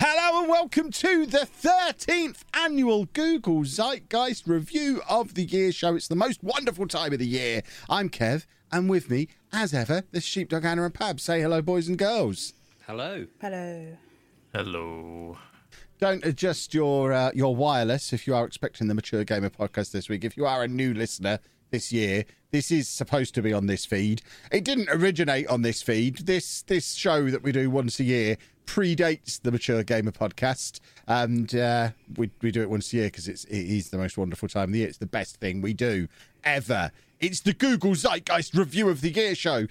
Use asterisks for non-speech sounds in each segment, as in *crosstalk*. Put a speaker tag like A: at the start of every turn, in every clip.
A: Hello and welcome to the 13th annual Google Zeitgeist Review of the Year show. It's the most wonderful time of the year. I'm Kev, and with me, as ever, the sheepdog Anna and Pab. Say hello, boys and girls.
B: Hello.
C: Hello.
D: Hello.
A: Don't adjust your uh, your wireless if you are expecting the Mature Gamer podcast this week. If you are a new listener this year, this is supposed to be on this feed. It didn't originate on this feed. This this show that we do once a year predates the Mature Gamer podcast, and uh, we we do it once a year because it's it is the most wonderful time of the year. It's the best thing we do ever. It's the Google Zeitgeist Review of the Year show.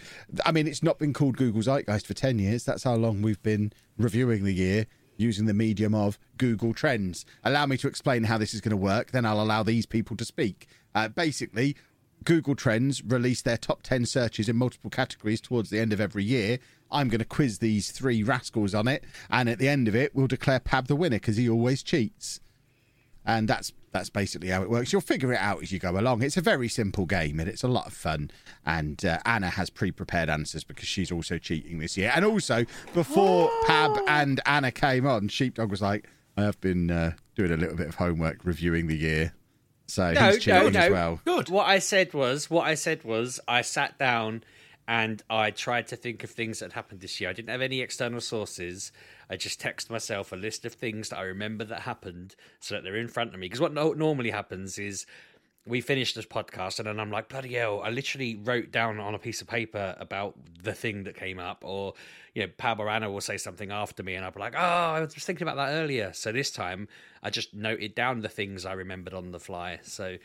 A: I mean, it's not been called Google Zeitgeist for ten years. That's how long we've been reviewing the year using the medium of Google Trends. Allow me to explain how this is going to work, then I'll allow these people to speak. Uh, basically, Google Trends release their top 10 searches in multiple categories towards the end of every year. I'm going to quiz these three rascals on it, and at the end of it, we'll declare Pab the winner because he always cheats. And that's that's basically how it works. You'll figure it out as you go along. It's a very simple game, and it's a lot of fun. And uh, Anna has pre-prepared answers because she's also cheating this year. And also,
B: *gasps*
A: before Pab and Anna came on, Sheepdog was like, "I have been uh, doing a little bit of homework reviewing the year." So
B: No,
A: he's
B: no,
A: cheating
B: no.
A: as well.
B: Good. What I said was, what I said was, I sat down and I tried to think of things that had happened this year. I didn't have any external sources. I just text myself a list of things that I remember that happened, so that they're in front of me. Because what no- normally happens is we finish this podcast and then I'm like, bloody hell, I literally wrote down on a piece of paper about the thing that came up, or you know, Pab or Anna will say something after me, and I'll be like, oh, I was thinking about that earlier. So this time I just noted down the things I remembered on the fly. So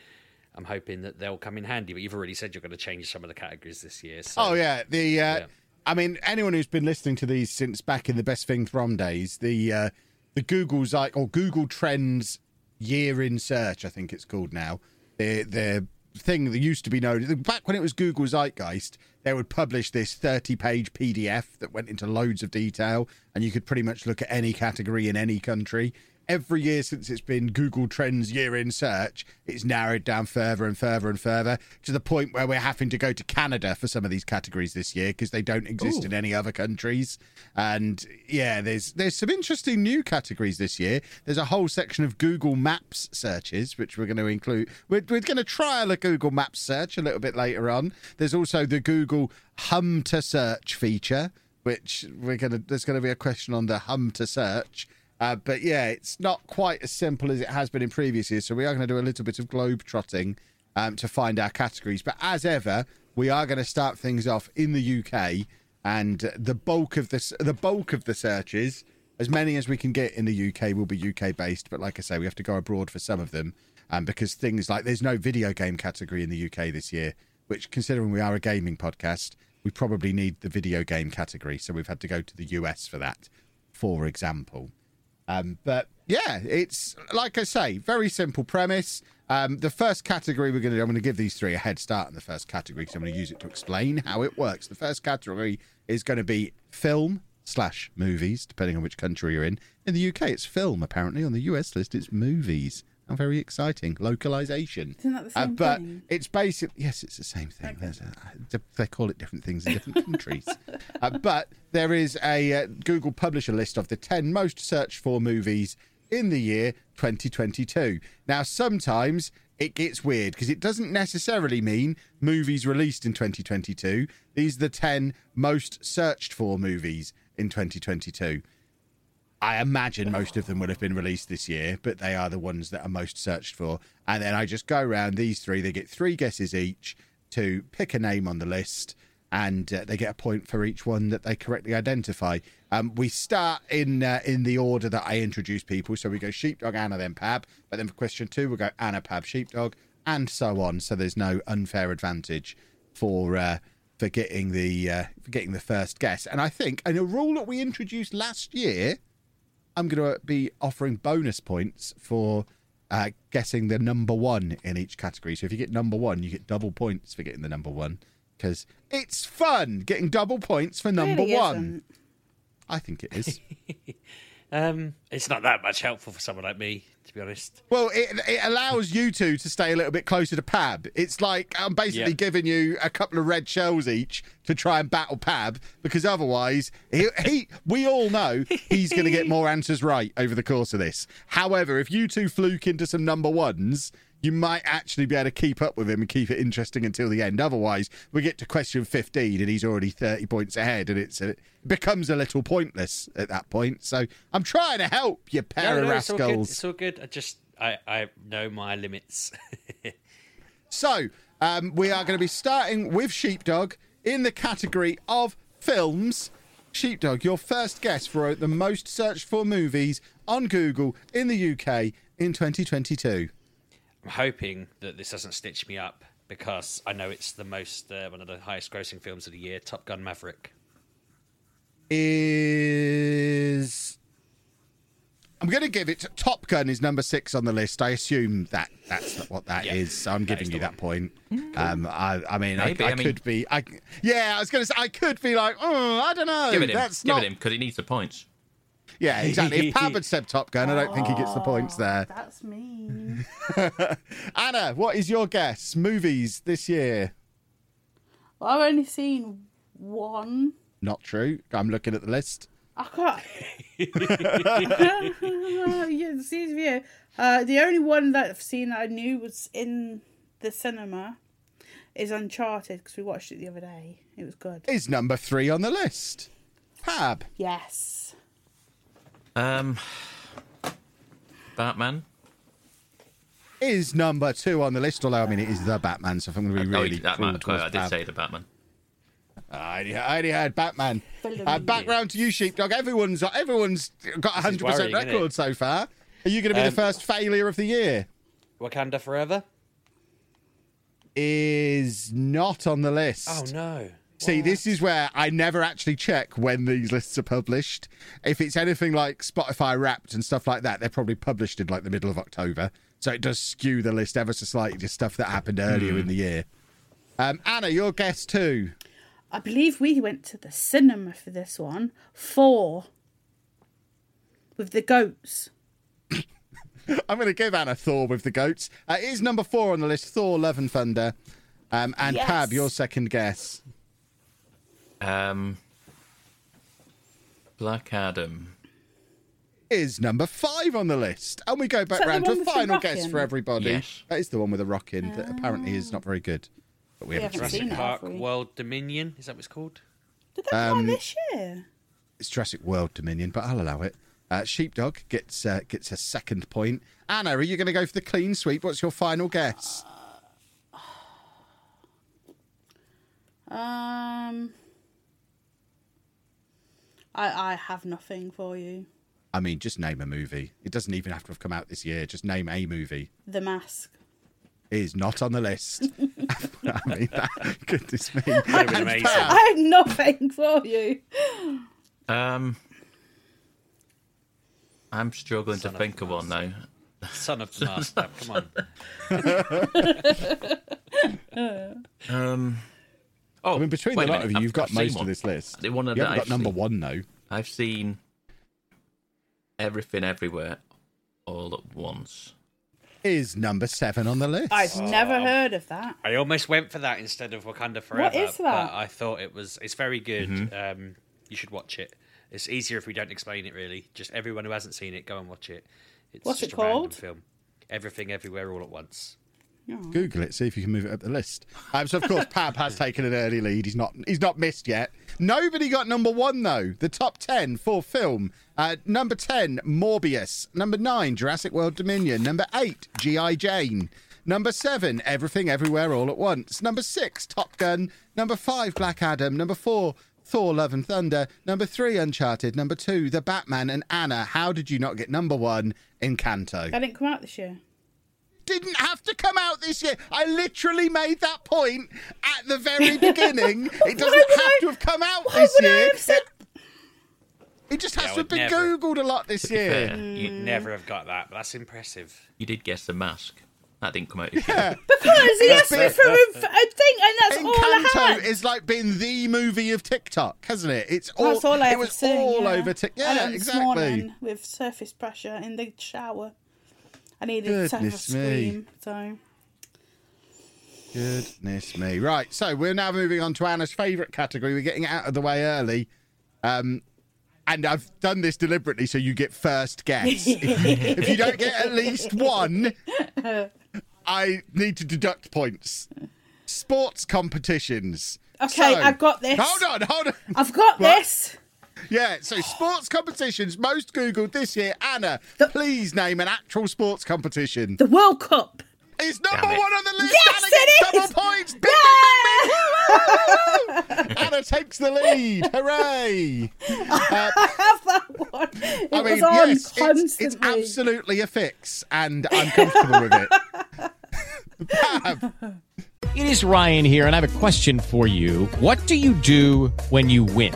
B: I'm hoping that they'll come in handy. But you've already said you're going to change some of the categories this year. So.
A: Oh yeah, the uh, I mean, anyone who's been listening to these since back in the best thing from days, the uh, the Google's like or Google Trends year in search, I think it's called now. The the thing that used to be known back when it was Google Zeitgeist, they would publish this thirty page PDF that went into loads of detail, and you could pretty much look at any category in any country. Every year since it's been Google Trends year in search, it's narrowed down further and further and further to the point where we're having to go to Canada for some of these categories this year because they don't exist in any other countries. And yeah, there's there's some interesting new categories this year. There's a whole section of Google Maps searches which we're going to include. We're, we're going to trial a Google Maps search a little bit later on. There's also the Google Hum to Search feature which we're gonna there's gonna be a question on the hum to search. Uh, but yeah, it's not quite as simple as it has been in previous years. So we are going to do a little bit of globe trotting um, to find our categories. But as ever, we are going to start things off in the UK, and uh, the bulk of this the bulk of the searches, as many as we can get in the UK, will be UK based. But like I say, we have to go abroad for some of them, um, because things like there's no video game category in the UK this year, which considering we are a gaming podcast, we probably need the video game category. So we've had to go to the US for that, for example. Um, but yeah, it's like I say, very simple premise. Um, the first category we're going to do, I'm going to give these three a head start in the first category because I'm going to use it to explain how it works. The first category is going to be film slash movies, depending on which country you're in. In the UK, it's film, apparently. On the US list, it's movies. How very exciting. Localization. Uh,
C: Isn't that the same
A: but
C: thing?
A: *laughs* it's basically yes, it's the same thing. There's a- they call it different things in different countries, uh, but there is a uh, Google publisher list of the ten most searched for movies in the year 2022. Now, sometimes it gets weird because it doesn't necessarily mean movies released in 2022. These are the ten most searched for movies in 2022. I imagine most of them will have been released this year, but they are the ones that are most searched for. And then I just go around these three. They get three guesses each to pick a name on the list, and uh, they get a point for each one that they correctly identify. Um, we start in uh, in the order that I introduce people. So we go Sheepdog, Anna, then Pab. But then for question two, we'll go Anna, Pab, Sheepdog, and so on. So there's no unfair advantage for uh, for getting the uh, for getting the first guess. And I think, and a rule that we introduced last year. I'm going to be offering bonus points for uh, guessing the number one in each category. So if you get number one, you get double points for getting the number one because it's fun getting double points for number
C: Really
A: one.
C: isn't.
A: I think it is.
B: Um, it's not that much helpful for someone like me, to be honest.
A: well, it, it allows you two to stay a little bit closer to Pab. It's like I'm basically
B: Yeah.
A: giving you a couple of red shells each to try and battle Pab because otherwise, he, he we all know he's going to get more answers right over the course of this. However, if you two fluke into some number ones, you might actually be able to keep up with him and keep it interesting until the end. Otherwise, we get to question 15 and he's already 30 points ahead and it's it becomes a little pointless at that point. So I'm trying to help you pair
B: No,
A: of
B: no, it's all good.
A: rascals.
B: It's all good. I just I I know my limits. *laughs*
A: So um, we are going to be starting with Sheepdog in the category of films. Sheepdog, your first guess for the most searched for movies on Google in the UK in 2022.
B: I'm hoping that this doesn't stitch me up because I know it's the most uh, one of the highest grossing films of the year, Top Gun Maverick.
A: Is I'm going to give it to Top Gun is number six on the list. I assume that that's not what that
B: Yeah,
A: is. So I'm
B: that
A: giving
B: is
A: you
B: the
A: that point. Um, I, I mean, I,
D: Hmm. Maybe,
A: I
D: I mean-
A: could be. I yeah, I was going to say I could be like, oh, I don't know.
D: Give it him.
A: That's
D: Give
A: not
D: it him because he needs the points.
A: Yeah, exactly. If Pab
C: *laughs*
A: had said Top Gun, I don't think he gets the
C: Oh,
A: points there.
C: That's me.
A: Anna, what is your guess? Movies this year?
C: Well, I've only seen one.
A: Not true. I'm looking at the list.
C: I can't. yeah, the season view. Uh, the only one that I've seen that I knew was in the cinema is Uncharted because we watched it the other day. It was good.
A: Is number three on the list? Pab.
C: Yes.
D: Um, Batman.
A: Is number two on the list? Although, I mean, it is the Batman, so if I'm going to be
D: Oh,
A: really.
D: that
A: cruel
D: might- oh,
A: towards
D: I did
A: Pab.
D: say the Batman.
A: I only, I only heard Batman.
C: Believe
A: Uh, back
C: it.
A: round to you, Sheepdog. Everyone's, everyone's got a 100%
B: worrying, isn't
A: record
B: it?
A: so far. Are you going to be
B: Um,
A: the first failure of the year?
B: Wakanda Forever.
A: Is not on the list.
B: Oh no.
A: See, this is where I never actually check when these lists are published. If it's anything like Spotify Wrapped and stuff like that, they're probably published in like the middle of October. So it does skew the list ever so slightly to stuff that happened earlier in the year. Um, Anna, your guess too.
C: I believe we went to the cinema for this one. Four. With the goats.
A: I'm going to give Anna Thor with the goats. Uh, it is number four on the list Thor, Love and Thunder. Um, and
C: Yes.
A: Pab, your second guess.
D: Um, Black Adam.
A: Is number five on the list, and we go back
C: that the
A: round to
C: one
A: a
C: with the
A: final
C: rock
A: guess
C: in? Ah.
A: for everybody.
D: Yes.
A: That is the one with the rock in that apparently is not very good, but we,
C: We
A: haven't
C: haven't
A: seen it.
C: seen
B: Jurassic
C: it,
B: Park
C: have we?
B: World Dominion. Is that what it's called?
C: Did that come
A: Um,
C: out this year?
A: it's Jurassic World Dominion, but I'll allow it. Uh, Sheepdog gets uh, gets a second point. Anna, are you going to go for the clean sweep? What's your final guess?
C: Um. I, I have nothing for you.
A: I mean, just name a movie. It doesn't even have to have come out this year. Just name a movie.
C: The
A: *laughs*
C: mask.
A: It is not on the list. *laughs* I mean, that, *laughs* goodness me.
B: That would have been amazing.
C: I have nothing for you.
D: Um, I'm struggling
B: Son
D: to
B: of
D: think of one now.
B: Son of *laughs* the master. Come on.
D: Um, oh,
A: I mean, between
D: wait
A: the
D: a
A: lot
D: minute,
A: of you,
D: I've-
A: you've got
D: I've seen
A: most
D: one.
A: of this list.
D: The
A: You
D: one that
A: haven't got
D: I've
A: number
D: seen.
A: one though.
D: I've seen everything everywhere all at once.
A: Is number seven on the list?
C: I've never heard of that.
B: I almost went for that instead of Wakanda Forever.
C: is that?
B: But I thought it was. It's very good.
E: Mm-hmm.
B: Um, you should watch it. It's easier if we don't explain it. Really, just everyone who hasn't seen it, go and watch it. It's
C: What's
B: just a
C: it
B: random
C: called?
B: Film. Everything, everywhere, all at once.
A: Google it, see if you can move it up the list. Um, so of course, Pap has taken an early lead. He's not he's not missed yet. Nobody got number one though. The top ten for film. Uh, number ten, Morbius. Number nine, Jurassic World Dominion. Number eight, G.I. Jane. Number seven, Everything Everywhere All at Once. Number six, Top Gun. Number five, Black Adam. Number four, Thor: Love and Thunder. Number three, Uncharted. Number two, The Batman and Anna. How did you not get number one? Encanto
C: That didn't come out this *laughs* year.
A: didn't have to come out this year. I literally made that point at the
C: *laughs*
A: very beginning. It doesn't have to have come out
C: why
A: this
C: would I
A: year.
C: have said-
A: It just
B: Yeah,
A: has
B: I
A: to have
B: would
A: been
B: never.
A: Googled a lot this year.
D: Fair. You,
C: Mm.
B: Never have got that, but that's impressive.
D: you did guess the mask. That didn't come out. this year.
C: Because he asked me for a, a thing, and that's all I
A: Encanto
C: had.
A: is like been the movie of TikTok, hasn't it? It's all,
C: that's all I
A: it
C: ever
A: was
C: seen,
A: all
C: yeah.
A: over TikTok.
C: I
A: Yeah,
C: done this
A: exactly.
C: morning with surface pressure in the shower. I needed to have a
A: Goodness me.
C: scream, so
A: Goodness me. Right, so we're now moving on to Anna's favourite category. We're getting out of the way early. Um, and I've done this deliberately so you get first guess. if you don't get at least one, I need to deduct points. Sports competitions.
C: Okay,
A: So-
C: I've got this.
A: Hold on, hold on.
C: I've got
A: What?
C: this.
A: *laughs* Yeah, so sports competitions most Googled this year. Anna,
C: The-
A: please name an actual sports competition.
C: The World Cup.
A: It's number
D: Damn it.
A: one on the list.
C: Yes,
A: Anna
C: it
A: gets
C: is.
A: double points. Bing,
C: Yeah!
A: Anna takes the lead. Hooray!
C: have that one. It
A: I mean,
C: was on
A: yes, it's,
C: constantly.
A: it's absolutely a fix, and I'm comfortable with it.
F: It is Ryan here, and I have a question for you. What do you do when you win?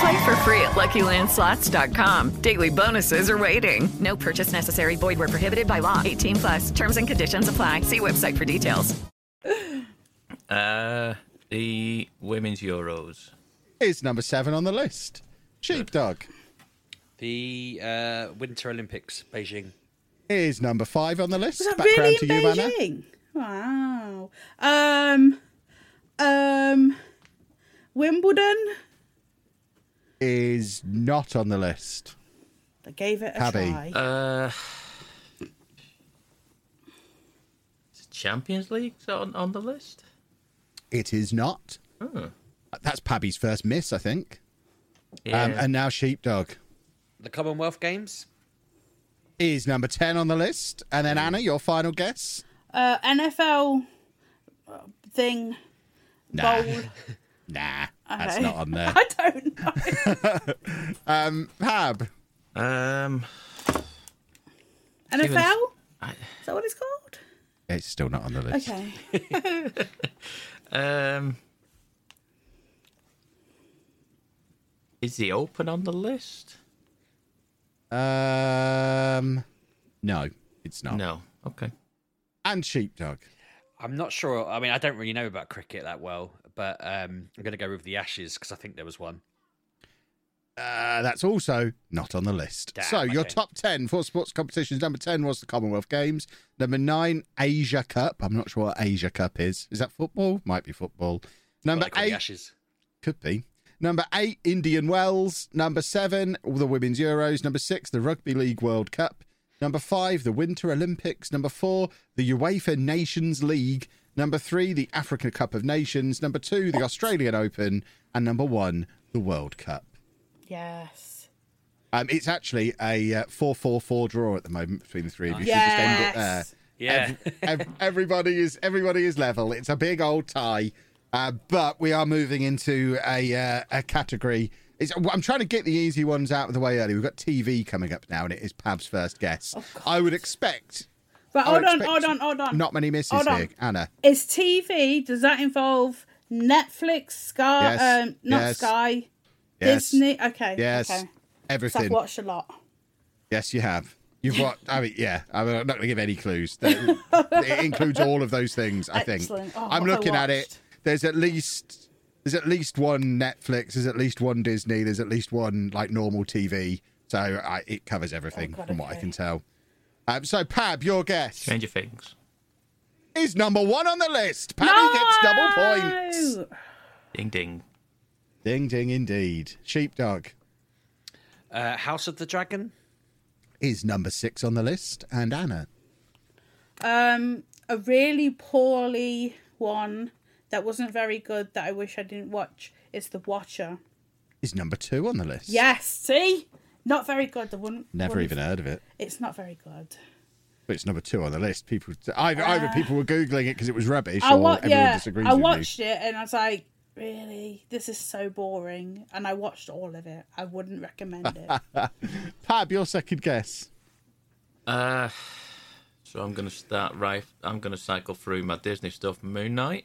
G: Play for free at LuckyLandSlots.com. Daily bonuses are waiting. No purchase necessary. Void where prohibited by law. 18 plus terms and conditions apply. See website for details.
D: Uh, the women's Euros.
A: Is number seven on the list? Sheepdog
B: The uh, Winter Olympics, Beijing.
A: is number five on the list.
C: Was that
A: Background
C: really
A: to
C: in
A: you, Anna.
C: Beijing? Wow. Um, um, Wimbledon.
A: Is not on the list.
C: I gave it a
A: Tabby.
C: try.
D: Uh, is Champions League on, on the list?
A: It is not.
D: Oh,
A: That's Pabby's first miss, I think.
D: yeah.
A: Um, and now Sheepdog
B: The Commonwealth Games.
A: is number ten on the list. And then Anna, your final guess.
C: Uh, NFL uh, thing.
A: Nah,
C: Bowl.
A: nah, *laughs* that's
C: Okay.
A: not on there.
C: *laughs* I
A: *laughs*
C: don't know.
A: Pab,
D: um,
C: NFL. Is that what it's called?
A: it's still not on the list.
C: Okay.
D: um, is the Open on the list?
A: Um, no, it's not.
D: No. Okay.
A: And sheepdog.
B: I'm not sure. I mean, I don't really know about cricket that well, but um, I'm going to go with the Ashes because I think there was one.
A: Uh, that's also not on the list.
B: Damn,
A: so your
B: okay.
A: top ten for sports competitions. Number ten was the Commonwealth Games. Number nine, Asia Cup. I'm not sure what Asia Cup is. Is that football? Might be football. Number
B: Like all the
A: eight
B: Ashes.
A: could be. Number eight, Indian Wells. Number seven, all the Women's Euros. Number six, the Rugby League World Cup. Number five, the Winter Olympics. Number four, the UEFA Nations League. Number three, the Africa Cup of Nations. Number two, the Australian Open. And number one, the World Cup.
C: Yes.
A: Um, it's actually a uh, four-four-four draw at the moment between the three of you.
C: Yes.
A: Should just
B: Yeah.
A: end it there. Ev- ev- everybody is everybody is level. It's a big old tie, uh, but we are moving into a uh, a category. It's, I'm trying to get the easy ones out of the way early. We've got TV coming up now, and it is Pab's first guess.
C: Oh,
A: I would expect.
C: Right,
A: I
C: hold
A: would
C: on,
A: expect
C: hold on, hold on.
A: Not many misses
C: Hold on.
A: here, Anna.
C: Is TV? Does that involve Netflix, Sky?
A: Yes.
C: Um, not
A: Yes.
C: Sky.
A: Yes.
C: Disney. Okay.
A: Yes.
C: Okay. 'Cause
A: Everything.
C: I've watched a lot.
A: Yes, you have. You've watched. I mean, yeah. I mean, I'm not going to give any clues.
C: *laughs*
A: That- it includes all of those things. I think.
C: Excellent. Oh,
A: I'm
C: what have I
A: looking at it. There's at least there's at least one Netflix. There's at least one Disney. There's at least one like normal TV. So I, it covers everything
C: God,
A: from what I
C: okay.
A: can tell. Um, so Pab, your guess
D: Stranger Things.
A: is number one on the list. Paddy gets double points.
C: No!
D: Ding ding.
A: Ding ding, indeed. Sheepdog
B: Uh, House of the Dragon.
A: is number six on the list, and Anna.
C: Um, a really poorly one that wasn't very good that I wish I didn't watch is The Watcher.
A: Is number two on the list.
C: Yes. See, not very good. The one.
A: Never
C: one-
A: even heard of it.
C: It's not very good.
A: But it's number two on the list. People either, either people were googling it because it was rubbish,
C: Ah. I
A: or
C: wa-
A: everyone
C: yeah,
A: disagrees
C: I
A: with
C: watched it and I was like, really, this is so boring. And I watched all of it. I wouldn't
A: *laughs*
C: recommend it.
A: you. Pab, your second guess.
D: Uh, so I'm gonna start right. I'm gonna cycle through my Disney stuff. Moon Knight.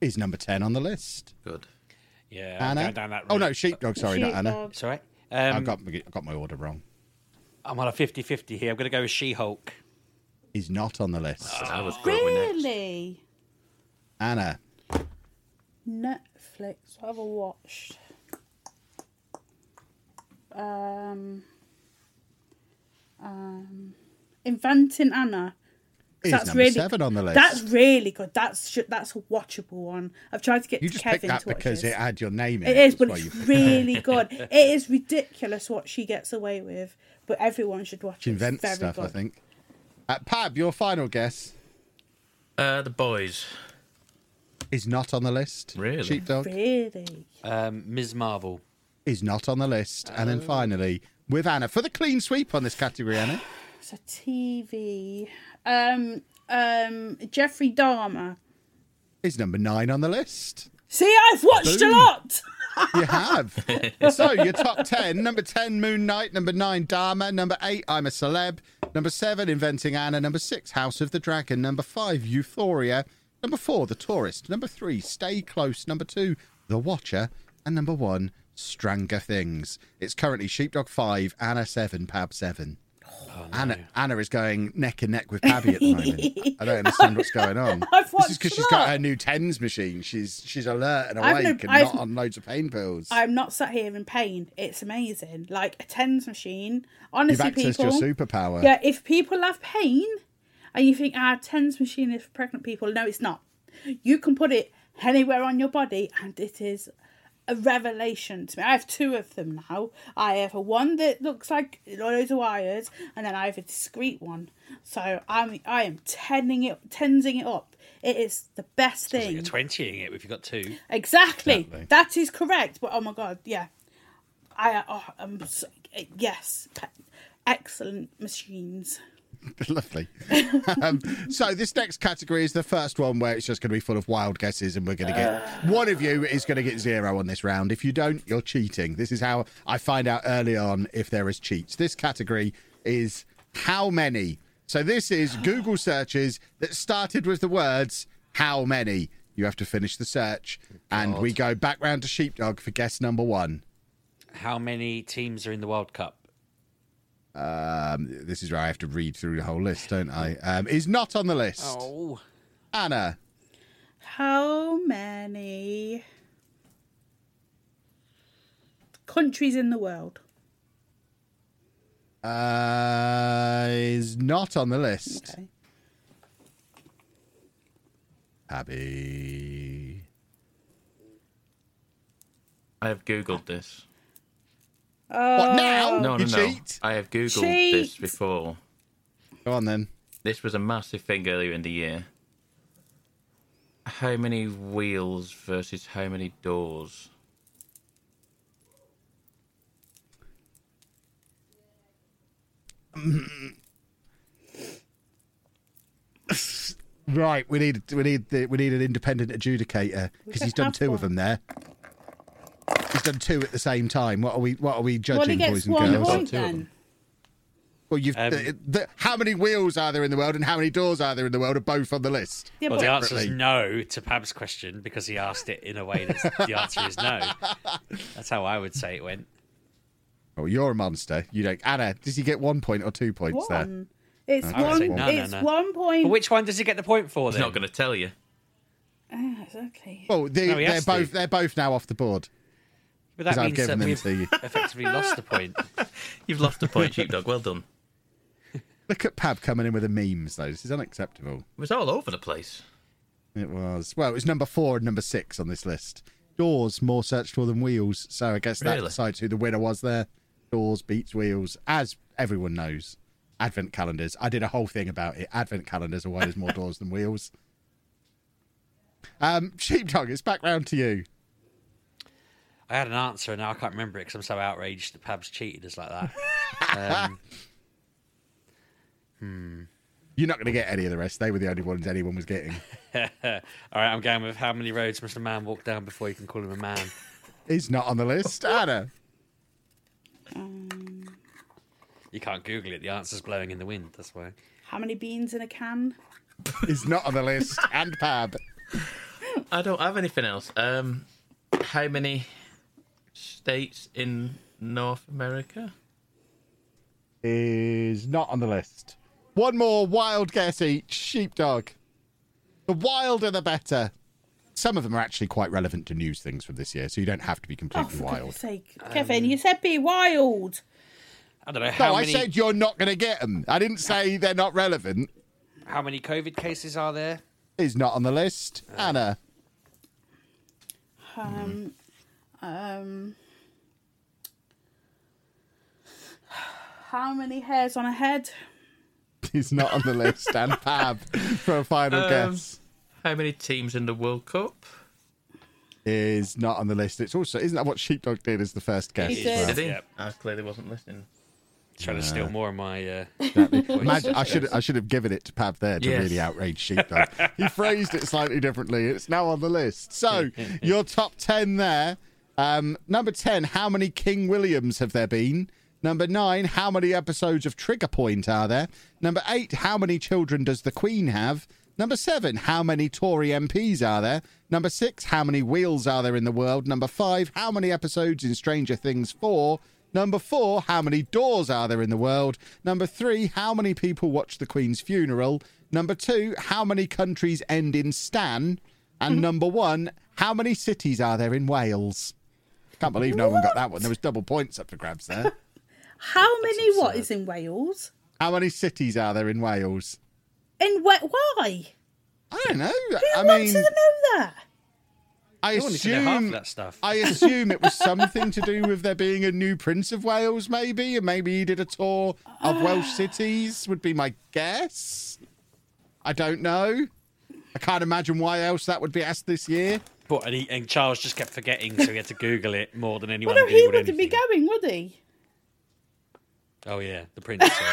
A: Is number ten on the list?
D: Good.
B: Yeah. I'm
A: Anna.
B: going down that
A: oh no,
B: route.
A: sheepdog. Sorry, not Anna.
C: Sheepdog.
B: It's all right.
A: I
B: Um,
A: got I got my order wrong.
B: I'm on a 50 50 here. I'm going to go with She Hulk.
A: Is not on the list.
B: Ah.
D: I was going with next.
C: Really?
A: Anna.
C: Netflix. What have I watched? Um, um, Inventing Anna. 'Cause
A: Is
C: That's
A: number
C: really
A: seven on the list.
C: That's really good. That's sh- that's a watchable one. I've tried to get
A: You just
C: Kevin
A: picked that
C: to watch
A: because
C: this.
A: it had your name in it.
C: It is,
A: that's
C: but
A: why you
C: it's
A: picked it. *laughs*
C: really good. It is ridiculous what she gets away with, but everyone should watch
A: She
C: it. It's
A: invents
C: very
A: stuff,
C: good.
A: I think. Uh, Pab, your final guess
D: Uh, the boys.
A: is not on the list.
D: Really?
A: Sheepdog
C: Really?
B: Um, Ms. Marvel.
A: is not on the list, and
C: Oh.
A: then finally with Anna for the clean sweep on this category, Anna.
C: So TV. Um, um, Jeffrey Dahmer.
A: Is number nine on the list?
C: See, I've watched
A: Boom.
C: a lot.
A: You have. so your top ten: number ten, Moon Knight; number nine, Dharma; number eight, I'm a Celeb; number seven, Inventing Anna; number six, House of the Dragon; number five, Euphoria; number four, The Tourist; number three, Stay Close; number two, The Watcher; and number one, Stranger Things. It's currently Sheepdog five, Anna seven, Pab seven.
C: Oh,
A: Anna, Anna is going neck and neck with Pabby at the moment. I don't understand what's going on.
C: *laughs* I've
A: this is
C: watched
A: because
C: a
A: she's got
C: lot.
A: her new tens machine. She's she's alert and
C: I've
A: awake
C: no-
A: and
C: I've-
A: not on loads of pain pills.
C: I'm not sat here in pain. It's amazing. Like a tens machine. Honestly,
A: You've accessed
C: people.
A: your superpower.
C: Yeah, if people have pain, and you think ah, tens machine is for pregnant people, no, it's not. You can put it anywhere on your body, and it is a revelation to me. I have two of them now. I have a one that looks like loads of wires, and then I have a discreet one. So I'm I am tensing it, tensing it up. It is the best
B: It's
C: thing.
B: like a 20 in it if you've got two.
C: Exactly. That is correct. But oh my god, yeah. I oh, I'm so, yes, pe- excellent machines.
A: *laughs* Lovely. um, so this next category is the first one where it's just going to be full of wild guesses, and we're going to get one of you is going to get zero on this round. If you don't, you're cheating. This is how I find out early on if there is cheats. This category is how many. So this is Google searches that started with the words how many. You have to finish the search, and we go back round to Sheepdog for guess number one.
B: How many teams are in the World Cup?
A: Um, this is where I have to read through the whole list, don't I? Um, is not on the list.
B: Oh.
A: Anna.
C: How many countries in the world?
A: Uh, is not on the list.
C: Okay.
A: Abby.
D: I have Googled this.
C: Oh,
A: now?
D: No, no,
A: You
D: no.
A: cheat?
D: I have Googled this
C: Cheat.
D: before.
A: Go on then.
D: This was a massive thing earlier in the year. How many wheels versus how many doors?
A: Right, we need we need the, we need an independent adjudicator because
C: can
A: he's done
C: have
A: two of them
C: one.
A: there. He's done two at the same time. What are we what are we
C: Well,
A: judging,
C: he
A: boys
C: gets
A: and
C: one
A: girls?
C: point
D: Two of
C: then.
D: them.
A: Well, you've
B: Um,
A: the, the, how many wheels are there in the world and how many doors are there in the world are both on the list.
C: Yeah,
B: Well, the
C: but,
B: answer is no to Pab's question because he asked it in a way that the answer is no. That's how I would say it went.
A: Oh, you're a monster. You don't, Anna. Does he get one point or two points there?
C: one. It's
B: I would
C: one.
B: say no, no,
C: it's
B: no.
C: one point.
B: But which one does he get the point for
D: He's
B: then?
D: not going to tell you.
C: Ah, exactly.
A: Well, they,
B: No, he
A: they're
B: has to.
A: both they're both now off the board
B: but
A: because
B: that
A: I've
B: means that
A: given them
B: we've
A: to you.
B: effectively lost
A: *laughs*
B: the point.
D: You've lost a point, sheepdog. Well done.
A: Look at Pab coming in with the memes though. This is unacceptable.
D: It was all over the place.
A: It was well, it was number four and number six on this list. Doors more searched for than wheels, so I guess that
D: Really?
A: decides who the winner was there. Doors beats wheels, as everyone knows. Advent calendars. I did a whole thing about it. Advent calendars are why there's
B: *laughs*
A: more doors than wheels. Um, Sheepdog, it's back round to you.
B: I had an answer and now I can't remember it because I'm so outraged that Pab's cheated us like
A: *laughs*
B: that. Um,
A: You're not going to get any of the rest. They were the only ones anyone was getting.
B: uh, all right, I'm going with how many roads must a man walk down before you can call him a man?
A: He's not on the
B: *laughs*
A: list. Anna.
B: You can't Google it. The answer's blowing in the wind. That's why.
C: How many beans in a can?
A: He's not on the list. And Pab.
D: I don't have anything else. Um, how many states in North America?
A: is not on the list. One more wild guess each. Sheepdog. The wilder the better. Some of them are actually quite relevant to news things from this year, so you don't have to be
C: Oh,
A: completely
C: for
A: wild.
C: goodness sake, Kevin,
B: Um,
C: you said be wild.
B: I don't know how
A: No,
B: many
A: I said you're not going to get them. I didn't say they're not relevant.
B: how many COVID cases are there.
A: Is not on the list.
C: Uh.
A: Anna. Mm-hmm.
C: Um, um, how many hairs on a head?
A: Is not on the list.
C: *laughs*
A: And Pab for a final
D: Um,
A: guess.
D: How many teams in the World Cup?
A: Is not on the list. It's also isn't that what Sheepdog did as the first guess?
C: He
A: as
C: did.
A: well?
D: Did he?
B: Yep.
D: I clearly wasn't listening.
B: Trying to steal more of my. Uh,
A: *laughs* Imagine, I should I should have given it to Pav there to
D: Yes.
A: really outrage Sheepdog. he phrased it slightly differently. It's now on the list. So your top ten there. Um, number ten, how many King Williams have there been? Number nine, how many episodes of Trigger Point are there? Number eight, how many children does the Queen have? Number seven, how many Tory MPs are there? Number six, how many wheels are there in the world? Number five, how many episodes in Stranger Things 4? Number four, how many doors are there in the world? Number three, how many people watch the Queen's funeral? Number two, how many countries end in Stan?
B: Mm-hmm.
A: And number one, how many cities are there in Wales? Can't believe no one got that one. There was double points up for grabs there.
C: How many what is in Wales?
A: how many cities are there in Wales?
C: In what? Why?
A: I don't know.
C: Who
A: I
C: wants
A: mean,
C: to know that?
A: I
B: I wanted to know half of
A: assume
B: that stuff.
A: I assume it was something to do with there being a new Prince of Wales, maybe, and maybe he did a tour of Welsh cities. Would be my guess. I don't know. I can't imagine why else that would be asked this year.
B: But and, he, and Charles just kept forgetting, so he had to Google it more than anyone.
C: Well, no, he
B: Googled
C: wouldn't be
B: anything.
C: going, would he?
B: Oh yeah, the prince. sorry.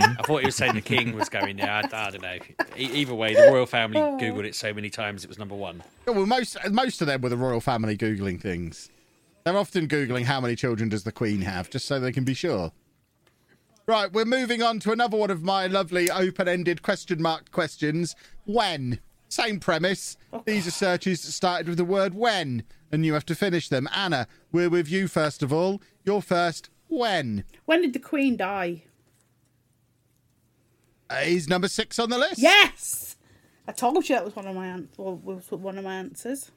B: I thought he was saying the king was going there. I, I don't know. E- either way, the royal
A: *laughs*
B: family googled it so many times it was number one.
A: Yeah, Well, most most of them were the royal family googling things. They're often googling how many children does the Queen have, just so they can be sure. Right, we're moving on to another one of my lovely open-ended question mark questions. When? Same premise.
C: Oh.
A: These are searches that started with the word when, and you have to finish them. Anna, we're with you first of all. Your first When?
C: When did the Queen die?
A: Uh, he's number six on the list.
C: Yes, I told you that was one of my an- well, was one of my answers.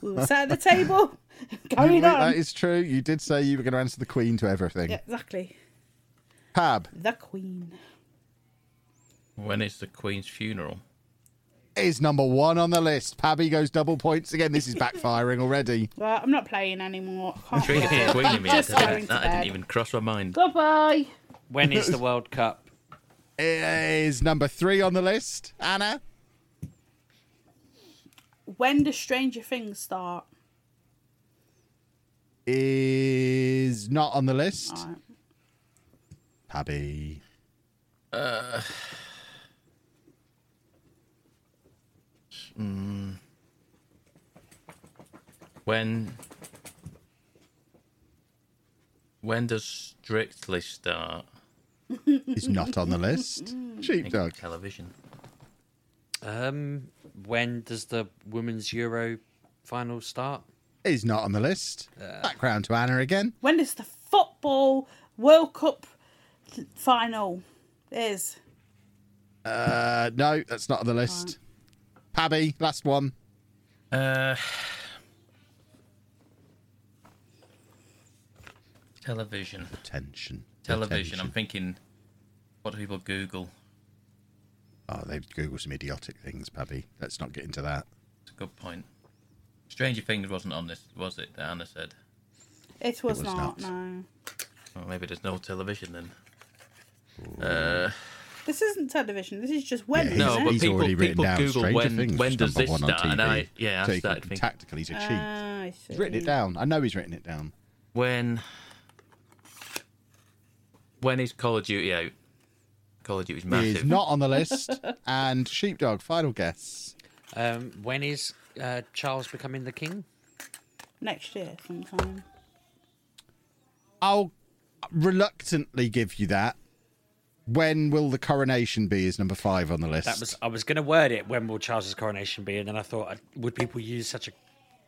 C: We were sat at
A: *laughs*
C: the table, *laughs*
A: You-
C: going on.
A: That is true. You did say you were going to answer the Queen to everything.
C: Yeah, exactly.
A: Hab.
C: The Queen.
D: When is the Queen's *laughs* funeral?
A: is number one on the list. Pabby goes double points again. This is backfiring already.
C: Well, I'm not playing anymore. I can't
D: Queen
C: be
D: of
C: bothered.
D: Queen, you mean?
C: Just
D: doesn't it?
C: going to
D: That didn't
C: bed.
D: even cross my mind.
C: Goodbye.
B: When is *laughs* the World Cup?
A: Is number three on the list, Anna?
C: When does Stranger Things start?
A: Is not on the list. Pabby.
D: Uh, hmm. when when does Strictly start?
A: Is not on the
D: *laughs*
A: list. Sheepdog.
D: Television.
B: Um, when does the Women's Euro final start?
A: Is not on the list. Background to Anna again.
C: When does the football World Cup final is?
A: Uh, no, that's not on the list. Pabby, last one.
D: Uh, television.
A: Attention.
D: Television. I'm thinking, what do people Google?
A: Oh, they've Googled some idiotic things, Pabby. Let's not get into that.
D: It's a good point. Stranger Things wasn't on this, was it? That Anna said.
C: It was,
D: was
C: not,
D: not.
C: No,
D: Well, maybe there's no television then. Uh,
C: this isn't television. This is just when.
A: Yeah,
D: No,
C: isn't
D: but
C: it?
A: he's already written
D: people
A: down
D: Google
A: Stranger
D: when-
A: Things.
D: when
A: which
D: does
A: number
D: this
A: one on
D: start? And
A: TV.
D: I- yeah, I
A: so he
D: started
A: can-
D: thinking- Uh,
A: tactically he's a cheat.
C: Ah, I
A: He's written
B: Hmm.
A: it
C: see.
A: down. I know he's written it down.
D: when when is Call of Duty out? Call of Duty's massive.
A: He is not on
B: *laughs*
A: the list. and Sheepdog, final guess.
B: Um, when is uh, Charles becoming the king?
C: Next year, sometime.
A: I'll reluctantly give you that. When will the coronation be? Is number five on the list.
B: That was I was going to word it. When will Charles's coronation be? And then I thought, I- would people use such a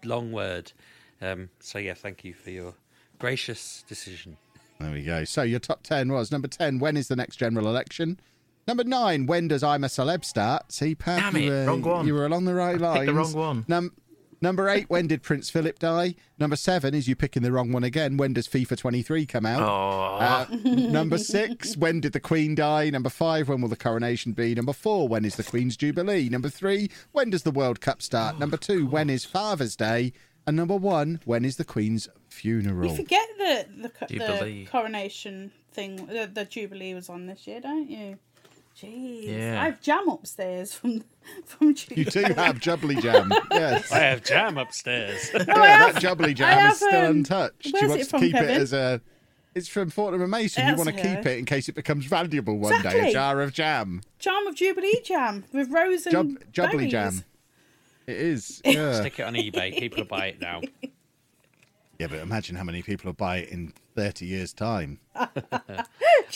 B: long word? Um, so yeah, thank you for your gracious decision.
A: There we go. So your top 10 was number 10, when is the next general election? Number 9, when does I'm a Celeb start? See, Pat,
D: Damn
A: you,
D: it,
A: were,
D: wrong one.
A: you were along the right
D: *laughs* I
A: line.
D: picked the wrong one.
A: Num- number 8, when did Prince Philip die? Number 7 is you picking the wrong one again. When does FIFA 23 come out? Uh, number 6, when did the Queen die? Number 5, when will the coronation be? Number 4, when is the Queen's Jubilee? Number 3, when does the World Cup start? number 2, when is Father's Day? And number 1, when is the Queen's funeral?
C: You forget that the, co- the
D: Jubilee.
C: coronation thing, the, the Jubilee was on this year, don't you? Jeez,
A: Yeah.
C: I have jam upstairs from *laughs* from Jubilee.
A: You do have jubbly jam.
C: *laughs*
A: Yes.
B: I have jam upstairs.
A: yeah, that jubbly
C: I
A: jam
C: have,
A: is still
C: um,
A: untouched.
C: where's
A: She
C: it
A: wants
C: from,
A: to keep
C: Kevin?
A: it as a. It's from Fortnum and Mason. You
C: That's
A: want to
C: okay.
A: keep it in case it becomes valuable one day.
C: Exactly.
A: A jar of jam,
C: Jam of Jubilee jam with rose and
A: Jub, jubbly
C: berries.
A: jam. It
C: *laughs*
A: is. Yeah.
B: *laughs* Stick it on eBay. People will buy it *laughs* now.
A: yeah, but imagine how many people will buy it in thirty years' time.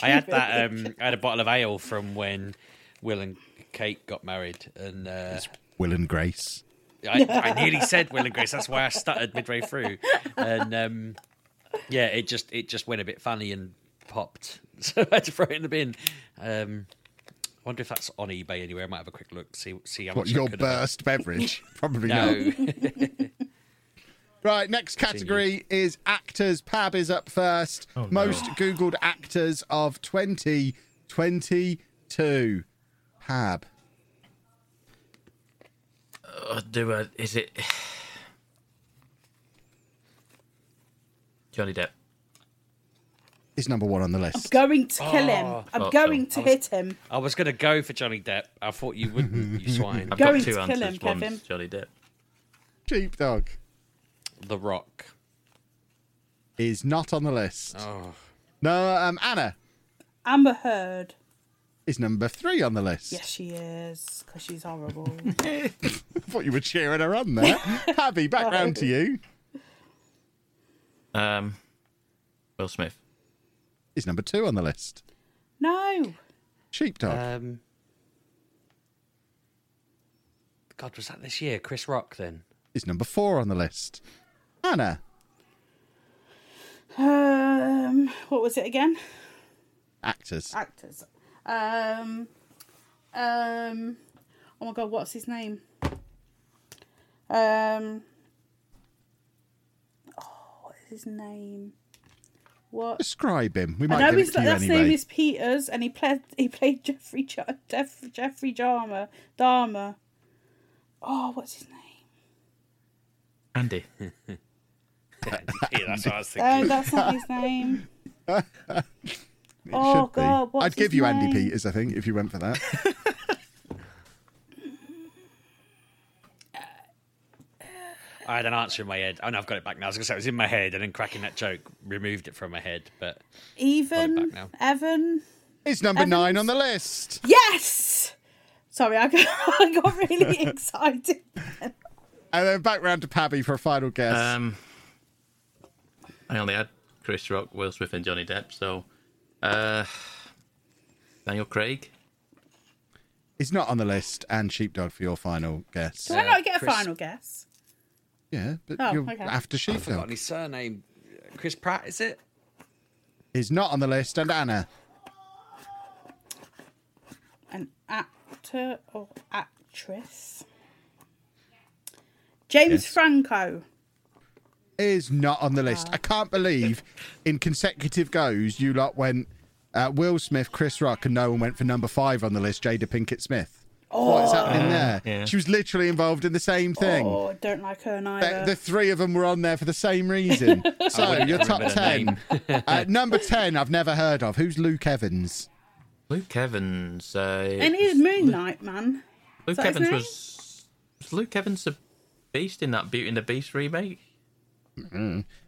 B: I had that. Um, I had a bottle of ale from when Will and Kate got married, and uh,
A: Will and Grace.
B: I, I nearly said Will and Grace. That's why I stuttered midway through, and um, yeah, it just it just went a bit funny and popped, *laughs* so I had to throw it in the bin. Um, I wonder if that's on eBay anywhere. I might have a quick look. See see how
A: What
B: much I
A: your
B: could have-
A: burst
C: *laughs*
A: beverage? Probably
B: No,
A: not. Right, next category is actors. Pab is up first. Most Googled actors of 2022. Pab.
D: Oh, do I, is it *sighs* Johnny Depp?
A: is number one on the
C: I'm
A: list.
C: going to kill him.
B: Oh,
C: I'm
B: thought
C: going
B: so.
C: to
B: I was-
C: hit him.
B: I was gonna go for Johnny Depp. I thought you
A: *laughs*
B: wouldn't. You swine.
D: I've
C: Going
D: got two
C: to kill
D: answers.
C: him,
D: One's
C: Kevin.
D: Johnny Depp.
A: Sheepdog
B: The Rock.
A: is not on the list.
B: Oh.
A: No, um, Anna
C: Amber Heard.
A: is number three on the list.
C: Yes, she is because
B: *laughs*
C: she's horrible.
A: I thought you were cheering her on
C: *laughs*
A: there. Abby, back round to you.
D: Um, Will Smith.
A: Is number two on the list.
C: no,
A: Sheepdog.
B: Um, God, was that this year? Chris Rock then?
A: is number four on the list. Anna
C: Um, what was it again?
A: Actors.
C: Actors. Um, um, oh my god, what's his name? Um, oh, what is his name? What?
A: Describe him. We
C: I
A: might
C: know
A: get it
C: his,
A: to you
C: that's
A: anyway.
C: name is Peters, and he played he played *laughs* Jeffrey Ch- Jeff, Jeffrey Dahmer. Dahmer. Oh, what's his name?
D: Andy.
B: yeah, that's what I was
C: Oh,
B: thinking.
C: that's not his name.
A: *laughs* It
C: oh
A: should be.
C: god, what's
A: I'd give
C: his
A: you
C: name?
A: Andy Peters, I think, if you went for
C: *laughs*
A: that.
B: I had an answer in my head. Oh no, I've got it back now. I was gonna say it was in my head, and then cracking that joke removed it from my head. But
C: Even
B: now.
C: Evan.
A: It's number nine on the list.
C: Yes. Sorry, I got, *laughs* I
A: *laughs*
C: got really excited.
A: And then back round to Pabby for a final guess.
D: Um, *laughs* I only had Chris Rock, Will Smith, and Johnny Depp, so uh, Daniel Craig.
A: It's not on the list, and Sheepdog for your final guess.
C: Do I not get a
B: Chris-
C: final guess?
A: Yeah, but
C: Oh,
A: you're
C: okay.
A: after
B: I've forgotten
A: Sheepdog.
B: his surname. Chris Pratt, is it?
A: Is not on the list, and Anna.
C: An actor or actress? James
A: Yes.
C: Franco.
A: is not on the list.
C: Ah.
A: I can't believe in consecutive goes you lot went uh, Will Smith, Chris Rock, and no one went for number five on the list, Jada Pinkett Smith. What is happening there?
D: Uh, yeah.
A: She was literally involved in the same thing.
C: Oh, I don't like her neither.
A: The, the three of them were on there for the same
B: *laughs*
A: reason. so
B: wouldn't
A: your top
B: remember their
A: ten,
B: *laughs*
A: uh, number ten, I've never heard of. Who's Luke Evans?
D: Luke Evans. Uh,
C: and he's Moon Knight, man.
D: Luke
C: that his
D: Evans
C: name?
D: was, was Luke Evans a beast in that Beauty and the Beast remake?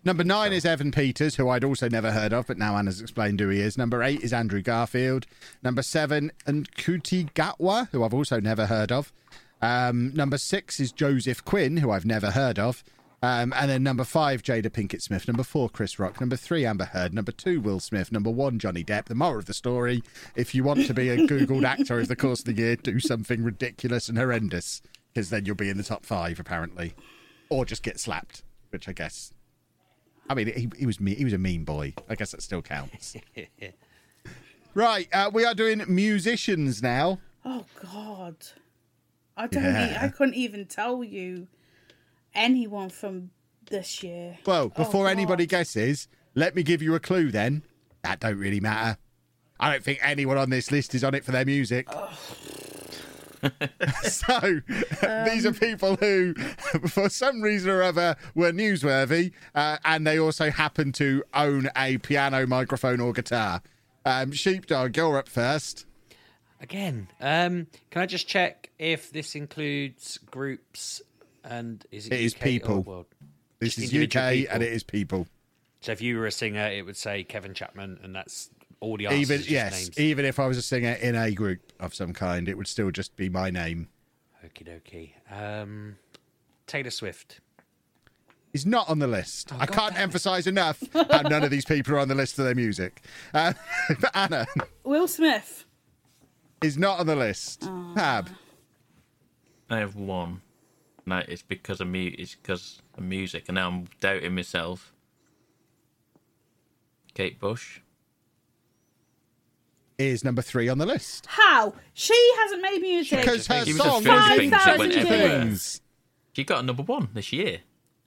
A: Number nine is Evan Peters, who I'd also never heard of, but now Anna's explained who he is. Number eight is Andrew Garfield. Number seven, and Kuti Gatwa, who I've also never heard of. Um, number six is Joseph Quinn, who I've never heard of. Um, and then number five, Jada Pinkett Smith. Number four, Chris Rock. Number three, Amber Heard. Number two, Will Smith. Number one, Johnny Depp. The moral of the story if you want to be a Googled actor over the course of the year, do something ridiculous and horrendous, because then you'll be in the top five, apparently. Or just get slapped, which I guess I mean, he, he was me. He was a mean boy. I guess that still
C: *laughs*
A: counts. right, uh, we are doing musicians now.
C: Oh God, I don't. E-
A: Yeah.
C: I couldn't even tell you anyone from this year.
A: Well,
C: Oh,
A: before
C: God.
A: anybody guesses, let me give you a clue. Then that don't really matter. I don't think anyone on this list is on it for their music. *laughs* so these are
C: Um.
A: people who, for some reason or other, were newsworthy, uh, and they also happen to own a piano, microphone, or guitar. Um, Sheepdog, you're up first.
B: Again. Um, can I just check if this includes groups and is it,
A: It is
B: UK or
A: people.
B: world?
A: This is
B: Just
A: UK
B: individual
A: and
B: people.
A: it is people.
B: So if you were a singer, it would say Kevin Chapman, and that's all the answers.
A: even
B: is just
A: yes,
B: names.
A: even if I was a singer in a group of some kind, it would still just be my name.
B: Okie dokie. Um, Taylor Swift.
A: Is not on the list. I
B: Oh, God
A: can't
B: damn it.
A: emphasize enough how none of these people are on the list of their music. Uh, Anna
C: Will Smith.
A: is not on the list. Pab
D: I have one. No, it's because of mu- It's because of music, and now I'm doubting myself. Kate Bush.
A: is number three on the list
C: How she hasn't made music?
A: because her
D: She was a
A: song
D: film
A: was
C: thing that
A: in
C: went
A: Stranger
C: everywhere.
A: Things.
D: She got a number one this year.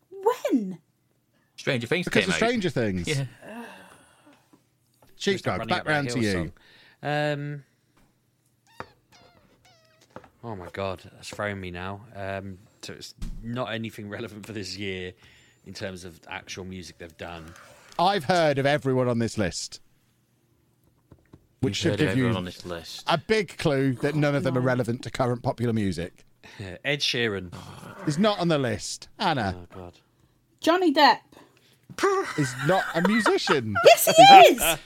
C: when?
D: Stranger Things
A: Because
D: came
A: of
D: out.
A: Stranger Things.
D: Yeah.
A: Sheepdog,
B: Running
A: back
B: Up That
A: round to
B: Hill
A: you.
B: song. Um, oh my god, that's throwing me now. Um, so it's not anything relevant for this year in terms of actual music they've done.
A: I've heard of everyone on this list, which
D: You've
A: should
D: heard
A: give
D: everyone
A: you
D: on this list.
A: a big clue that none of them are relevant to current popular music.
B: Ed Sheeran.
A: Oh is not on the list. Anna
B: Oh god.
C: Johnny Depp.
A: is not a musician.
C: *laughs*
A: *laughs*
C: Yes, he is.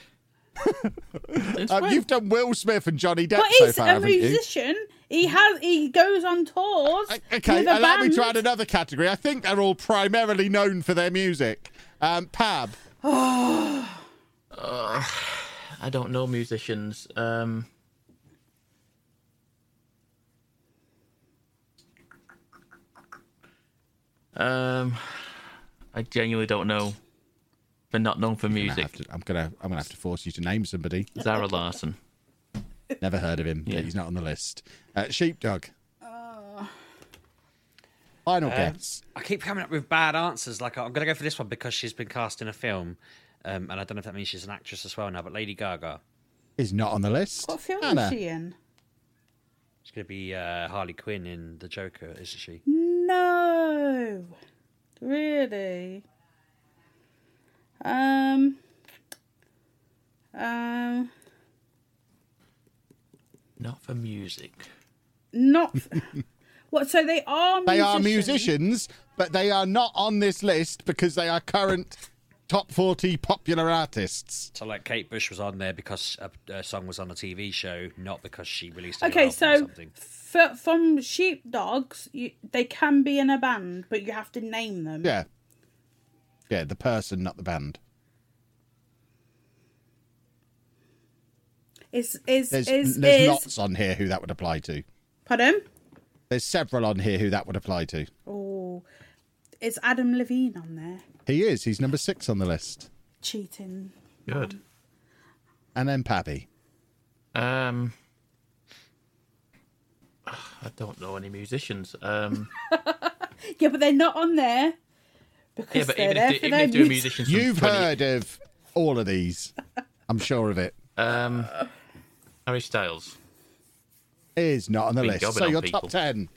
D: Since
A: Um,
D: when?
A: you've done Will Smith and Johnny Depp
C: but
A: so
C: he's
A: far,
C: a
A: haven't you?
C: musician. He has. He goes on tours.
A: O- Okay,
C: with a
A: allow
C: band.
A: me to add another category. I think they're all primarily known for their music. Um, Pab,
D: I don't know musicians. Um, um, I genuinely don't know but not known for
A: gonna
D: music.
A: have to- I'm gonna I'm gonna have to force you to name somebody.
D: *laughs* Zara Larson.
A: Never heard of him.
D: Yeah.
A: He's not on the list. Uh, Sheepdog. Final
B: Uh,
A: guess.
B: I keep coming up with bad answers. Like I'm going to go for this one because she's been cast in a film, um, and I don't know if that means she's an actress as well now. But Lady Gaga,
A: He's not on the list.
C: What film
A: Anna.
C: is she in?
B: she's going to be uh, Harley Quinn in The Joker, isn't she?
C: No, really. Um. Um.
D: Not for music.
A: *laughs*
C: Not. what? So they are.
A: They are
C: musicians.
A: musicians, but they are not on this list because they are current top 40 popular artists.
B: So like Kate Bush was on there because a, a song was on a TV show, not because she released. A new
C: Okay,
B: album or
C: so
B: something.
C: f- from sheepdogs, you, they can be in a band, but you have to name them.
A: Yeah. Yeah, the person, not the band.
C: Is is
A: There's,
C: is
A: there's
C: is?
A: lots on here who that would apply to.
C: Pardon?
A: There's several on here who that would apply to.
C: Oh, is Adam Levine on there?
A: He is. He's number six on the list.
C: Cheating.
D: Good.
A: And then Pappy.
D: Um, *sighs* I don't know any musicians. *laughs* Um,
C: Yeah, but they're not on there because
D: yeah, but
C: they're
D: even
C: there
D: if,
C: for
D: they, even
C: their
D: if they were
C: music.
D: musicians, from
A: You've
D: 20
A: heard of all of these. I'm sure of it.
D: Um, Harry Styles.
A: Is not on the
D: Been
A: list.
D: gobbing
A: So
D: on
A: your
D: people.
A: top 10.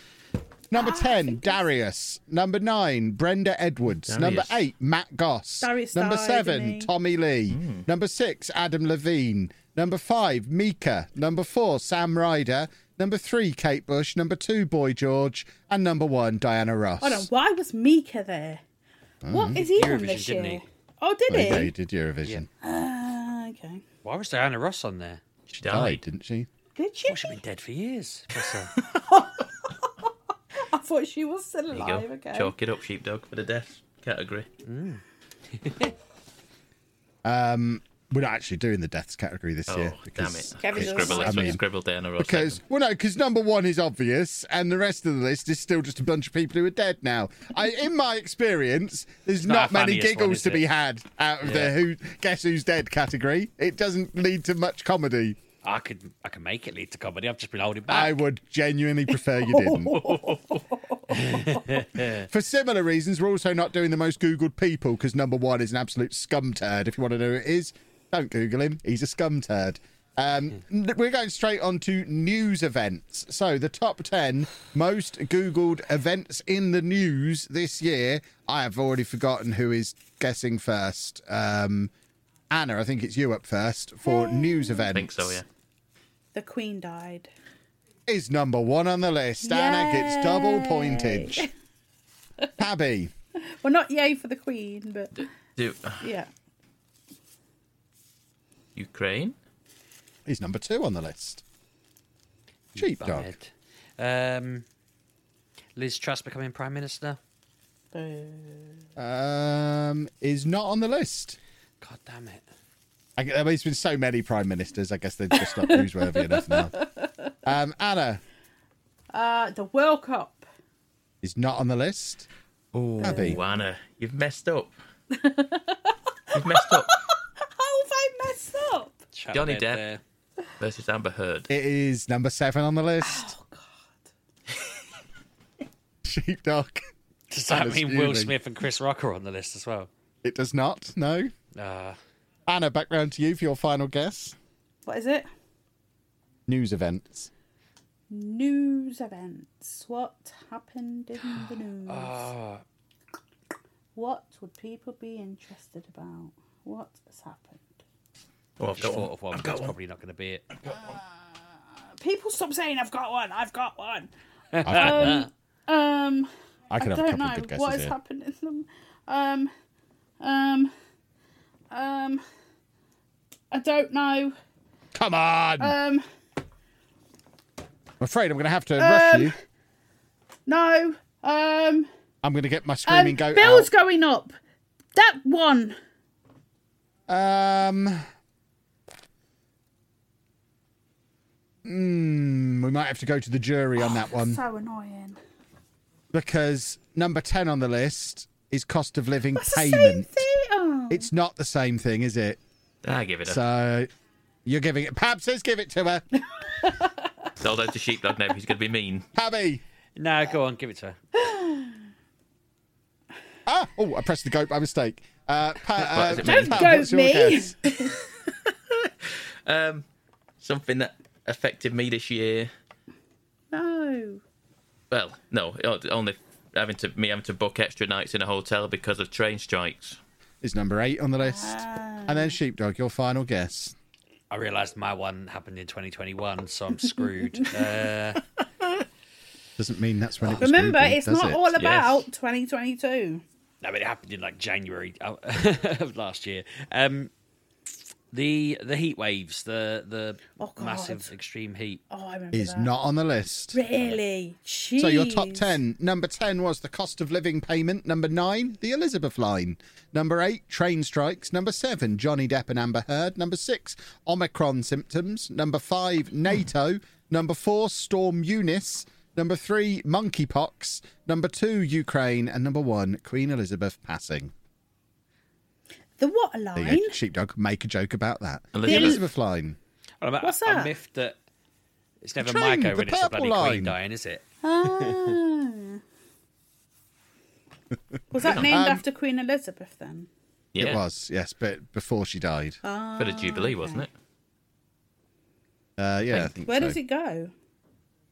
A: Number 10, Darius. Number 9, Brenda Edwards. Number
D: Darius.
A: 8, Matt Goss.
C: Darius
A: Number
C: died,
A: 7,
C: didn't he?
A: Tommy Lee.
D: Hmm.
A: Number 6, Adam Levine. Number 5, Mika. Number 4, Sam Ryder. Number 3, Kate Bush. Number 2, Boy George. And number 1, Diana Ross.
C: Hold on, why was Mika there? What is he on
B: Eurovision,
C: this year?
B: didn't he?
C: Mm-hmm. Oh,
A: There you go,
C: did
A: you
C: he?
A: did Eurovision.
C: Ah, okay.
B: Why was Diana Ross on there?
D: She
A: Died,
D: died.
A: didn't she?
C: Did she?
B: Well, she's been dead for years. Bless her. *laughs*
C: I thought she was still
D: There you
C: alive.
D: go.
C: Okay.
D: Chalk it up, sheepdog, for the death category.
A: We're not actually doing the deaths category this
D: Oh,
A: year.
D: damn
A: Because
D: it!
C: Kevin does.
D: Scribble,
A: I
D: I
A: mean,
D: scribble down a row.
A: Because well, no, because number one is obvious, and the rest of the list is still just a bunch of people who are dead now. I, in my experience, there's
B: not
A: not,
B: the
A: many
B: funniest
A: giggles
B: one, is
A: to be
B: it?
A: had out of
D: Yeah.
A: the who guess who's dead category. It doesn't lead to much comedy.
B: I could I can make it lead to comedy. I've just been holding back.
A: I would genuinely prefer you didn't.
B: *laughs*
A: For similar reasons, we're also not doing the most Googled people because number one is an absolute scum turd. If you want to know who it is, don't Google him. He's a scum turd. Um, n- we're going straight on to news events. So, the top 10 most Googled events in the news this year. I have already forgotten who is guessing first. Um, Anna, I think it's you up first for news events.
D: I think so. Yeah.
C: The Queen died.
A: is number one on the list. Anna gets double
C: Yay.
A: pointage.
C: *laughs*
A: Tabby,
C: Well, not yay for the Queen, but
D: Do uh,
C: yeah.
D: Ukraine?
A: he's number two on the list. Sheepdog.
B: Bad. Um, Liz Truss becoming prime minister.
A: Um, is not on the list.
B: God damn it.
A: I, gu- I mean, there's been so many prime ministers. I guess they're just not newsworthy enough now. Um, Anna
C: Uh, the World Cup. *laughs*
A: is not on the list.
D: Oh,
A: Abby.
D: Anna, you've messed up. you've messed up.
C: How have I messed up?
B: Chat
D: Johnny
B: bed
D: Depp.
B: there.
D: Versus Amber Heard.
A: It is number seven on the list. Oh God. *laughs* Sheepdog.
B: Does that
A: Anna's
B: mean Will
A: fuming.
B: Smith and Chris Rock are on the list as well?
A: It does not. No.
B: Uh,
A: Anna, back round to you for your final guess.
C: What is it?
A: News events.
C: News events. What happened in the news? What would people be interested about? What's happened?
D: Oh,
B: I've just thought of one, but it's probably not going to be it.
C: People stop saying I've got one. I've got one.
A: I,
C: Um,
A: I could have
C: I
A: a
C: don't
A: couple
C: know
A: of good guesses
C: what has
A: here.
C: happened in them. Um, um, um. I don't know.
A: Come on.
C: Um,
A: I'm afraid I'm going to have to rush you.
C: no. Um,
A: I'm going to get my
C: um
A: screaming goat
C: bills going up. That one.
A: out. Um. Hmm, we might have to go to the jury on that one
C: So annoying.
A: because number ten on the list is cost of living
C: It's the same
A: payment.
C: thing. Oh.
A: It's not the same thing, is it?
D: I give it up.
A: So you're giving it. Pab says give it to
C: *laughs*
A: her.
D: Sold out to sheepdog now. He's going to be mean.
A: Pabby.
B: No, go on, give it to her.
A: Ah, oh, I pressed the goat by mistake. Uh,
D: What
A: pa-
D: does
A: uh,
D: it mean? Don't
A: Pab,
D: goat
A: what's your
D: me.
A: guess?
D: Um, something that affected me this year.
C: *laughs* No.
D: Well, no, only having to me having to book extra nights in a hotel because of train strikes.
A: Is number eight on the list.
C: Ah.
A: And then sheepdog, your final guess.
B: I realised my one happened in 2021, so I'm *laughs* screwed. uh,
A: Doesn't mean that's when it was.
C: Remember,
A: Googled,
C: it's
A: does
C: not
A: it?
C: all about 2022.
B: no, but it happened in like January uh, *laughs* of last year. Um, the the heat waves, the the
A: Oh,
C: God.
B: massive extreme heat.
C: Oh, I remember.
A: Is
C: that.
A: not on the list.
C: Really? Jeez.
A: So your top ten. Number ten was the cost of living payment. Number nine, the Elizabeth line. Number eight, train strikes. Number seven, Johnny Depp and Amber Heard. Number six, Omicron symptoms. Number five, NATO. Number four, Storm Eunice. Number three, monkeypox. Number two, Ukraine. And number one, Queen Elizabeth passing.
C: The what
A: There
C: line?
A: you go, sheepdog, make a joke about that.
D: Elizabeth.
A: The Elizabeth line.
B: Well, I'm,
C: What's
B: I'm
C: that?
B: miffed that it's never
A: train,
B: my go
A: the
B: when it's a
A: purple
B: bloody
A: line.
B: queen dying, is it?
C: Ah.
A: *laughs*
C: Was that
A: Um,
C: named after Queen Elizabeth then?
A: It
D: Yeah.
A: was, yes, but before she died.
C: Ah.
D: Bit of jubilee, wasn't it?
A: Uh, yeah, I think
C: Where
A: so.
C: does it go?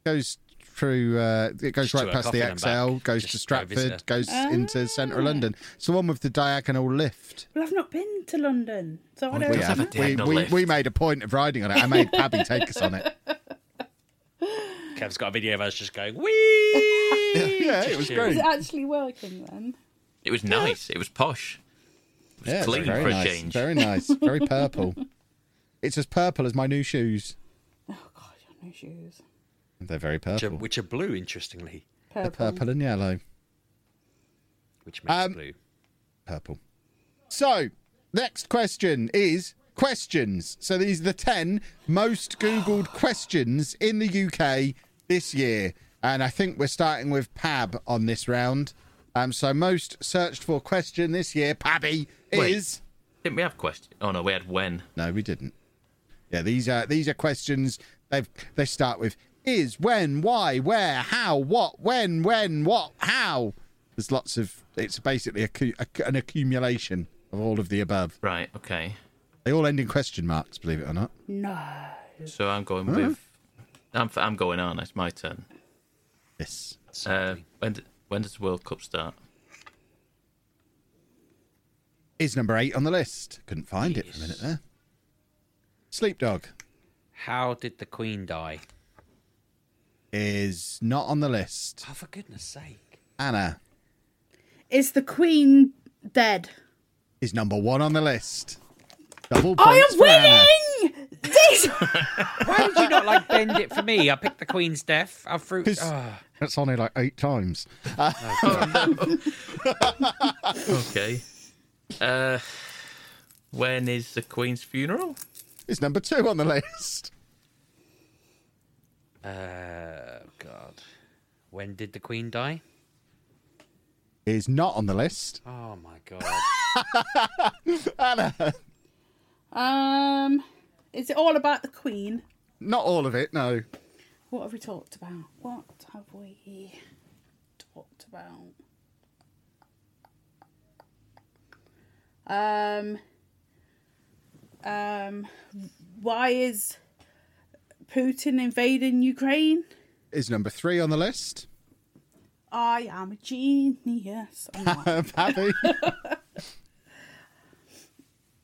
A: goes through uh, it goes
B: Just to
A: right
B: a
A: past
B: coffin
A: the
B: and
A: XL,
B: back.
A: goes to
B: Just go
A: Stratford,
B: visit her.
A: goes into central London. It's the one with the diagonal lift.
C: Well, I've not been to London, so I
A: We,
C: don't
D: does have
C: know.
D: a
A: we,
D: diagonal
A: we-
D: lift.
A: we made a point of riding on it. I made Pabby take us on it.
B: Kev's got a video of us just going
A: *laughs*
B: wee.
A: Yeah, it was
C: Is
A: great.
C: it actually working then?
D: It was nice. It was posh. It was
A: Yeah,
D: clean
A: very
D: for
A: nice.
D: a change.
A: Very nice. Very purple. It's as purple as my new shoes.
C: Oh, your new shoes.
A: They're very
B: which, are,
A: purple.
B: which are blue, interestingly,
A: They're
C: Purple.
A: purple and yellow.
B: which makes
A: Um,
B: blue.
A: purple. So, next question is questions. So, these are the 10 most Googled questions in the UK this year. And I think we're starting with Pab on this round. Um, so, most searched for question this year, Pabby,
D: Wait.
A: is.
D: Didn't we have question? Oh no, we had when.
A: No, we didn't. Yeah, these are these are questions. They they start with is, when, why, where, how, what, when, when, what, how. There's lots of. It's basically accu- acc- an accumulation of all of the above.
D: Right. Okay.
A: They all end in question marks, believe it or not.
C: No.
D: So I'm going with. I'm f- I'm going on. It's my turn.
A: Yes.
D: Uh,
B: Um,
D: when d- when does the World Cup start?
A: Is number eight on the list. Couldn't find it for a minute there. Sleep dog
B: How did the queen die?
A: is not on the list.
B: Oh, for goodness sake!
A: Anna
C: Is the Queen dead?
A: is number one on the list. Double points
C: I am
A: for Anna.
C: winning! This
B: Why did you not like bend it for me? I picked the queen's death. I threw.
A: 'Cause-
B: Oh,
A: That's only like eight times.
D: Okay. Uh, when is the Queen's funeral?
A: Is number two on the list.
B: uh, God. When did the queen die?
A: Is not on the list.
B: Oh my God.
C: Um, is it all about the Queen?
A: Not all of it, no.
C: What have we talked about? What have we talked about? Um, um, why is Putin invading Ukraine?
A: Is number three on the list.
C: I am a genius. Oh I'm not.
A: *laughs* Uh, Pabby,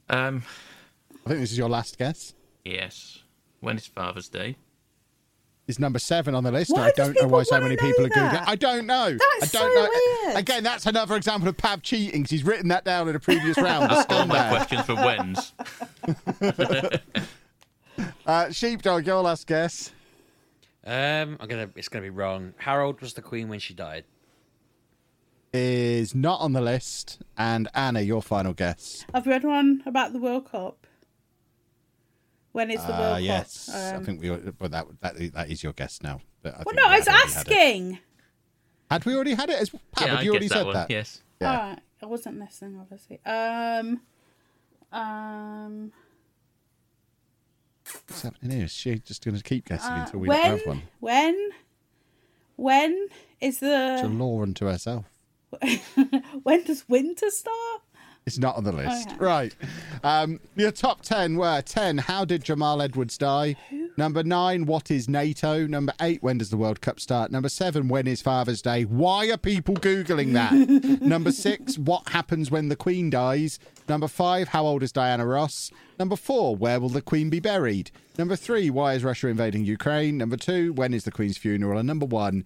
A: I
D: Um,
A: think this is your last guess.
D: yes. When is Father's Day?
A: Is number seven on the list.
C: Why
A: I
C: does
A: don't know why
C: people
A: so
C: wanna
A: many
C: know
A: people are googling.
C: that?
A: I don't know.
C: That's
A: I don't
C: so
A: know.
C: weird.
A: Again, that's another example of Pab cheating 'cause he's written that down in a
C: *laughs*
A: previous round. It's
D: All
A: on
D: my
A: there.
D: questions were
A: *laughs*
D: when's.
A: Uh, Sheepdog, your last guess.
B: *laughs* Um, I'm gonna. It's gonna be wrong. How old was the queen when she died?
A: Is not on the list. And Anna, your final guess.
C: I've read one about the World Cup. When is the World
A: Uh,
C: Cup?
A: yes, I
C: Um,
A: think we. But that that that is your guess now. But I
C: well,
A: think
C: no,
A: we
C: I was
A: had already had it.
C: asking.
A: Had we already had it? As, Pab,
D: yeah,
A: had you already
D: I guessed
A: said
D: that one.
A: that?
D: Yes.
A: Yeah.
C: Alright, I wasn't listening, obviously. Um, Um,
A: What's happening here? Is she just going to keep guessing
C: uh,
A: until we
C: when,
A: have one?
C: when, when is
A: It's a
C: the
A: law unto herself.
C: *laughs* when does winter start?
A: It's not on the list.
C: Okay.
A: Right. Um, your top 10 were 10, how did Jamal Edwards die? Number 9, what is NATO? Number 8, when does the World Cup start? Number 7, when is Father's Day? Why are people Googling
C: *laughs*
A: that? Number 6, what happens when the Queen dies? Number 5, how old is Diana Ross? Number 4, where will the Queen be buried? Number 3, why is Russia invading Ukraine? Number 2, when is the Queen's funeral? And number 1,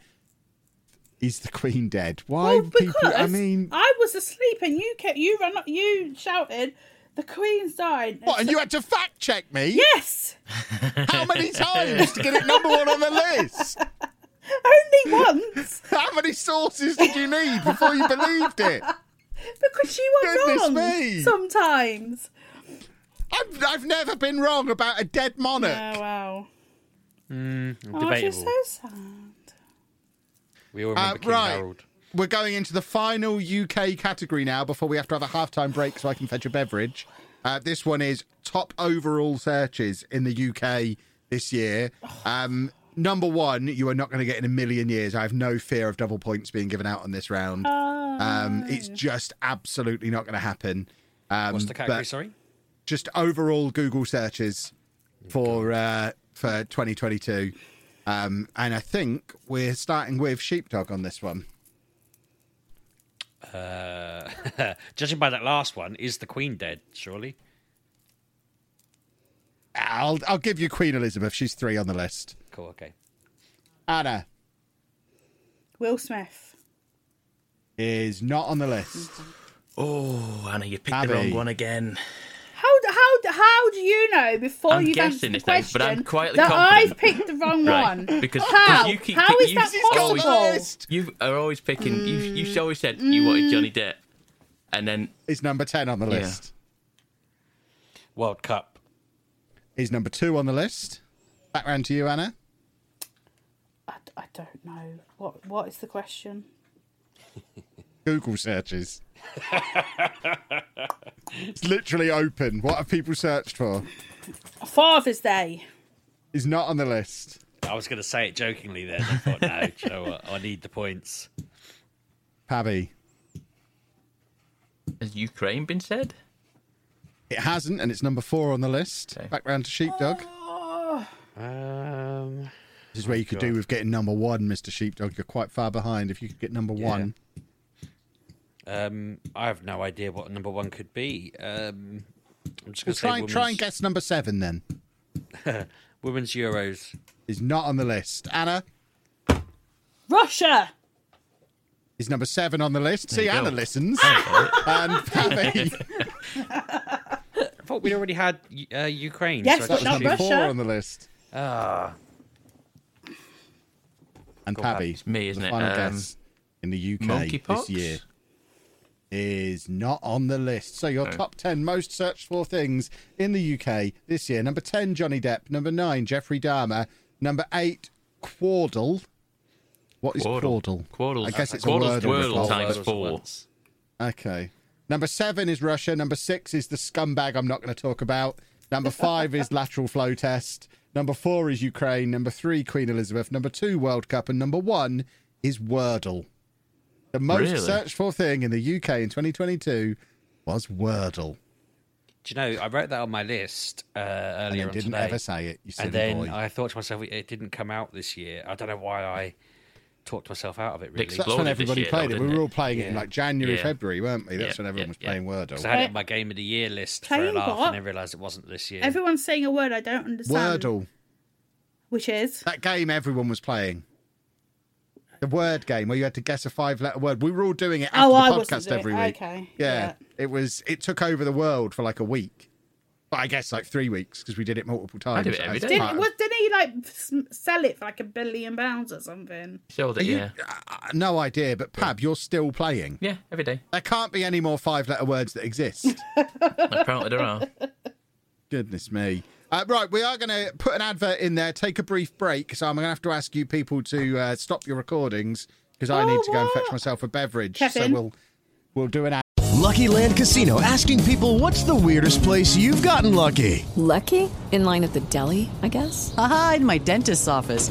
A: is the Queen dead? Why
C: Well,
A: people.
C: because
A: I mean.
C: I was asleep and you kept you ran up, you shouted, "The Queen's died."
A: What, and you had to fact check me?
C: Yes, *laughs*
A: How many times to get it number one on the list?
C: only once
A: How many sources did you need before you believed it?
C: because you are
A: Goodness
C: wrong
A: me.
C: sometimes.
A: I've, I've never been wrong about a dead monarch.
C: Oh wow!
B: Mm,
C: Oh, you're
B: debatable.
C: so sad.
B: We all
A: Uh,
B: remember King
A: right.
B: Harold.
A: We're going into the final UK category now before we have to have a halftime break so I can fetch a beverage. Uh, this one is top overall searches in the UK this year. Um, number one, you are not going to get in a million years. I have no fear of double points being given out on this round. Um, it's just absolutely not going to happen. Um,
B: What's the category?
A: but
B: Sorry.
A: Just overall Google searches for uh, for 2022. Um, and I think we're starting with Sheepdog on this one.
B: Uh, judging by that last one, is the Queen dead? Surely.
A: I'll I'll give you Queen Elizabeth. She's three on the list.
B: Cool. Okay.
A: Anna
C: Will Smith.
A: is not on the list.
D: Oh, Anna, you picked
A: Abby.
D: the wrong one again.
C: How d- how d- how do you know before
D: I'm
C: you've answered
D: guessing
C: the
D: it is,
C: question
D: but I'm quietly
C: that
D: confident.
C: I've picked the wrong
D: Right,
C: one?
D: because-
C: how
D: 'cause you keep
C: how
D: pick-
C: is
D: you-
C: that
D: He's got the
C: possible? Mm.
A: list.
D: You are always picking. You you always said you wanted Johnny Depp, and then
A: Is number ten on the
D: Yeah.
A: list.
B: World Cup.
A: Is number two on the list. Back round to you, Anna.
C: I, d- I don't know what what is the question.
A: Google searches. it's literally open. What have people searched for?
C: Father's Day.
A: Is not on the list.
B: I was going to say it jokingly then. I thought, no, do you know what? I need the points.
A: Pabby.
D: has Ukraine been said?
A: It hasn't, and it's number four on the list. Back round to Sheepdog.
B: Um,
A: This is
D: Oh,
A: where you could do with getting number one, Mister Sheepdog. You're quite far behind. If you could get number one,
B: um, I have no idea what number one could be. Um, I'm
A: well,
B: just going to say
A: try and try and
B: women's,
A: guess number seven. Then
B: women's Euros.
A: is not on the list. Anna.
C: Russia.
A: is number seven on the list.
D: There
A: See,
D: you go.
A: Anna listens.
D: *laughs*
A: and Pabby,
B: I thought we'd already had uh, Ukraine.
C: Yes,
B: I
C: but
B: just
C: not
B: assumed-
A: number
C: Russia.
A: four on the list.
B: Ah,
A: And
B: Go on,
A: Pabby,
D: It's me, isn't
A: the
D: it?
A: final
D: Um,
A: guess in the UK
D: monkeypox?
A: this year is not on the list. So your top ten most searched for things in the UK this year: number ten, Johnny Depp; number nine, Jeffrey Dahmer; number eight, Quaddle. What is
D: Quaddle.
A: Quaddle?
D: Quaddle's-
A: I guess it's
D: Quaddle's
A: a word.
D: Wordle times
B: Wordle's
D: four.
B: once.
A: Okay. Number seven is Russia. Number six is the scumbag I'm not going to talk about. Number five is lateral flow test. Number four is Ukraine. Number three, Queen Elizabeth. Number two, World Cup. And number one is Wordle. The most
D: Really?
A: searched for thing in the UK in 2022 was Wordle.
B: Do you know, I wrote that on my list uh,
A: And
B: earlier
A: I
B: on
A: didn't
B: today.
A: ever say it, you silly
B: and then
A: boy.
B: I thought to myself, it didn't come out this year. I don't know why I talked myself out of it, really.
D: Dixie.
A: So that's when
D: Exploded this
A: everybody
D: year,
A: played
D: though,
A: it. We
D: didn't
A: were
D: it?
A: all playing it in
B: Yeah.
A: like January,
D: Yeah.
A: February, weren't we? That's
D: Yeah,
A: when everyone
D: yeah,
A: was
D: yeah.
A: playing
B: Because
A: Wordle.
B: I had it on my game of the year list for a
C: Playing
B: laugh
C: what?
B: and then realised it wasn't this year.
C: Everyone's saying a word I don't understand.
A: Wordle.
C: Which is
A: That game everyone was playing. The word game where you had to guess a five letter word. We were all doing it after
C: Oh,
A: the
C: I wasn't
A: podcast
C: doing it.
A: every week.
C: Okay,
A: Yeah,
C: yeah.
A: It was it took over the world for like a week. But I guess like three weeks because we did it multiple times.
D: do it every
A: That's
D: day.
C: did
A: part of-
C: was didn't he like s- sell it for like a billion pounds or something?
D: Sold
A: Are
D: it,
A: you-
D: yeah.
A: uh, no idea, but Pab, you're still playing.
D: Yeah,
A: *laughs*
D: every day.
A: There can't be any more five letter words that
D: *laughs*
A: exist.
D: Apparently there are.
A: Goodness me. Uh, right, we are going to put an advert in there, take a brief break. So I'm going to have to ask you people to uh, stop your recordings because I
C: Oh,
A: need to go and fetch
C: what?
A: myself a beverage. So
C: Kevin?
A: we'll we'll do an ad.
H: Lucky Land Casino asking people what's the weirdest place you've gotten lucky?
G: Lucky? In line at the deli, I guess?
I: Aha, in my dentist's office.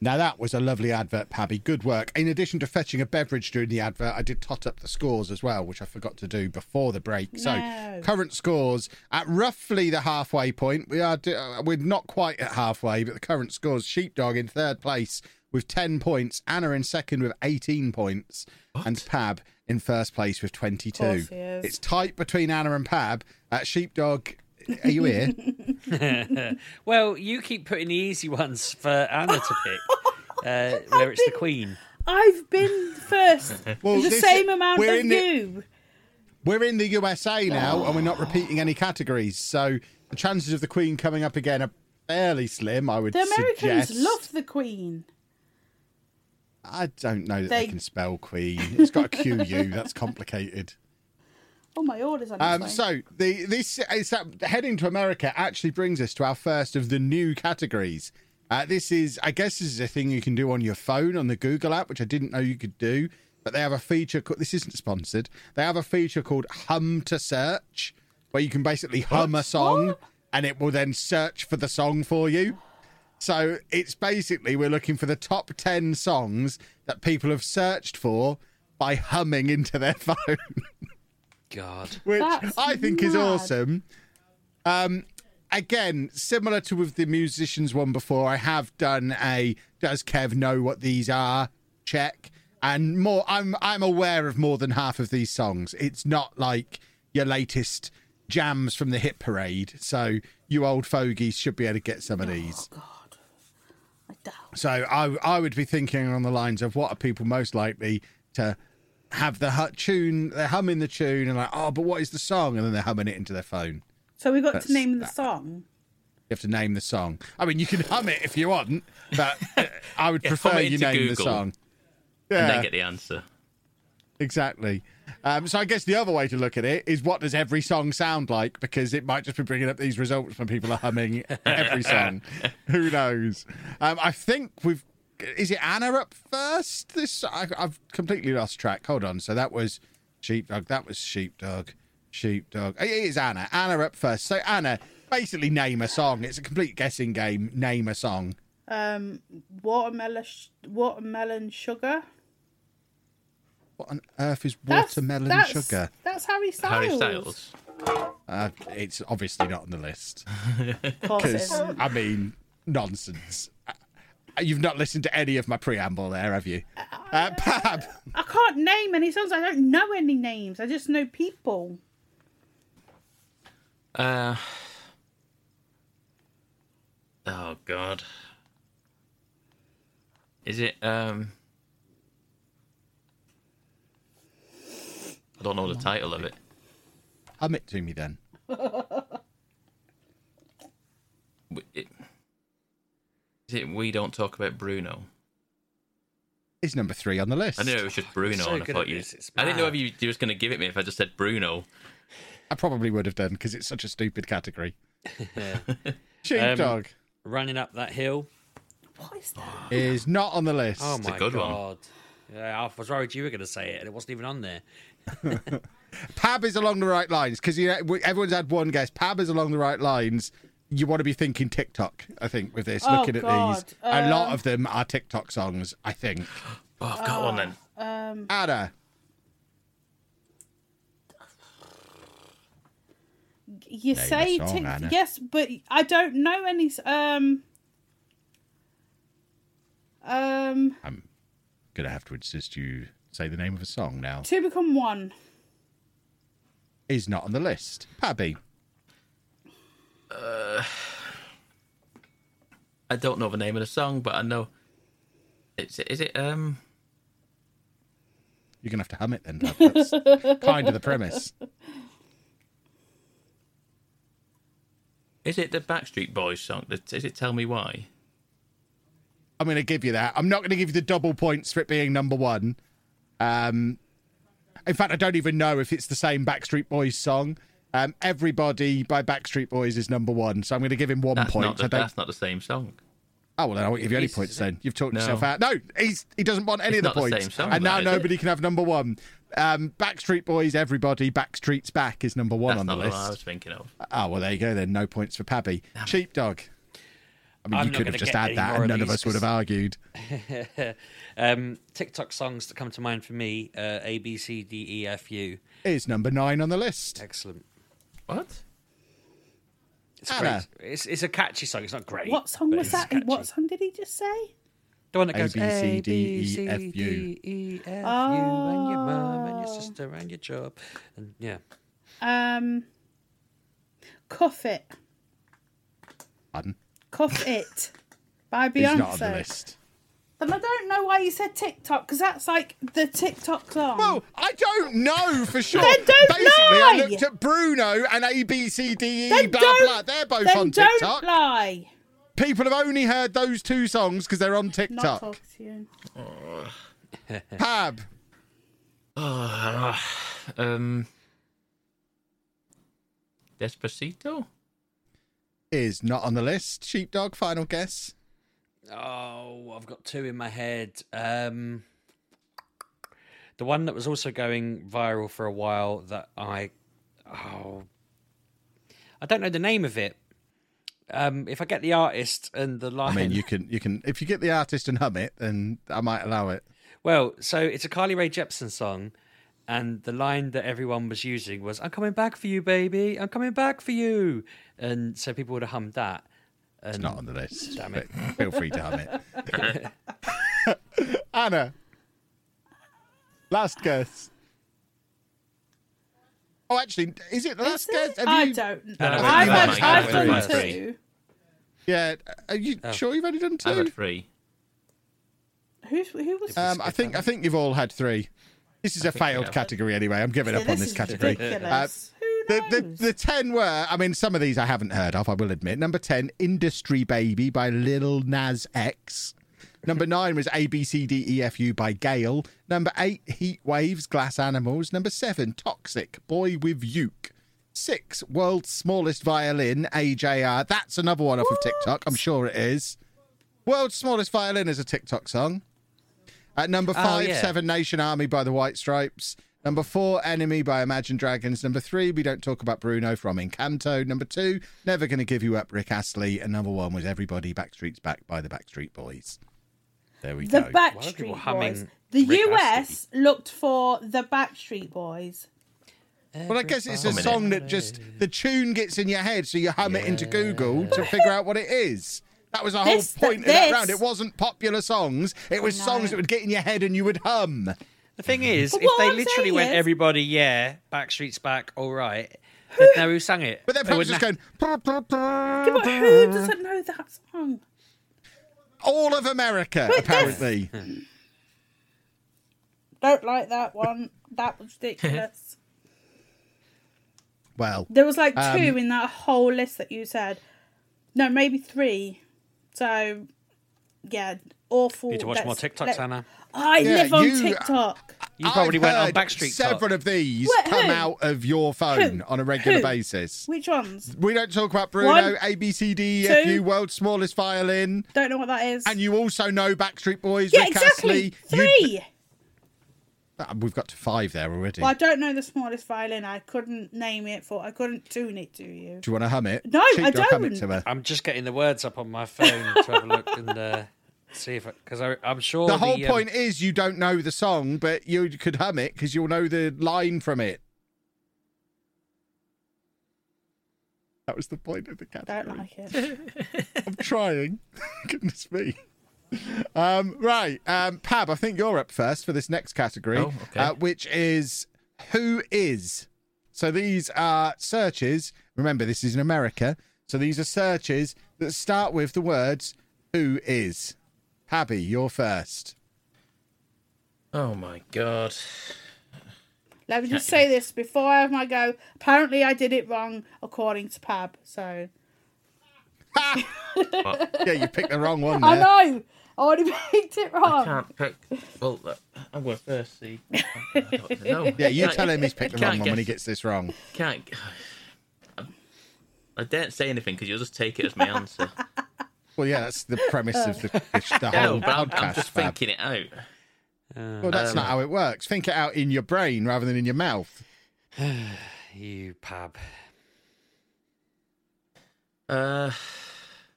A: Now that was a lovely advert, Pabby. Good work. In addition to fetching a beverage during the advert, I did tot up the scores as well, which I forgot to do before the break. So
C: No.
A: current scores at roughly the halfway point. We are do- uh, we're not quite at halfway, but the current scores: Sheepdog in third place with ten points, Anna in second with eighteen points, and Pab in first place with twenty-two.
C: Of course he is.
A: It's tight between Anna and Pab. Uh, Sheepdog, are you
C: *laughs*
A: here?
B: well, you keep putting the easy ones for Anna to pick, uh, where it's the Queen.
C: I've
A: *laughs*
C: been first.
A: Well,
C: the
A: this-
C: same amount
A: we're
C: as
A: in the-
C: you.
A: We're in the USA now, and we're not repeating any categories, so the chances of the Queen coming up again are fairly slim. I would
C: The Americans
A: suggest.
C: love the Queen.
A: I don't know that they...
C: They-
A: can spell Queen. It's got a Q U. That's complicated.
C: Oh, my order's on
A: Um,
C: its way.
A: so the this is that heading to America actually brings us to our first of the new categories. Uh, this is, I guess, this is a thing you can do on your phone on the Google app, which I didn't know you could do. But they have a feature. Called, this isn't sponsored. They have a feature called Hum to Search, where you can basically hum a song, and it will then search for the song for you. So it's basically we're looking for the top ten songs that people have searched for by humming into their *laughs* phone
B: God.
A: which
B: That's
A: I think is
B: mad.
A: awesome. Um, again, similar to with the musicians one before, I have done a "Does Kev know what these are?" check, and more. I'm I'm aware of more than half of these songs. It's not like your latest jams from the hit parade, so you old fogies should be able to get some of these. So I I would be thinking on the lines of what are people most likely to have the hu- tune, they're humming the tune and like, oh, but what is the song? And then they're humming it into their phone.
C: So we got
A: That's-
C: to name the song.
A: You have to name the song. I mean, you can hum it if you want, but uh, I would
D: Yeah,
A: prefer
D: hum it
A: you
D: into
A: name the
D: Google.
A: song.
D: And
A: Yeah.
D: then get the answer.
A: Exactly. Um, so I guess the other way to look at it is what does every song sound like? Because it might just be bringing up these results when people are humming every song. Who knows? Um, I think we've. Is it Anna up first? This I, I've completely lost track. Hold on. So that was sheepdog. That was sheepdog. Sheepdog. It is Anna. Anna up first. So Anna, basically name a song. It's a complete guessing game. Name a song.
C: Um, watermelon, sh- watermelon sugar.
A: What on earth is
C: That's-
A: watermelon
C: that's,
A: sugar?
C: That's Harry Styles.
A: Uh, it's obviously not on the list.
C: course it
A: 'Cause,
C: isn't.
A: I mean, nonsense. Uh, You've not listened to any of my preamble there, have you? Uh, Pab,
C: I can't name any songs. I don't know any names. I just know people.
D: Uh, oh God. Is it? Um, I don't know the title of it.
A: hum it to me then.
D: W- it- Is it? We don't talk about Bruno.
A: It's number three on the list.
D: I knew it was just Bruno,
B: so
D: and I
B: good
D: thought
B: at
D: you.
B: this, it's
D: I didn't know if
B: mad.
D: you, you was going to give it me if I just said Bruno.
A: I probably would have done because it's such a stupid
C: *laughs*
A: category.
B: Um,
A: Sheepdog
B: running up that hill.
C: What is that?
A: is not on the list.
B: Oh my god! Yeah, I was worried you were going to say it, and it wasn't even on there.
A: Pab is along the right lines because you know, w- everyone's had one guess. Pab is along the right lines. You want to be thinking TikTok, I think, with this.
C: Oh,
A: looking at
C: God.
A: these, a lot
C: Um,
A: of them are TikTok songs. I think.
D: Oh, I've got one then.
C: Um,
A: Ada,
C: you
A: Name a
C: say
A: song,
C: Tik-
A: Anna.
C: yes, but I don't know any. s- Um, um,
A: I'm gonna have to insist you say the name of a song now.
C: two become one.
A: Is not on the list. Pabby,
D: Uh, I don't know the name of the song, but I know. It's is it um
A: you're gonna have to hum it then. Pab. That's kind of the premise.
D: Is it the Backstreet Boys song? That- Is it Tell Me Why?
A: I'm going to give you that. I'm not going to give you the double points for it being number one. Um, in fact, I don't even know if it's the same Backstreet Boys song. Um, Everybody by Backstreet Boys is number one, so I'm going to give him one
D: That's
A: point.
D: not the,
A: I don't-
D: that's not the same song.
A: Oh well, then I won't give you any
D: It's-
A: points. Then you've talked
D: No.
A: yourself out. No, he's he doesn't want any
D: It's
A: of the
D: not the
A: points,
D: same song,
A: and now
D: though, is it?
A: nobody can have number one. Um, Backstreet Boys, everybody, Backstreet's back is number one
D: that's
A: on the
D: not
A: list.
D: one I was thinking of.
A: Oh well, there you go. Then no points for Pabby. Sheepdog. I mean,
B: I'm
A: you
B: not
A: could have
B: gonna
A: just
B: get
A: had
B: any
A: that,
B: more
A: and
B: of
A: none of us
B: these
A: would have
B: 'cause-
A: argued.
B: um, TikTok songs that come to mind for me: uh, A B C D E F U.
A: Is number nine on the list?
B: Excellent.
D: What?
B: It's
A: Anna.
B: great. It's, it's a catchy song. It's not great.
C: What song
B: but
C: was
B: it's
C: that? What song did he just say?
B: The one that goes
A: A, B, C, D, E, F, U.
B: you E, and your mum and
C: Oh.
B: your sister and your job. And yeah,
C: Um, cuff it,
A: Pardon?
C: cuff it, by Beyonce.
A: He's not on the list.
C: And I don't know why you said TikTok because that's like the TikTok song. Well,
A: I don't know for sure.
C: Then don't
A: Basically,
C: lie.
A: I looked at Bruno and A B C D E
C: Then
A: blah
C: don't-
A: blah. They're both
C: then
A: on
C: don't
A: TikTok.
C: lie.
A: People have only heard those two songs because they're on
C: Not
A: TikTok.
C: talking to you.
A: Pab.
D: Oh, *sighs* um,
A: Hmm.
D: Despacito?
A: is not on the list. Sheepdog, final guess.
B: Oh, I've got two in my head. Um, the one that was also going viral for a while that I, oh, I don't know the name of it. Um, if I get the artist and the
A: I
B: line,
A: mean, you can, you can. If you get the artist and hum it, then I might allow it.
B: well, so it's a Carly Rae Jepsen song, and the line that everyone was using was "I'm coming back for you, baby. I'm coming back for you," and so people would have hummed that. And
A: Not on the list.
B: Damn it.
A: but *laughs* Feel free to hum it.
D: *laughs*
A: Anna, last guess. Oh, actually, is it the last guess? Have
C: I
A: you-
C: don't.
A: No,
C: know.
A: no, wait,
C: I've,
A: you
C: had,
A: might
C: I've
A: have
C: done
A: three.
C: two.
A: Yeah, are you
D: Oh.
A: sure you've only done
D: I've
A: two?
D: had three.
C: Who's, who was?
A: Um, I think I think you've all had three. This is a
D: think we
A: failed
D: have.
A: category anyway. I'm giving
C: Yeah,
A: up on
C: this Uh,
A: this
C: is
A: category. Uh,
C: ridiculous.
A: the, the the ten were. I mean, some of these I haven't heard of. I will admit. Number ten, "Industry Baby" by Lil Nas X. Number nine was "A B C D E F U" by Gail. Number eight, "Heat Waves," Glass Animals. Number seven, "Toxic," Boy with Uke. Six, "World's Smallest Violin," AJR. That's another one off of TikTok. I'm sure it is. "World's Smallest Violin" is a TikTok song. At number
B: Oh,
A: five,
B: yeah.
A: Seven Nation Army by the White Stripes. Number four, Enemy by Imagine Dragons. Number three, We Don't Talk About Bruno from Encanto. Number two, Never Gonna Give You Up, Rick Astley. And number one was Everybody Backstreet's Back by the Backstreet Boys. There we
C: The
A: go.
B: people
C: Backstreet
B: humming
C: Boys. The
B: Rick
C: US looked for the Backstreet Boys.
A: Well, I guess it's a
D: Everybody.
A: song that just the tune gets in your head, so you hum it into Google to figure out what it is. That was the whole
C: This-
A: point of that
C: this-
A: round. It wasn't popular songs; it was
C: No.
A: songs that would get in your head and you would hum. *laughs*
B: The thing is,
C: But
B: if
C: what
B: they
C: I'm
B: literally
C: saying
B: went,
C: is-
B: everybody, yeah, Backstreet's back, all right, they'd know who sang it.
A: But they're
B: They
A: probably just
B: wouldn't
A: going. "Bah, bah, bah,
C: Yeah, but
A: bah."
C: who doesn't know that song?
A: All of America,
C: But that's-
A: apparently.
C: Don't like that one. That was
B: *laughs*
C: ridiculous.
A: Well,
C: there was like two
A: Um,
C: in that whole list that you said. No, maybe three. So, yeah, awful.
B: Need to watch more
C: Let's-
B: TikToks,
C: let-
B: Hannah.
C: I
A: Yeah,
C: live on
A: you-
C: TikTok.
B: You probably
A: I've
B: went on
A: heard
B: Backstreet. Talk.
A: Several of these
C: What,
A: come
C: who?
A: out of your phone
C: Who?
A: on a regular
C: Who?
A: basis.
C: Which ones?
A: We don't talk about Bruno,
C: One,
A: A B C D E F
C: two.
A: U, World's Smallest Violin,
C: Don't know what that is.
A: and you also know Backstreet Boys,
C: yeah,
A: Rick
C: exactly.
A: Astley. you-
C: Three.
A: Ah, we've got to five there already.
C: Well, I don't know the smallest violin. I couldn't name it for. I couldn't tune it to you.
A: Do you want to hum it?
C: No, I
A: Cheap dog, Hum it
C: don't.
A: to her.
B: I'm just getting the words up on my phone to have
A: *laughs*
B: a look and uh, see if because I'm sure
A: The whole
B: um,
A: point is you don't know the song, but you could hum it because you'll know the line from it. That was the point of the category.
C: Don't like it.
A: *laughs* I'm trying. *laughs* Goodness me. Um, right, um, Pab, I think you're up first for this next category,
D: Oh, okay.
A: uh, which is who is. So these are searches. Remember, this is in America. So these are searches that start with the words who is. Pabby, you're first.
D: Oh my god.
C: Let me just say this before I have my go. Apparently, I did it wrong according to Pab. So
A: yeah, you picked the wrong one. There.
C: I know. I already *laughs* picked it
D: I
C: wrong.
D: can't pick. Well, look, I'm going
A: *laughs*
D: first. See,
A: Yeah, you
D: Can't-
A: tell him he's picked the
D: can't
A: wrong one when he
D: guess.
A: gets this wrong.
D: can't. *sighs* I daren't say anything because you'll just take it as my
A: *laughs*
D: answer.
A: Oh, Well, yeah, that's the premise of
C: *laughs*
A: the, the, the
D: no,
A: whole
D: but I'm,
A: podcast.
D: I'm just
A: Fab.
D: thinking it out.
A: Well, that's
D: Um,
A: not how it works. Think it out in your brain rather than in your mouth.
B: you pab.
D: Uh,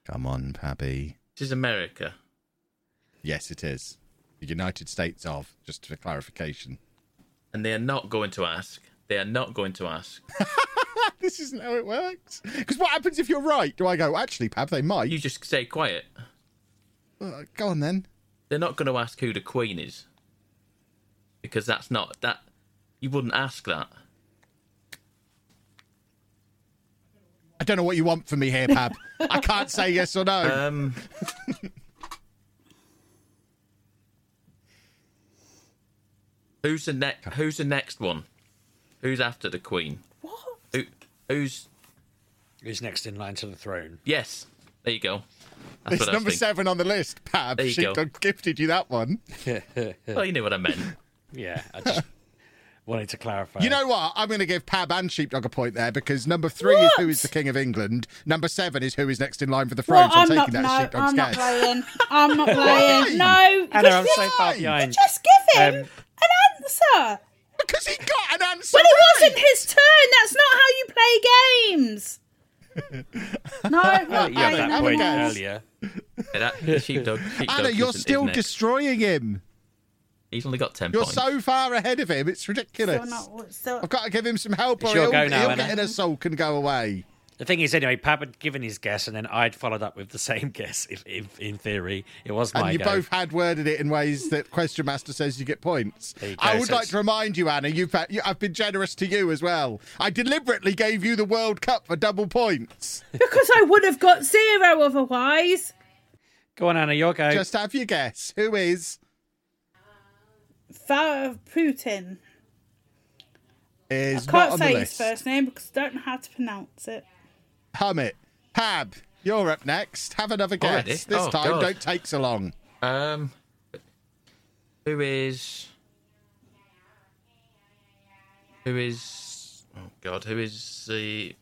A: Come on, Pappy.
D: this is America.
A: Yes, it is. The United States of, just for clarification. *laughs*
D: and they are not going to ask. They are not going to ask.
A: this isn't how it works. Because what happens if you're right? Do I go, actually, Pab, they might?
D: You just stay quiet.
A: Uh, go on then.
D: They're not going to ask who the queen is because that's not that. You wouldn't ask that.
A: I don't know what you want from me here,
D: *laughs*
A: Pab. I can't say yes or no.
D: Um, who's the next? Who's the next one? Who's after the queen?
C: What?
D: Who, who's?
B: Who's next in line to the throne?
D: Yes. There you go. That's
A: it's
D: what I was
A: number
D: thinking.
A: seven on the list, Pab.
D: There you
A: She
D: go.
A: done gifted you that one.
D: Oh, you knew what I meant.
B: Yeah,
A: *laughs*
B: I just wanted to clarify.
C: Oh.
A: You know what? I'm going to give Pab and Sheepdog a point there because number three is who is the King of England. Number seven is who is next in line for the throne.
C: Well,
A: so I'm
C: I'm
A: taking that
C: not, no,
A: as Sheepdog's
C: I'm not
A: guess.
C: playing.
A: *laughs*
C: I'm not playing. No.
B: Hannah,
C: just-
B: I'm so far
A: Why?
B: behind.
C: Just give him
B: Um,
C: an answer.
A: Because he got an answer.
C: But it
A: right.
C: wasn't his turn. That's not how you play
A: *laughs*
C: games. no, I'm
B: I let
C: not
B: you have
C: playing.
B: that
C: no
B: point
C: more.
B: earlier.
D: Yeah, that, the
A: *laughs*
D: sheepdog, sheepdog
A: Anna, you're
D: isn't- is
A: still
D: next.
A: destroying him.
D: He's only got 10
A: You're
D: points.
A: so far ahead of him. It's
C: Still
A: ridiculous.
C: not, still,
A: I've got to give him some help
B: It's
A: or
B: your
A: he'll,
B: go now,
A: he'll
B: Anna.
A: get in a sulk and go away.
B: The thing is, anyway, Pab had given his guess, and then I'd followed up with the same *laughs* guess. If, if in theory, it was my
A: And you
B: go.
A: both had worded it in ways that Question Master says you get points.
B: There you go,
A: I would
B: so
A: like
B: it's-
A: to remind you, Anna, you've had, you, I've been generous to you as well. I deliberately gave you the World Cup for double points.
C: because I would have got zero otherwise.
B: Go on, Anna, your go.
A: Just have your guess. Who is?
C: Vladimir Putin.
A: Is not
C: Can't
A: on
C: say
A: the
C: his
A: list.
C: first name because I don't know how to pronounce it.
A: Hum it. Pab, you're up next. Have another guess.
D: Already?
A: This
D: Oh,
A: time,
D: God.
A: don't take so long.
D: Um, who is? Who is? Oh God, who is the?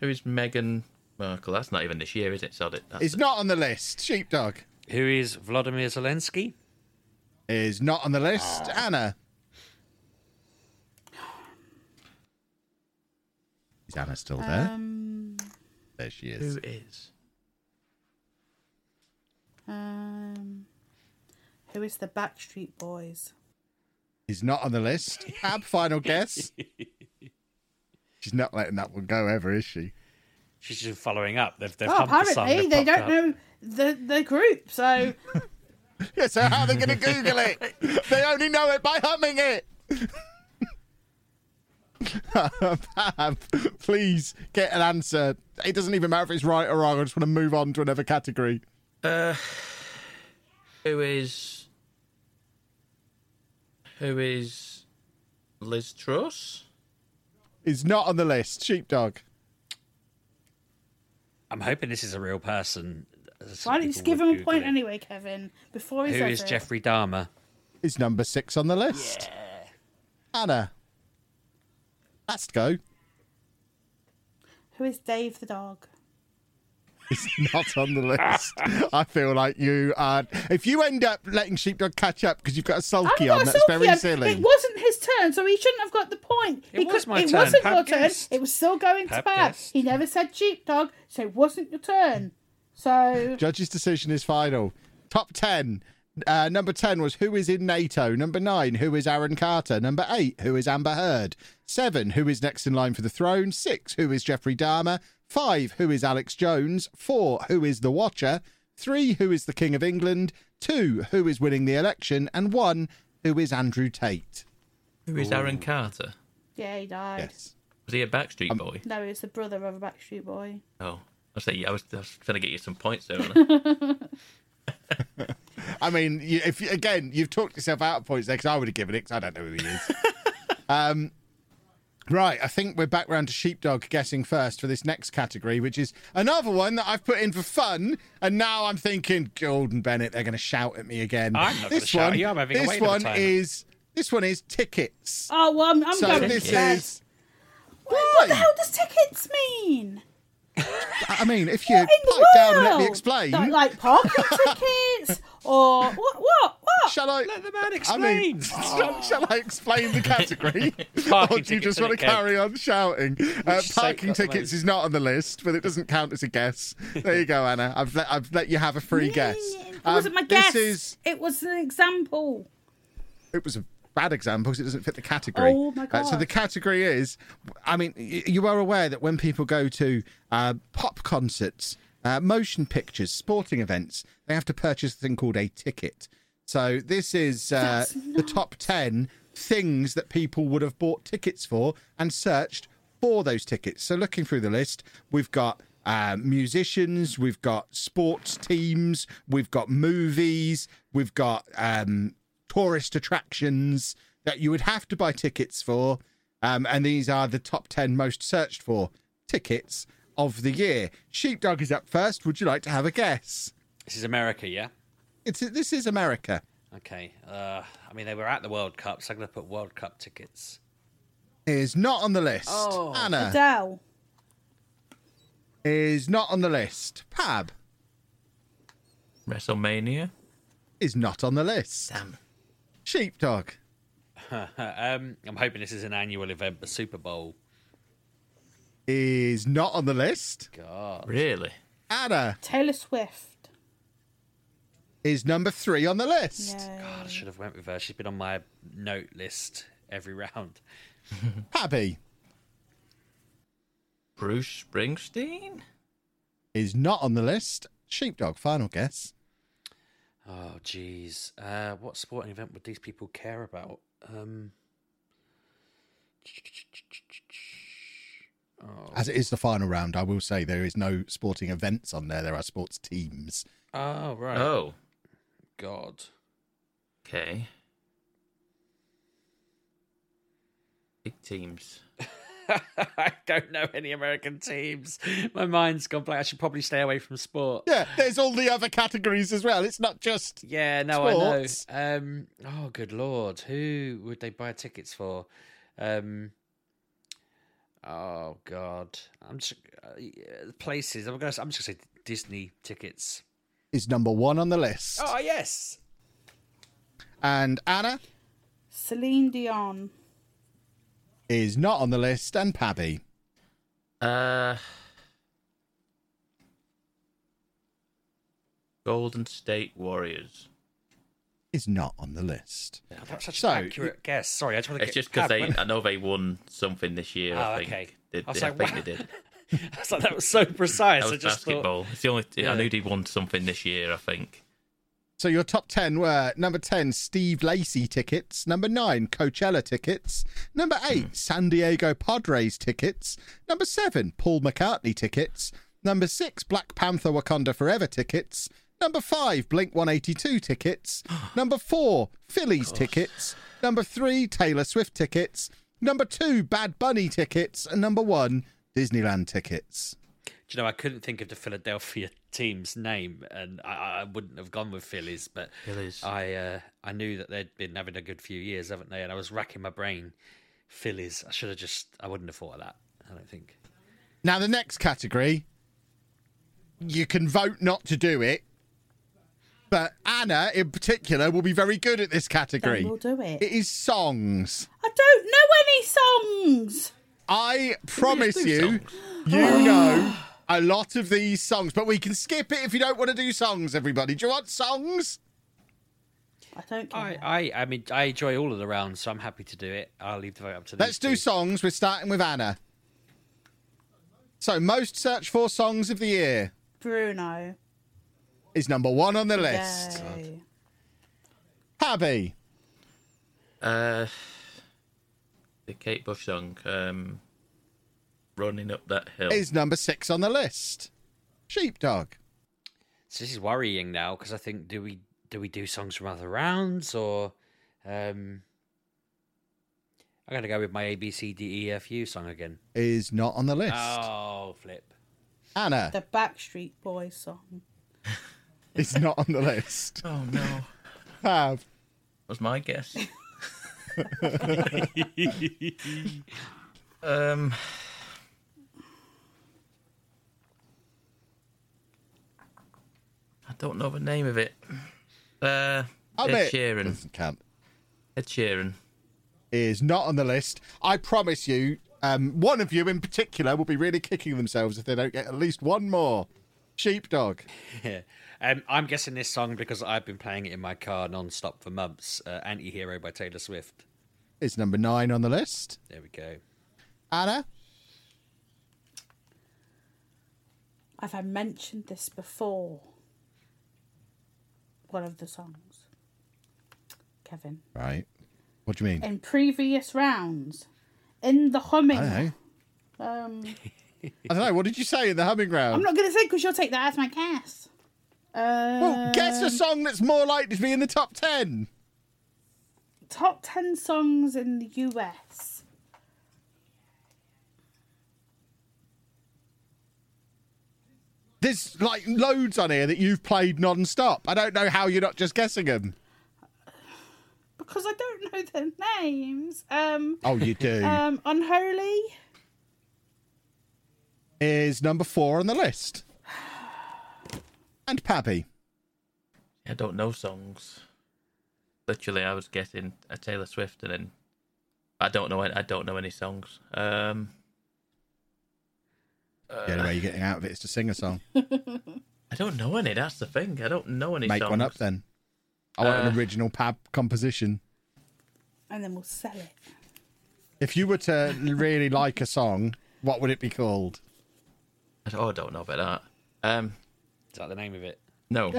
D: Who is Meghan Markle? That's not even this year, is it? Sod it. That's
A: Is not on the list. Sheepdog
B: Who is Vladimir Zelensky?
A: is not on the list.
D: Ah.
A: Anna. Is Anna still there?
C: Um,
A: there she is.
D: Who is?
C: um, who is the Backstreet Boys?
A: He's not on the list. Pab, final
D: *laughs*
A: guess. She's not letting that one go ever, is she?
B: She's just following up. They've, they've
C: Well,
B: humped the sun,
C: Oh, apparently
B: they've
C: they
B: popped
C: don't
B: up.
C: know the the
B: *laughs*
C: group, so
A: Yeah, so how are they going to Google it? They only know it by humming it. *laughs* Pab, please get an answer. It doesn't even matter if it's right or wrong. I just want to move on to another category.
D: Uh, who is? Who is? Liz Truss.
A: It's not on the list. Sheepdog.
B: I'm hoping this is a real person. Some
C: why don't you just
B: people
C: give
B: would
C: him a
B: Google
C: point
B: it.
C: anyway, Kevin? Before he's
B: Who is
C: over it.
B: Jeffrey Dahmer?
A: It's number six on the list. Anna. Last go.
C: Who is Dave the dog?
A: It's *laughs* not on the list. I feel like you are. If you end up letting Sheepdog catch up because you've got a sulky
C: I've
A: on,
C: got
A: Oh, that's
C: Sophia.
A: very silly.
C: It wasn't his turn, so he shouldn't have got the point.
B: It was my
C: it
B: turn.
C: wasn't
B: Pap
C: your
B: guessed.
C: turn. It was still going
B: Pap
C: to Pab.
B: guessed.
C: He never said sheepdog, so it wasn't your turn. So
A: Judge's decision is final. Top 10. Uh, number 10 was who is in NATO. Number 9, who is Aaron Carter. Number 8, who is Amber Heard. 7, who is next in line for the throne. 6, who is Jeffrey Dahmer. 5, who is Alex Jones. 4, who is the Watcher. 3, who is the King of England. 2, who is winning the election. And 1, who is Andrew Tate.
D: Who is Aaron Carter?
C: yeah, he died.
A: Yes.
D: Was he a Backstreet Boy?
C: No, he was the brother of a Backstreet Boy.
D: Oh, Um, I was, thinking, I was, I was trying to get you some points there. wasn't I?
A: I mean, you, if you, again, you've talked yourself out of points there because I would have given it 'cause I don't know who he is. um, Right, I think we're back round to sheepdog guessing first for this next category, which is another one that I've put in for fun, and now I'm thinking, Golden Bennett, they're going to shout at me again.
B: I'm not gonna shout at you, I'm having a
A: this
B: whale of a
A: one
B: time.
A: is this one is tickets.
C: Oh, well, I'm, I'm
A: so
C: going
A: this
C: to bed.
A: is.
C: What, what the hell does tickets mean?
A: I mean, if you
C: What in the
A: pipe
C: world?
A: down and let me explain,
C: Like,
A: *laughs*
C: like parking tickets or what? What? What?
A: Shall I?
C: Let the man
A: I mean, *laughs* shall, shall I explain the category?
B: *laughs* Parking
A: or do you
B: tickets,
A: just want to
B: isn't it, Kev?
A: carry on shouting? Uh,
B: site
A: parking
B: got the
A: tickets
B: most?
A: is not on the list, but it doesn't count as a guess. There you go, Anna. I've let, I've let you have a free guess.
C: it
A: Um,
C: wasn't my
A: this
C: guess.
A: is
C: It was an example.
A: it was a bad example because it doesn't fit the category.
C: Oh, my
A: Uh, so the
C: God.
A: category is, I mean, y- you are aware that when people go to uh, pop concerts, uh, motion pictures, sporting events, they have to purchase a thing called a ticket. So this is uh, the top ten things that people would have bought tickets for and searched for those tickets. So looking through the list, we've got uh, musicians, we've got sports teams, we've got movies, we've got um, tourist attractions that you would have to buy tickets for. Um, and these are the top 10 most searched for tickets of the year. Sheepdog is up first. Would you like to have a guess?
B: This is America, yeah?
A: It's This is America.
B: Okay. Uh, I mean, they were at the World Cup, so I'm going to put World Cup tickets. *laughs*
A: Is not on the list.
B: Oh.
A: Anna
C: Adele.
A: is not on the list. Pab
D: *laughs* WrestleMania.
A: is not on the list. Sheepdog.
B: um, I'm hoping this is an annual event, the Super Bowl.
A: is not on the list.
B: God.
D: Really?
A: Anna
C: Taylor Swift.
A: is number three on the list.
B: God, I should have went with her. She's been on my note list every *laughs* round.
A: Happy
D: Bruce Springsteen.
A: is not on the list. Sheepdog, final guess.
B: Oh, jeez. Uh, what sporting event would these people care about? Um, oh.
A: As it is the final round, I will say there is no sporting events on there. There are sports teams.
B: Oh, right.
D: Oh,
B: God. *laughs*
D: okay. Big teams.
B: I don't know any American teams. My mind's gone blank. I should probably stay away from sport.
A: Yeah, there's all the other categories as well. It's not just
B: Yeah, no,
A: Sports.
B: I know. Um, oh, good lord, who would they buy tickets for? Um, oh God, I'm just uh, yeah, places. I'm gonna. I'm just gonna say Disney tickets.
A: is number one on the list.
B: Oh yes,
A: And Anna
C: Celine Dion.
A: is not on the list. And Pabby
D: Uh, Golden State Warriors.
A: is not on the list.
B: that's such
A: So,
B: an accurate guess. Sorry, I just want to
D: It's
B: get.
D: just because
B: Pab,
D: they,
B: when-
D: I know they won something this year.
B: Oh,
D: I think.
B: okay.
D: They,
B: I was
D: they- I
B: like,
D: think
B: "What?"
D: they did.
B: *laughs* I thought that was so precise.
D: *laughs*
B: *laughs*
D: That
B: I
D: was
B: just thought-
D: basketball. It's the only.
B: Yeah.
D: I knew they won something this year. I think.
A: So your top 10 were number 10, Steve Lacey tickets, number 9, Coachella tickets, number 8, San Diego Padres tickets, number 7, Paul McCartney tickets, number 6, Black Panther Wakanda Forever tickets, number 5, Blink 182 tickets, number 4, Phillies tickets, number 3, Taylor Swift tickets, number 2, Bad Bunny tickets, and number 1, Disneyland tickets.
B: Do you know, I couldn't think of the Philadelphia team's name, and I, I wouldn't have gone with Phillies, but
D: Phillies.
B: I uh, I knew that they'd been having a good few years, haven't they? And I was racking my brain. Phillies. I should have just. I wouldn't have thought of that. I don't think.
A: Now, the next category, you can vote not to do it, but Anna in particular will be very good at this category.
C: Then we'll do it.
A: It is songs.
C: I don't know any songs.
A: I promise
D: do
A: you,
D: songs. Oh.
A: you know a lot of these songs, but we can skip it if you don't want to do songs, everybody. Do you want songs?
C: I don't care.
B: I, I I mean I enjoy all of the rounds, so I'm happy to do it. I'll leave the vote up to.
A: Let's do
B: these two.
A: songs. We're starting with Anna. So, most searched for songs of the year
C: Bruno.
A: is number one on the list.
C: Yay.
A: Happy
D: Uh, the Kate Bush song. Um, running up that hill.
A: is number six on the list. Sheepdog.
B: So this is worrying now because I think do we do we do songs from other rounds or? um I'm gonna go with my A B C D E F U song again.
A: Is not on the list.
B: Oh, flip!
A: Anna
C: The Backstreet Boys song.
A: is not on the
C: *laughs*
A: list.
D: Oh no.
A: Have.
D: Was my guess. um. I don't know the name of it. Uh,
A: I'll
D: Ed
A: bet-
D: Sheeran.
A: Doesn't count.
D: Ed Sheeran.
A: Is not on the list. I promise you, um, one of you in particular will be really kicking themselves if they don't get at least one more. Sheepdog.
B: um, I'm guessing this song because I've been playing it in my car non-stop for months. Uh, Anti-Hero by Taylor Swift.
A: is number nine on the list.
B: There we go.
A: Anna?
C: Have I mentioned this before? One of the songs. Kevin.
A: Right. What do you mean?
C: In previous rounds. In the humming.
A: I don't know.
C: Um,
A: I don't know. What did you say in the humming round?
C: I'm not going to say because you'll take that as my guess. Um,
A: Well, guess a song that's more likely to be in the top ten.
C: Top 10 songs in the US.
A: There's like loads on here that you've played non-stop. I don't know how you're not just guessing them.
C: Because I don't know their names. Um,
A: Oh, you
C: *laughs*
A: do.
C: um, Unholy.
A: Is number four on the list. And Pappy.
D: I don't know songs. Literally, I was getting a Taylor Swift, and then I don't know. I don't know any songs. Um,
A: the only way you're getting out of it is to sing a song.
D: I don't know any. That's the thing. I don't know any.
A: Make
D: songs.
A: one up then. I want
D: Uh,
A: an original Pab composition.
C: And then we'll sell it.
A: If you were to really like a song, what would it be called?
D: I don't, oh, I don't know about that. Um,
B: Is that the name of it?
D: no.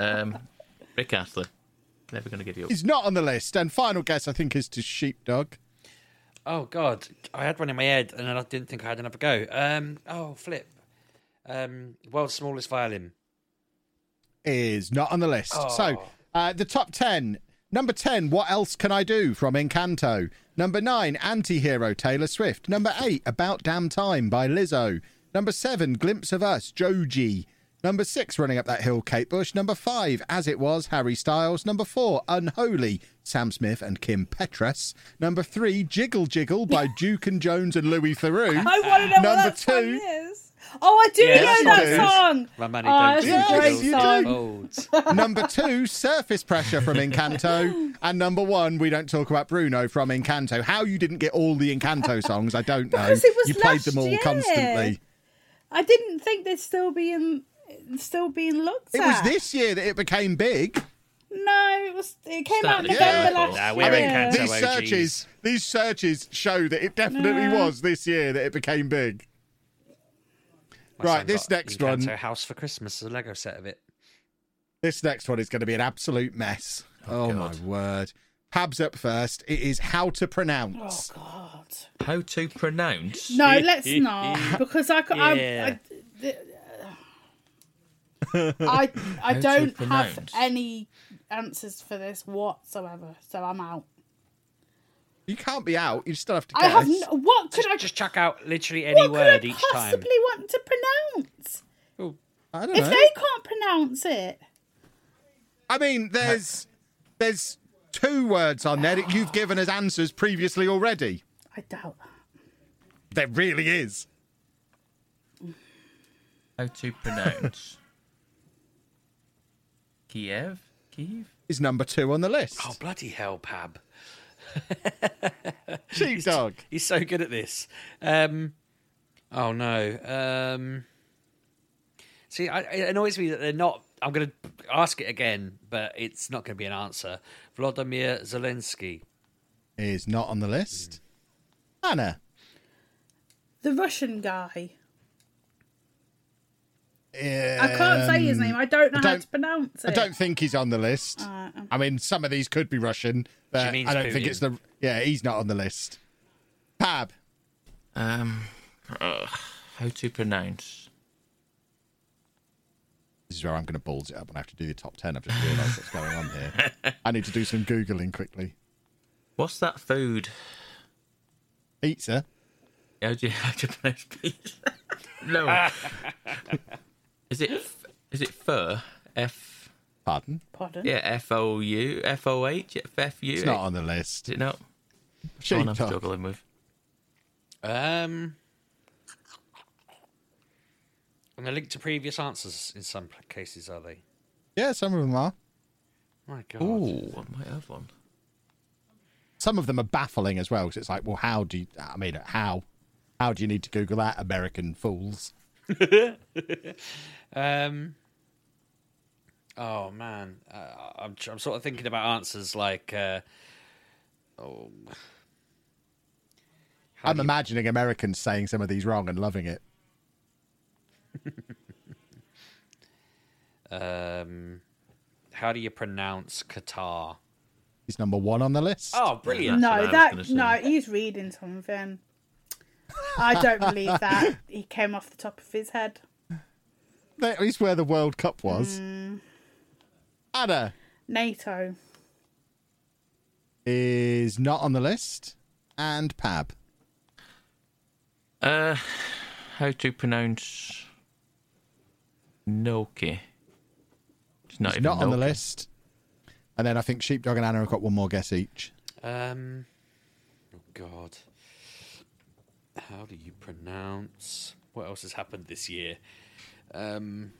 D: um, Rick Astley. Never gonna give you up.
A: He's not on the list. And final guess, I think, is to Sheepdog.
B: Oh God, I had one in my head, and then I didn't think I had another go. Um, oh flip! Um, world's smallest violin.
A: is not on the list. So,
B: Oh.
A: uh, the top 10. Number 10, What Else Can I Do from Encanto. Number 9, Anti Hero, Taylor Swift. Number 8, About Damn Time by Lizzo. Number 7, Glimpse of Us, Joji. Number 6, Running Up That Hill, Kate Bush. Number 5, As It Was, Harry Styles. Number 4, Unholy, Sam Smith and Kim Petras. Number 3, Jiggle Jiggle
C: *laughs*
A: by Duke and Jones and Louis Theroux.
C: I want to know
A: Number
C: what that
A: two,
C: song is. Oh, I do
A: Yes,
C: know
A: you
C: that
A: do.
C: song.
B: My money
C: Oh,
B: don't
C: that's
B: do
C: a great
B: jiggles,
C: song.
B: it
C: *laughs*
B: folds.
A: number two, surface pressure from Encanto. And number one, we don't talk about Bruno from Encanto. How you didn't get all the Encanto songs, I don't know.
C: Because it was
A: you played
C: last
A: them all
C: year.
A: constantly.
C: I didn't think they'd still be in, still being looked
A: It
C: at.
A: was this year that it became big.
C: No, it was. It came out
D: Started
C: November
D: to get
C: last.
D: awful.
B: Nah,
C: year.
B: we're Encanto
A: These
B: OGs.
A: searches, these searches show that it definitely
C: No.
A: was this year that it became big.
B: My son
A: Right, this
B: got
A: next
B: Encanto
A: one,
B: House for Christmas, a Lego set of it.
A: this next one is going to be an absolute mess. Oh, my word! Pabs up first. It is how to
C: Oh
A: pronounce.
C: God.
D: How to pronounce?
C: No,
B: *laughs*
C: let's not because I, c- I-
D: Yeah.
C: I- th- I, I
D: How to
C: don't have
D: pronounce.
C: any answers for this whatsoever, so I'm out.
A: You can't be out. You still have to. Guess.
C: I have no, what could I
B: Just chuck out literally any
C: what
B: word
C: could I
B: each
C: possibly
B: time.
C: want to pronounce?
A: I don't
C: If
A: know.
C: they can't pronounce it,
A: I mean, there's there's two words on there that you've given as answers previously already.
C: I doubt.
A: There really is.
D: How to pronounce? Kiev. Kiev.
A: Is number two on the list.
B: Oh bloody hell, Pab!
A: Sheepdog.
B: *laughs* He's so good at this. Um, oh no. Um, see, I, it annoys me that they're not. I'm going to ask it again, but it's not going to be an answer. Vladimir Zelensky.
A: Is not on the list. Anna
C: The Russian guy.
A: I
C: I can't say
B: Um,
C: his name. I don't know
A: I
C: how
A: don't-
C: to pronounce it.
A: I don't think he's on the list.
C: Alright, um,
A: I mean, some of these could be Russian, but
B: means
A: I don't think
B: Putin.
A: it's the. Yeah, he's not on the list. Pab
D: Um. ugh, how to pronounce?
A: This is where I'm going to balls it up and I have to do the top 10. I've just realised what's
B: *laughs*
A: going on here. I need to do some Googling quickly.
D: What's that food?
A: Pizza.
D: How do you, *laughs* how do you pronounce pizza? *laughs* no. *laughs* is it f- is it fur? F.
A: Pardon.
C: Pardon.
D: Yeah, F O U F O H F U.
A: It's not on the list.
D: Is it not? Which
A: Sheep
D: one I'm
A: dog.
D: struggling with.
B: Um, and they're linked to previous answers in some pl- cases, are they?
A: Yeah, some of them are.
B: My God.
D: Ooh, I might have one.
A: Some of them are baffling as well. 'cause it's like, well, how do you? I mean, how? How do you need to Google that, American fools?
B: um. Oh man, uh, I'm tr- I'm sort of thinking about answers like, uh, oh,
A: I'm imagining Americans saying some of these wrong and loving it.
B: um, how do you pronounce Qatar?
A: He's number one on the list.
B: Oh, brilliant!
C: no, that no, he's reading something. I
B: *laughs*
C: don't believe that he came off the top of his head.
A: That is where the World Cup was.
B: Hmm.
C: Mm,
A: Anna
C: NATO.
A: is not on the list, and Pab.
D: Uh, how to pronounce Noki? It's not
A: It's
D: even
A: not on the
D: Noki.
A: list. And then I think Sheepdog and Anna have got one more guess each.
B: Um, oh God, how do you pronounce? What else has happened this year? Um,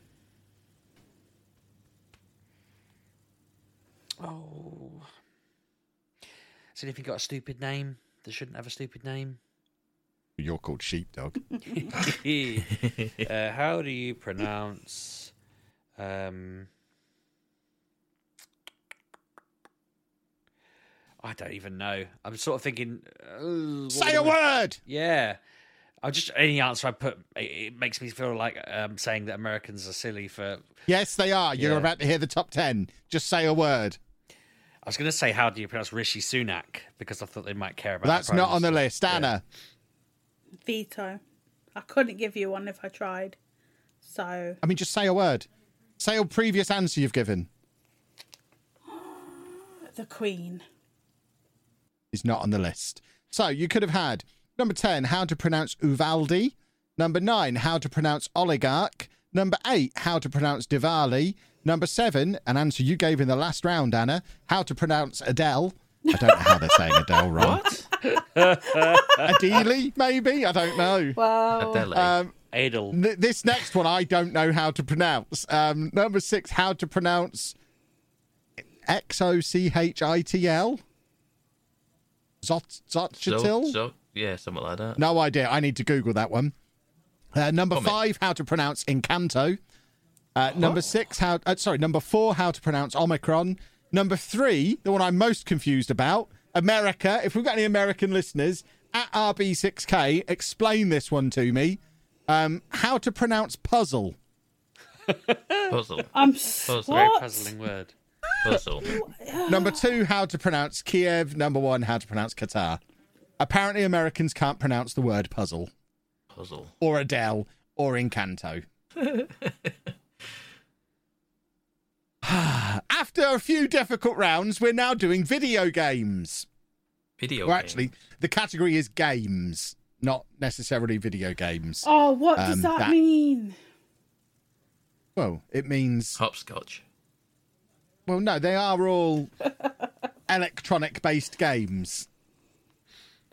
B: oh, has anything got a stupid name that shouldn't have a stupid name?
A: You're called Sheepdog.
B: E. uh, how do you pronounce? Um, I don't even know. I'm sort of thinking. uh, what
A: Say
B: would
A: a
B: I-
A: word!
B: Yeah. I just any answer I put, it, it makes me feel like um, saying that Americans are silly for.
A: Yes, they are. You're
B: Yeah.
A: about to hear the top 10. Just say a word.
B: I was going to say, how do you pronounce Rishi Sunak? Because I thought they might care about.
A: But
B: the
A: that's
B: Prime
A: not on the
B: Minister.
A: list. Anna,
C: Veto. I couldn't give you one if I tried. So
A: I mean, just say a word. Say a previous answer you've given
C: the Queen.
A: is not on the list. So you could have had number 10, how to pronounce Uvaldi. Number 9, how to pronounce oligarch. Number 8, how to pronounce Diwali. Number 7, an answer you gave in the last round, Anna, how to pronounce Adele. I don't know how they're saying Adele wrong. Adele, maybe? I don't know.
C: Wow.
A: Um,
B: Adele.
A: Th- this next one I don't know how to pronounce. Um, number six, how to pronounce X O C H I T L? Zot
D: So,
A: Zochitil?
D: so- yeah, something like that.
A: No idea. I need to Google that one. Uh, number
D: Comment.
A: five, how to pronounce Encanto. Uh, number six, how uh, sorry, number four, how to pronounce Omicron. Number three, the one I'm most confused about, America. If we've got any American listeners at RB6K, explain this one to me. Um, how to pronounce puzzle?
D: Puzzle.
C: I'm
D: puzzle.
B: Very puzzling word.
D: Puzzle.
A: Number two, how to pronounce Kiev. Number one, how to pronounce Qatar. Apparently, Americans can't pronounce the word puzzle
D: Puzzle.
A: or Adele or Encanto. *sighs* After a few difficult rounds, we're now doing video games.
D: Video.
A: Well,
D: game.
A: actually, the category is games, not necessarily video games.
C: Oh, what does
A: Um,
C: that, mean?
A: Well, it means
D: hopscotch.
A: Well, no, they are
C: *laughs*
A: all electronic-based games.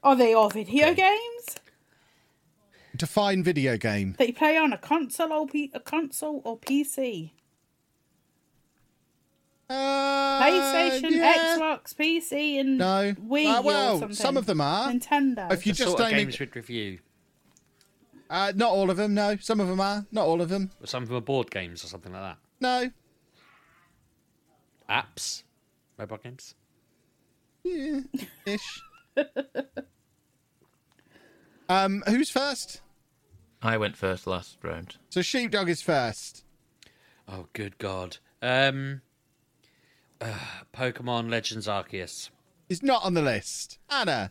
C: Are they all video games
A: Define video game.
C: that you play on a console or P- a console or PC?
A: Uh,
C: PlayStation,
A: yeah.
C: Xbox, PC, and
A: No.
C: Wii.
A: Ah, well,
C: or something.
A: some of them are.
C: Nintendo.
A: If you
B: The
A: just
B: sort of
A: only-
B: games we'd review.
A: Uh, not all of them. No, some of them are. Not all of them.
B: Or some of them are board games or something like
A: No.
B: that. Apps, mobile games.
A: Yeah, ish. um, who's first?
D: I went first last round.
A: So sheepdog is first.
B: Oh, good God. Um, uh, Pokemon Legends Arceus.
A: Is not on the list. Anna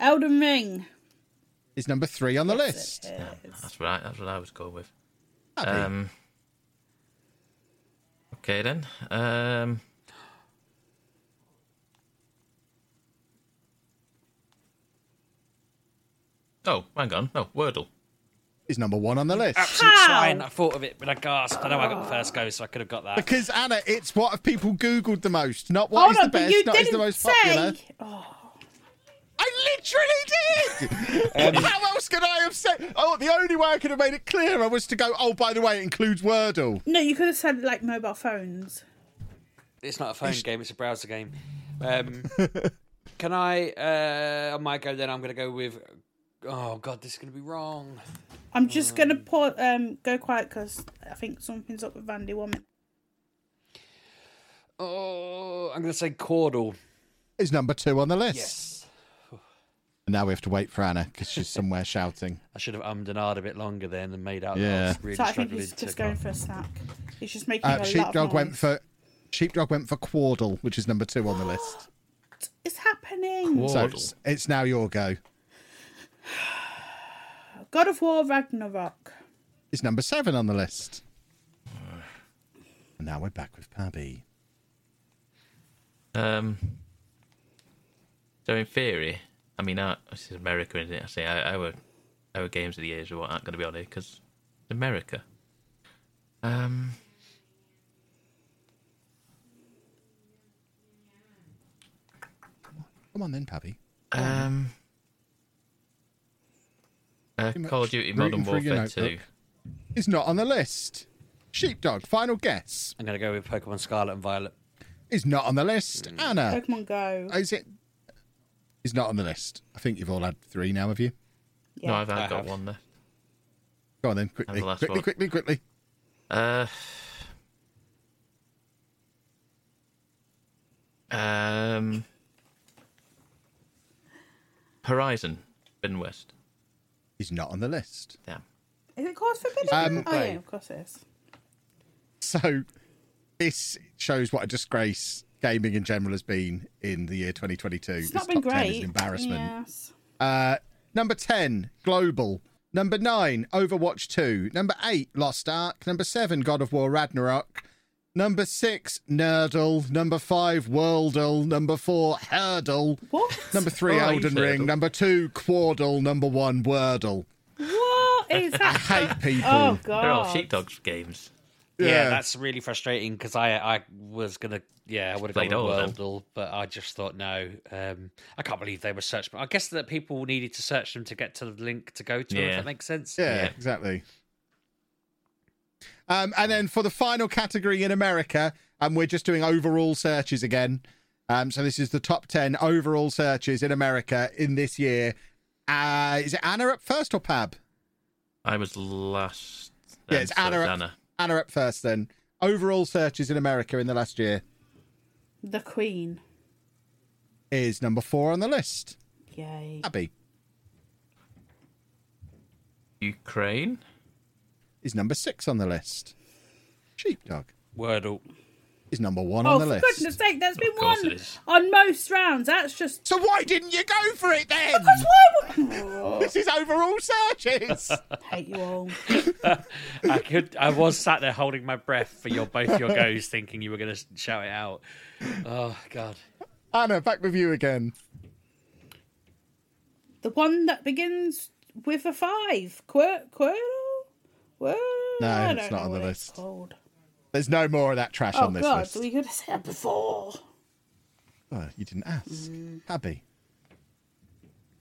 C: Elden Ring.
A: is number three on the list.
D: That's right. That's what I was going with.
A: Happy.
D: Um. Okay then. Um. Oh, hang on. No, Wordle.
A: Is number one on the list.
B: Absolute swine. I thought of it, but I gasped. I know I got the first go, so I could have got that.
A: Because Anna, it's what have people Googled the most, not what is
C: Hold on,
A: the
C: but
A: best,
C: you
A: not is the
C: didn't
A: most
C: say-
A: popular.
C: Oh,
A: I literally did. How else could I have said? Oh, the only way I could have made it clearer was to go. Oh, by the way, it includes Wordle.
C: No, you could have said like mobile phones.
B: It's not a phone game, it's a browser
C: *laughs*
B: game. Um, can I, uh, on my go then, I'm going to go with. Oh, God, this is going to be wrong.
C: I'm just
A: Oh.
C: gonna put um go quiet because I think something's up with Vandy Woman.
B: Oh, I'm going to say Caudle.
A: Is number two on the list.
B: Yes.
A: And now we have to wait for Anna because she's somewhere shouting.
B: I should have ummed and ahed a bit longer then and made out that I
A: Yeah.
B: was really
C: so I think
B: struggling
C: he's
B: to.
C: just going for a snack. He's just making
A: Uh,
C: a lot of
A: sheepdog
C: noise.
A: went for sheepdog went for Quaddle, which is number two on the list.
C: It's happening.
A: So it's, it's now your go.
C: God of War Ragnarok.
A: It's number seven on the list. And now we're back with Pabby.
D: Um, so in theory, I mean, our, this is America, isn't it? I say our our, our games of the years are what aren't going to be on here because America. Um,
A: Come on then, Pabby.
D: um, uh,
A: Too much
D: Call of Duty
A: rooting
D: Modern
A: through your
D: Warfare Two.
A: notebook. It's not on the list. Sheepdog, final guess.
B: I'm going to go with Pokemon Scarlet and Violet.
A: Is not on the list.
D: Mm.
A: Anna
C: Pokemon Go.
A: Is it? is not on the list. I think you've all had three now, have you?
D: No, I've, I've got one there.
A: Go on then, quickly,
D: the last
A: quickly,
D: one.
A: quickly, quickly.
D: Uh, um, Horizon, Forbidden West.
A: Is not on the list.
D: Damn.
C: Is it called Forbidden?
A: Um,
C: oh yeah, of course it is.
A: *laughs* So this shows what a disgrace gaming in general has been in the year 2022.
C: It's
A: This
C: not been
A: top 10 is
C: great.
A: an embarrassment.
C: Yes.
A: Uh, number 10, Global. Number 9, Overwatch 2. Number 8, Lost Ark. Number 7, God of War Ragnarok. Number 6, Nerdle. Number 5, Worldle. Number 4, Hurdle.
C: What?
A: Number 3,
D: Five
A: Elden Ring.
D: Hurdle.
A: Number 2, Quaddle. Number 1, Wordle. *laughs*
C: What is that?
A: Hate people.
C: Oh
D: They're all
C: god.
D: sheepdogs games.
B: Yeah,
A: Yeah.
B: that's really frustrating because I I was gonna yeah I would have
D: Played
B: gone
D: all
B: with
D: of them.
B: Wordle, but I just thought no. Um, I can't believe they were searched. But I guess that people needed to search them to get to the link to go to. If
D: Yeah.
B: that makes sense.
A: Yeah, exactly. Um, and then for the final category in America, um, we're just doing overall searches again. Um, so this is the top 10 overall searches in America in this year. Uh, is it Anna up first or Pab?
D: I was last.
A: yeah,
D: um,
A: it's
D: so
A: Anna
D: it's
A: up, Anna up first then. Overall searches in America in the last year
C: The Queen.
A: is number four on the list.
C: Yay.
A: Abby
D: Ukraine.
A: is number six on the list. Sheepdog
B: Wordle.
A: is number one
C: Oh,
A: on the
C: for
A: list.
C: goodness sake, there's been
D: course
C: one
D: it is.
C: on most rounds. That's just.
A: So why didn't you go for it then?
C: Because why would. *laughs* Oh,
A: This is overall searches.
C: hate you all.
B: I could. I was sat there holding my breath for your both your goes, thinking you were gonna shout it out. Oh God. *laughs*
A: Anna, back with you again.
C: The one that begins with a five. Quir- Quirrell? Quirrell?
A: No,
C: I
A: it's not
C: don't know
A: on the
C: what it's
A: list.
C: called.
A: There's no more of that trash
C: Oh
A: on this
C: god,
A: list.
C: we could have said before.
A: Oh, you didn't ask.
C: Mm.
A: Abby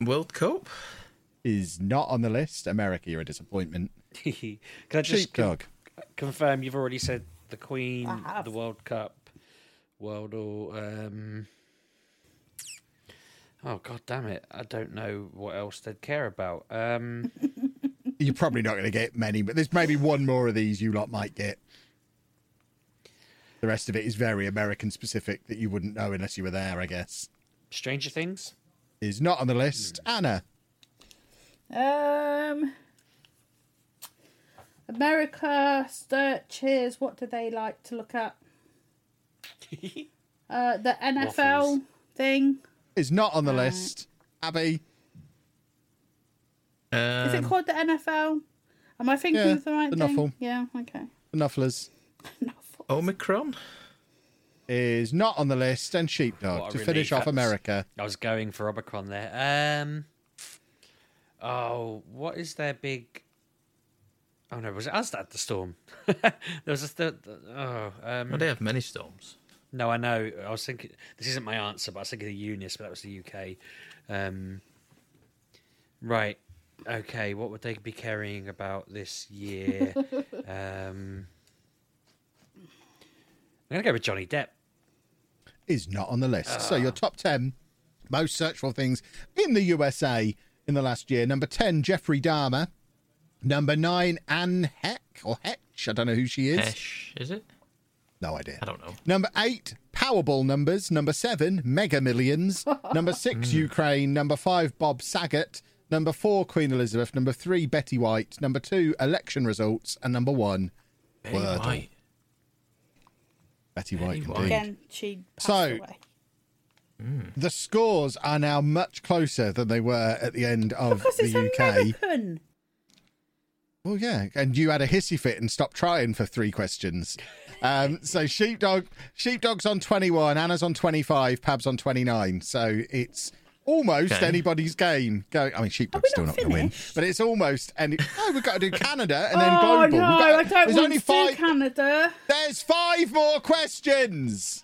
D: World Cup.
A: is not on the list. America, you're a disappointment.
B: Can I just con-
A: Sheepdog.
B: confirm you've already said the Queen,
C: I have.
B: the World Cup, World or um Oh god damn it. I don't know what else they'd care about. Um
A: You're probably not going to get many, but there's maybe one more of these you lot might get. The rest of it is very American specific that you wouldn't know unless you were there, I guess.
B: Stranger Things?
A: Is not on the list.
C: Hmm.
A: Anna
C: Um, America searches. What do they like to look
A: *laughs*
C: at? uh, the NFL
B: Waffles.
C: thing.
A: is not on the
C: Uh,
A: list. Abby
D: Um,
C: Is it called the NFL? Am I thinking
A: Um, yeah,
C: of the right
A: the
C: thing?
A: Nuffle.
C: Yeah. Okay.
A: Nufflers
D: Omicron?
A: is not on the list, and Sheepdog
B: What a
A: to finish
B: relief.
A: off
B: That was-
A: America.
B: I was going for Omicron there. Um Oh, what is their big? Oh no, was it Asdad the storm? *laughs* there was a th- oh. Um...
D: Well, they have many storms.
B: No, I know. I was thinking this isn't my answer, but I was thinking of Eunice, but that was the UK. Um, right. Okay. What would they be carrying about this
C: *laughs*
B: year? um, I'm gonna go with Johnny Depp.
A: Is not on the list. So
D: Ah.
A: your top ten most searched for things in the USA in the last year. Number ten, Jeffrey Dahmer. Number nine, Anne Heck or Hetch. I don't know who she is.
D: Hesh, is it?
A: No idea.
D: I don't know.
A: Number eight, Powerball numbers. Number seven, Mega
D: *laughs*
A: Millions. Number six,
D: Hmm.
A: Ukraine. Number five, Bob Saget. Number four, Queen Elizabeth. Number three, Betty White. Number two, election results. And number one,
D: Betty
A: Wordle.
D: White.
A: Betty White, indeed.
C: Again, she passed
A: So-
C: away.
A: The scores are now much closer than they were at the end of
C: Because it's
A: the
C: a
A: UK.
C: American.
A: Well, yeah, and you had a hissy fit and stopped trying for three questions. Um, so sheepdog, sheepdog's on twenty-one, Anna's on twenty-five, Pab's on twenty-nine. So it's almost
D: Okay.
A: anybody's game. Go, I mean, sheepdog's still not going to win, but it's almost. And oh, we've got to do Canada and then
C: oh
A: global.
C: no,
A: We've got-
C: I don't
A: there's
C: want
A: only
C: to
A: five.
C: do Canada.
A: There's five more questions.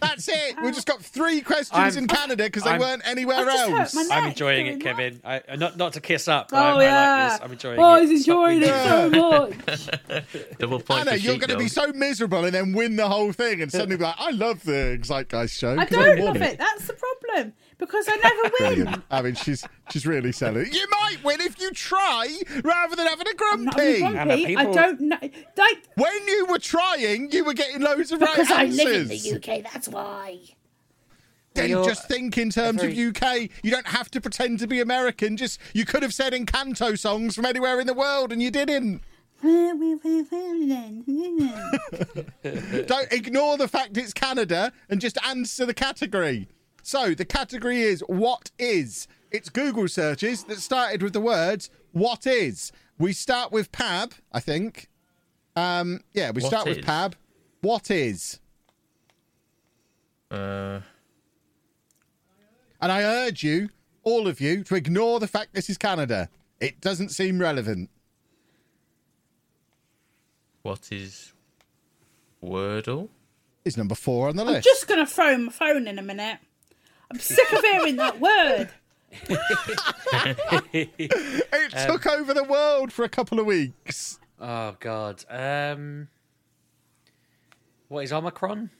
A: That's it. We've just got three questions
B: I'm-
A: in Canada because they
B: I'm-
A: weren't anywhere
C: just hurt
A: else.
C: my
B: I'm
C: neck
B: enjoying it,
C: doing
B: Kevin. I, uh, not not to kiss up.
C: Oh,
B: I, I
C: yeah.
B: like this. I'm enjoying
C: oh,
B: it.
C: he's
B: Stop
C: enjoying
B: me.
C: it so much.
A: *laughs*
D: Double point.
A: Anna,
D: for
A: you're going to be so
D: sheepdog.
A: miserable and then win the whole thing and suddenly be like, I love the Excite Guys show.
C: I
A: 'cause
C: don't love
A: won
C: it. That's the problem because I never win.
A: *laughs* Brilliant. I mean, she's she's really selling it. You might win if you try rather than having a
C: Not really
A: grumpy.
C: grumpy. I don't know. Like,
A: When you were trying, you were getting loads of
C: Because
A: right
C: I
A: answers.
C: live in the UK, that's why.
A: Then
B: You're
A: just think in terms
B: every-
A: of UK. You don't have to pretend to be American. Just you could have said Encanto songs from anywhere in the world, and you didn't. Don't ignore the fact it's Canada and just answer the category. So the category is what is. It's Google searches that started with the words what is. We start with Pab, I think. Um, yeah, we
D: What
A: start with
D: is?
A: Pab. What is?
D: Uh,
A: And I urge you, all of you, to ignore the fact this is Canada. It doesn't seem relevant.
D: what is Wordle?
A: Is number four on the
C: I'm
A: list?
C: just going to throw my phone in a minute. I'm sick of hearing that word.
A: It took over the world for a couple of weeks.
B: Oh God. Um, what is Omicron?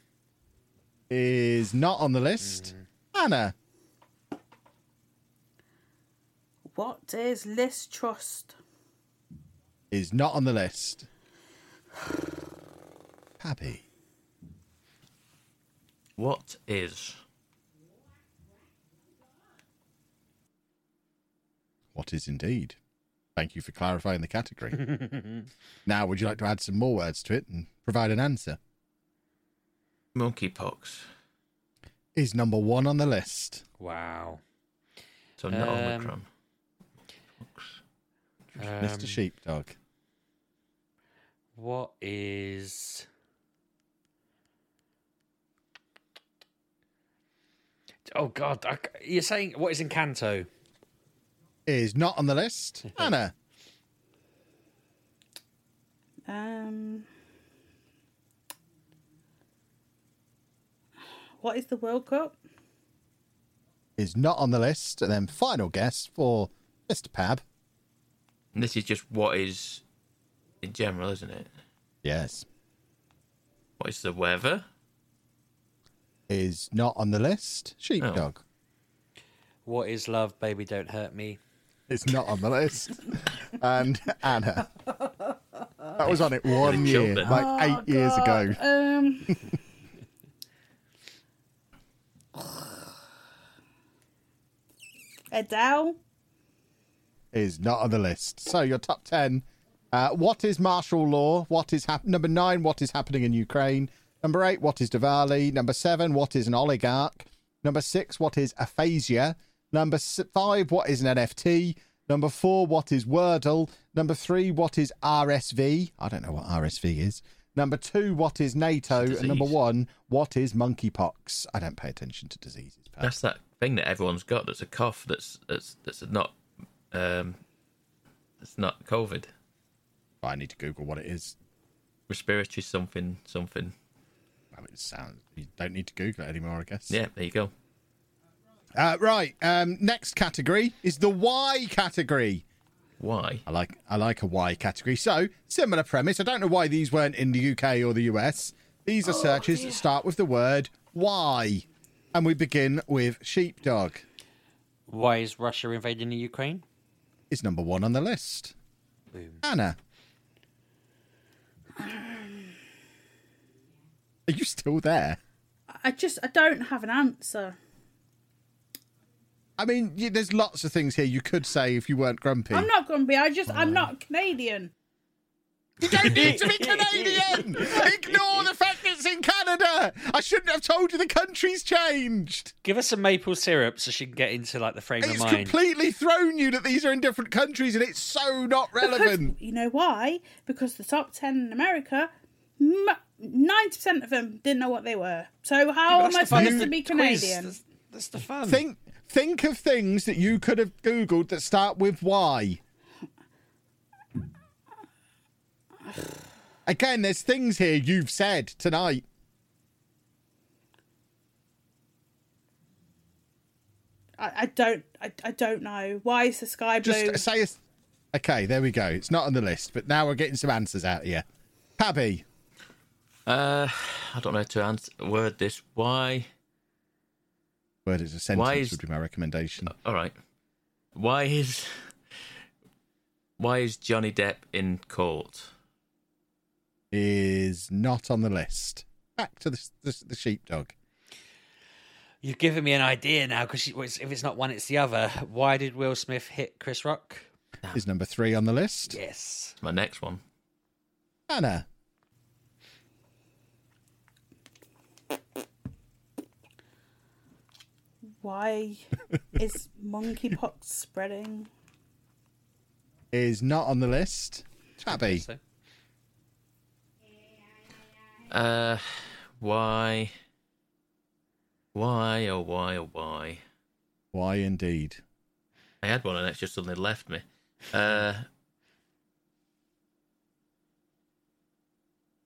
A: Is not on the list. Anna.
C: *laughs* What is Liz Trust?
A: is not on the list. *sighs* Pappy.
D: What is?
A: What is indeed? Thank you for clarifying the category. now, would you like to add some more words to it and provide an answer?
D: Monkeypox.
A: Is number one on the list?
B: Wow.
D: So not
B: Um,
D: Omicron.
A: Mr.
B: Um,
A: Sheepdog.
B: What is? Oh God! I c you're saying what is Encanto?
A: Is not on the list. Anna.
C: Um, what is the World Cup?
A: Is not on the list. And then final guess for Mr. Pab.
D: And This is just what is in general, isn't it?
A: Yes.
D: What is the weather?
A: Is not on the list. Sheepdog.
B: What is love, baby? Don't hurt me.
A: It's not on the list. and Anna. That was on it one
D: The
A: year,
D: children.
A: like eight years ago.
C: Um, *sighs* Adele.
A: is not on the list. So your top ten: uh, what is martial law? What is hap- number nine? What is happening in Ukraine? Number eight: what is Diwali? Number seven: what is an oligarch? Number six: what is aphasia? Number s- five: what is an NFT? Number four: what is Wordle? Number three: what is RSV? I don't know what RSV is. Number two: what is NATO?
D: It's a
A: And number
D: disease.
A: one: what is monkeypox? I don't pay attention to diseases. Pat.
D: That's that thing that everyone's got. That's a cough. That's that's that's not um, it's not COVID.
A: I need to Google what it is.
D: Respiratory something something.
A: I mean, it sounds. You don't need to Google it anymore, I guess.
D: Yeah, there you go.
A: Uh, right. Um, next category is the Y category.
D: Why?
A: I like I like a Y category. So similar premise. I don't know why these weren't in the UK or the US. These are searches that start with the word Y, and we begin with sheepdog.
B: Why is Russia invading the Ukraine?
A: Is number one on the list.
B: Boom.
A: Anna, are you still there?
C: I just I don't have an answer.
A: I mean, y there's lots of things here you could say if you weren't grumpy.
C: I'm not grumpy. I just I'm not Canadian.
A: You need to be Canadian. Ignore the fact it's in Canada. I shouldn't have told you the country's changed.
B: Give us some maple syrup so she can get into like the frame of
A: It's
B: mind.
A: completely thrown you that these are in different countries, and it's so not relevant.
C: You know why? Because the top ten in America, ninety percent of them didn't know what they were. So how
B: Yeah, but
C: am I
B: that's the fun of
C: supposed to
B: the
C: be
B: quiz.
C: Canadian?
B: That's- That's the fun.
A: Think, think of things that you could have googled that start with Y. Again, there's things here you've said tonight.
C: I, I don't I, I don't know. Why is the sky blue?
A: Just say, a, okay, there we go. It's not on the list, but now we're getting some answers out here. Pabby,
D: Uh, I don't know how to answer word this. Why?
A: word is a sentence
D: Why is-
A: would be my recommendation.
D: All right. Why is why is Johnny Depp in court?
A: Is not on the list. Back to the, the, the sheepdog.
B: You've given me an idea now because if it's not one, it's the other. Why did Will Smith hit Chris Rock?
A: Is number three on the list.
B: Yes.
D: My next one.
A: Anna,
B: *laughs*
C: Why is monkeypox spreading?
A: is not on the list. Tabby,
D: Uh, why? Why oh why oh why?
A: why indeed?
D: I had one and it's just suddenly left me. Uh,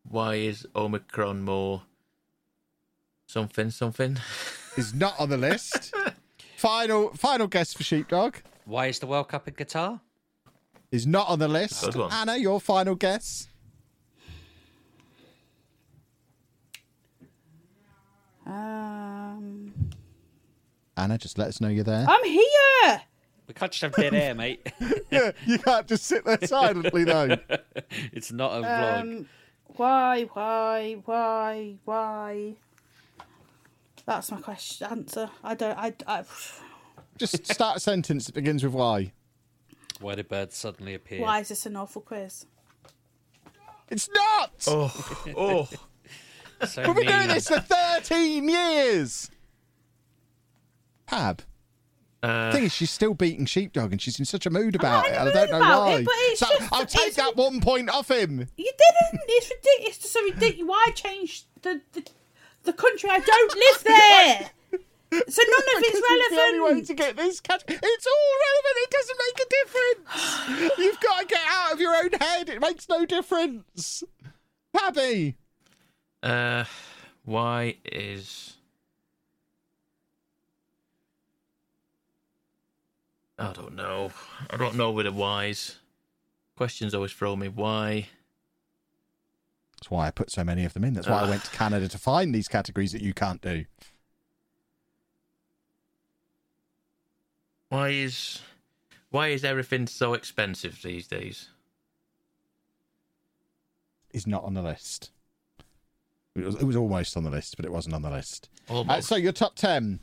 D: why is Omicron more something something?
A: Is not on the list. final final guess for sheepdog
B: Why is the World Cup in Qatar?
A: is not on the list.
B: Good one.
A: Anna, your final guess.
C: Um,
A: Anna, just let us know you're
C: *laughs*
A: there.
C: I'm here.
B: We can't just have dead air, mate.
A: yeah, you can't just sit there silently though.
B: it's not a vlog.
C: Um, why why why why? That's my question answer. I don't I, I
A: Just start a sentence that begins with Y.
B: Why did birds suddenly appear?
C: why is this an awful quiz?
A: It's not.
D: Oh, oh.
B: So
A: We've been doing
B: mean.
A: this for 13 years. Pab.
D: Uh,
A: thing is, she's still beating sheepdog, and she's in such a mood about it. and I
C: mood
A: don't know
C: about
A: why.
C: it, but it's
A: so
C: just-
A: I'll take
C: it's-
A: that one point off him.
C: You didn't. It's ridiculous. It's just so ridiculous. Why change the, the the country? I
A: *laughs*
C: don't live there. So none of
A: Because
C: it's
A: the only way
C: relevant.
A: to get this cat. It's all relevant. It doesn't make a difference. You've got to get out of your own head. It makes no difference. Pabby.
D: Uh, why is? I don't know. I don't know with the whys. Questions always throw me. Why?
A: That's why I put so many of them in. That's why I went to Canada to find these categories that you can't do.
D: Why is? Why is everything so expensive these days?
A: Is not on the list. It was, it was almost on the list, but it wasn't on the list. Uh,
D: Almost.
A: so your top 10.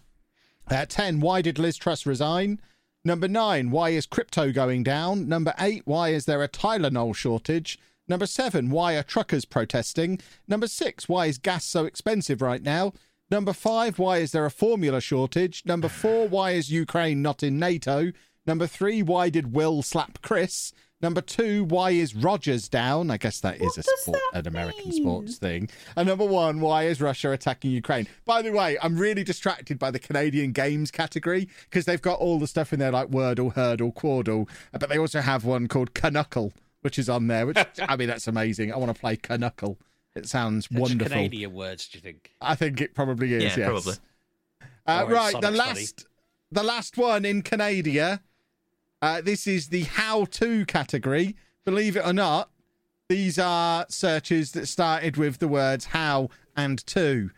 A: Uh, 10, why did Liz Truss resign? Number 9, why is crypto going down? Number 8, why is there a Tylenol shortage? Number 7, why are truckers protesting? Number 6, why is gas so expensive right now? Number 5, why is there a formula shortage? Number 4, why is Ukraine not in NATO? Number 3, why did Will slap Chris? Number two, why is Rogers down? I guess that is a sport, an American sports thing. And number one, why is Russia attacking Ukraine? By the way, I'm really distracted by the Canadian games category because they've got all the stuff in there like Wordle, Hurdle, Quordle, but they also have one called Canuckle, which is on
B: *laughs*
A: there. Which I mean, that's amazing. I want to play Canuckle. It sounds
B: They're just
A: wonderful.
B: Canadian words, do you think?
A: I think it probably is.
B: Yeah,
A: yes.
B: probably.
A: Uh,
B: Or it's
A: right, the
B: Sonic's funny.
A: last, the last one in Canada. Uh, this is the how-to category. Believe it or not, these are searches that started with the words "how" and "to."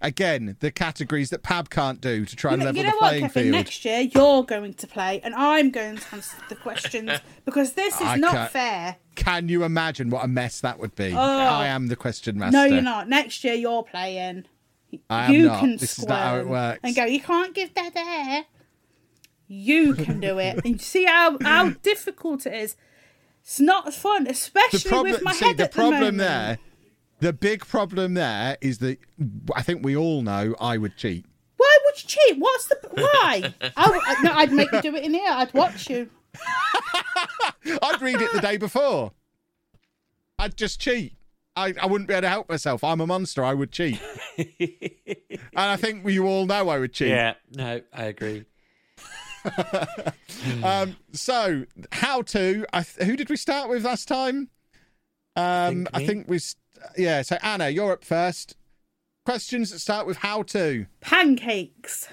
A: Again, the categories that Pab can't do to try
C: You
A: and
C: know,
A: level
C: you know
A: the
C: what,
A: playing
C: Kevin?
A: field.
C: Next year you're going to play, and I'm going to answer
A: *laughs*
C: the questions because this is
A: I
C: not
A: can't-
C: fair.
A: Can you imagine what a mess that would be?
C: Oh.
A: I am the question master.
C: No, you're not. Next year you're playing.
A: I am
C: you
A: not.
C: can
A: This is
C: squirm
A: not how it works.
C: and go. You can't give that air. You can do it, and see how
A: *laughs*
C: how difficult it is. It's not fun, especially with my
A: see,
C: head
A: the
C: at
A: problem
C: the moment.
A: there, the big problem there is that I think we all know I would cheat.
C: Why would you cheat? What's the why? *laughs* I would, no, I'd make you do it in here. I'd watch you.
A: I'd read it the day before. I'd just cheat. I, I wouldn't be able to help myself. I'm a monster. I would
B: *laughs*
A: cheat. and I think you all know I would cheat.
B: Yeah, no, I agree.
A: Um, so, how to? I th- who did we start with last time? Um, I think,
B: me.
A: we. St- yeah. So Anna, you're up first. Questions that start with how to.
C: Pancakes.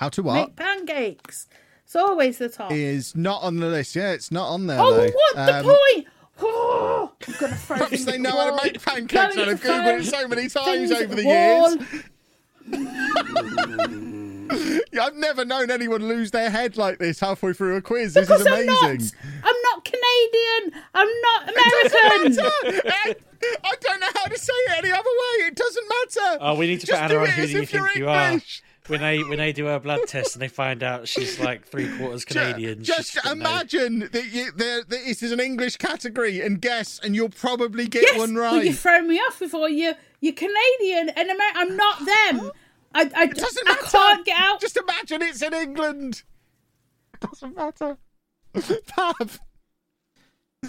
A: How to what?
C: Make pancakes. It's always the top.
A: Is not on the list. Yeah, it's not on there.
C: oh,
A: though.
C: well, what
A: Um,
C: the point? Oh, I'm gonna throw
A: Perhaps *laughs*
C: things
A: they
C: at
A: know
C: the
A: how to
C: wall.
A: make pancakes.
C: Throwing
A: I've
C: the phone,
A: googled it so many times
C: things at
A: over the
C: wall.
A: years. Yeah, I've never known anyone lose their head like this halfway through a quiz. this
C: Because
A: is
C: I'm
A: amazing.
C: not. I'm not Canadian. I'm not American.
A: *laughs* It *laughs* doesn't matter. I, Eh, I don't know how to say it any other way. It doesn't matter.
B: Oh, we need to
A: Just
B: put
A: do
B: Anna on
A: it
B: who
A: as
B: do you
A: if you're
B: think you are.
A: English.
B: When they when they do her blood test and they find out she's like three quarters Canadian. she's
A: Just
B: gonna know.
A: imagine that, you, there that this is an English category and guess, and you'll probably get
C: yes,
A: one
C: Well, you
A: right.
C: throw me off with all you. You're Canadian and Amer- I'm not them. I, I,
A: It doesn't
C: I
A: matter.
C: can't get out.
A: Just imagine it's in England. It doesn't matter. *laughs* Pab.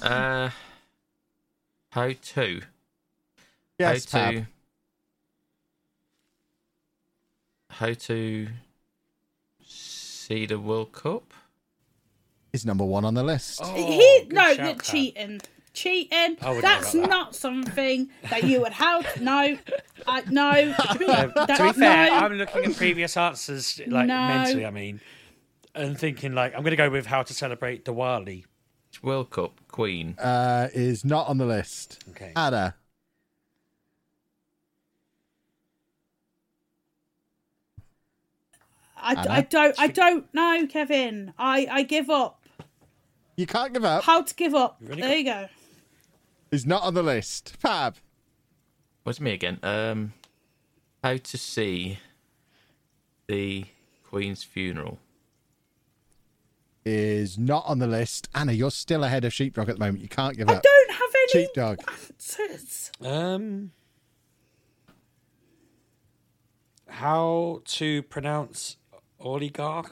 D: Uh, how to?
A: Yes,
D: how
A: Pab.
D: to? How to see the World Cup?
A: Is number one on the list.
B: Oh.
C: he no,
D: shout,
C: you're
D: Pat.
C: cheating. Cheating.
A: I wouldn't know
C: That's
A: about that.
C: not something that you would help. No, I,
A: *laughs*
C: no.
B: Uh,
C: That-
B: to be fair,
C: no.
B: I'm looking at previous answers, like
C: No.
B: mentally, I mean, and thinking like I'm going to go with how to celebrate Diwali.
D: World Cup Queen.
A: Uh, is not on the list.
B: Okay.
A: Anna.
C: I,
A: Anna?
C: I don't. I don't know, Kevin. I I give up.
A: You can't give up.
C: How to give up?
D: You've only
C: there you go.
A: Is not on the list. Fab.
D: What's me again? Um, how to see the Queen's funeral?
A: Is not on the list. Anna, you're still ahead of Sheepdog at the moment. You can't give
C: I
A: up.
C: don't have any
A: Sheepdog.
C: answers.
B: Um, how to pronounce oligarch?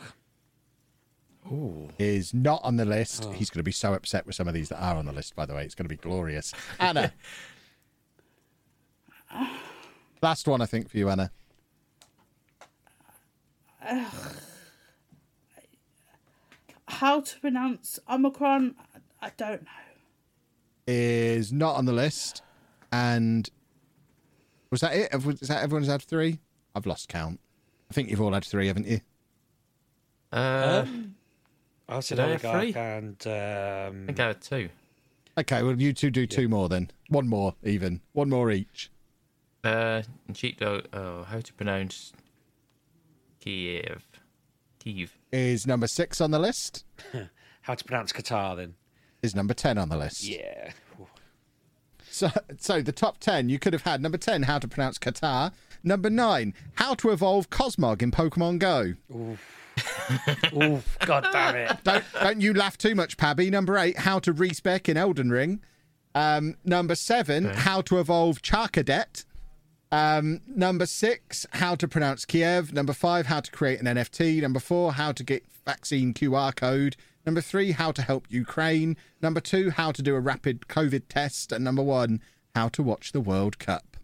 D: Ooh.
A: Is not on the list. He's going to be so upset with some of these that are on the list, by the way. It's going to be glorious. Anna. Last one, I think, for you, Anna.
C: Ugh. How to pronounce Omicron? I- I don't know.
A: Is not on the list. And was that it? Everyone- Is that everyone's had three? I've lost count. I think you've all had three, haven't you?
D: Uh,
B: I said
D: did I have
B: oligarch
D: three?
B: and um, I
D: think I had two.
A: Okay, well, you two do two more then. One more, even. One more each.
D: Uh, and Sheepdog. Oh, how to pronounce Kiev? Kiev.
A: Is number six on the list?
B: how to pronounce Qatar then?
A: Is number 10 on the list?
B: Yeah.
A: So, so the top 10 you could have had number 10, how to pronounce Qatar. Number 9, how to evolve Cosmog in Pokemon Go.
B: *laughs* Oof, God damn it.
A: Don't, don't you laugh too much, Pabby. Number 8, how to respec in Elden Ring. Um, number 7, how to evolve Charcadet. Um, number 6, how to pronounce Kiev. Number 5, how to create an NFT. Number 4, how to get vaccine QR code. Number three, how to help Ukraine. Number two, how to do a rapid COVID test. And number one, how to watch the World Cup.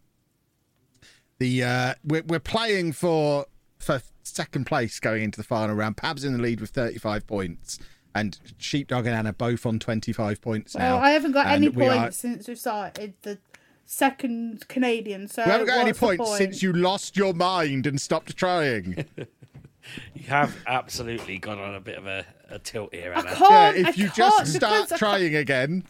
A: The uh, we're, we're playing for for second place going into the final round. Pab's in the lead with 35 points, and Sheepdog and Anna both on 25 points now.
C: Well, I haven't got any
A: And we
C: points
A: are-
C: since we started the second Canadian. So
A: we haven't got any
C: what's the
A: points
C: point?
A: since you lost your mind and stopped
C: *laughs*
A: trying.
B: You have absolutely gone on a bit of a, a tilt here, Anna.
A: Yeah, if
C: I
A: you
C: can't,
A: just start
C: Oh, because I
A: trying again.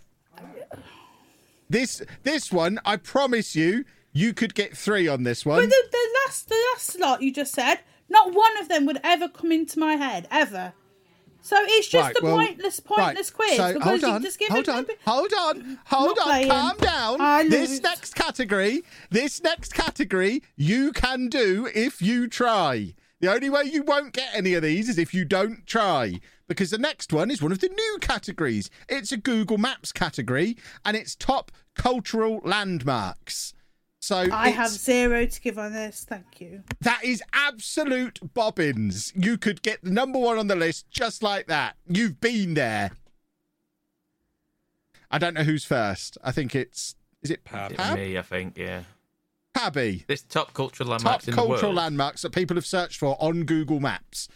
A: This this one, I promise you, you could get three on this
C: But
A: one.
C: the, the last the last lot you just said, not one of them would ever come into my head ever. So it's just
A: Right,
C: a
A: well,
C: pointless pointless
A: right,
C: quiz
A: so
C: because
A: hold on,
C: you just give
A: hold
C: it
A: on, hold on, hold
C: Not
A: on,
C: playing.
A: calm down.
C: I
A: This
C: lose.
A: next category, this next category, you can do if you try. The only way you won't get any of these is if you don't try, because the next one is one of the new categories. It's a Google Maps category, and it's top cultural landmarks. So
C: I have
A: it's-
C: zero to give on this. Thank you.
A: that is absolute bobbins. You could get the number one on the list just like that. You've been there. I don't know who's first. I think it's is it Pab?
D: It's me, I think. Yeah.
A: Pabby.
D: This top cultural
A: Top
D: landmarks in the world.
A: cultural landmarks that people have searched for on Google Maps.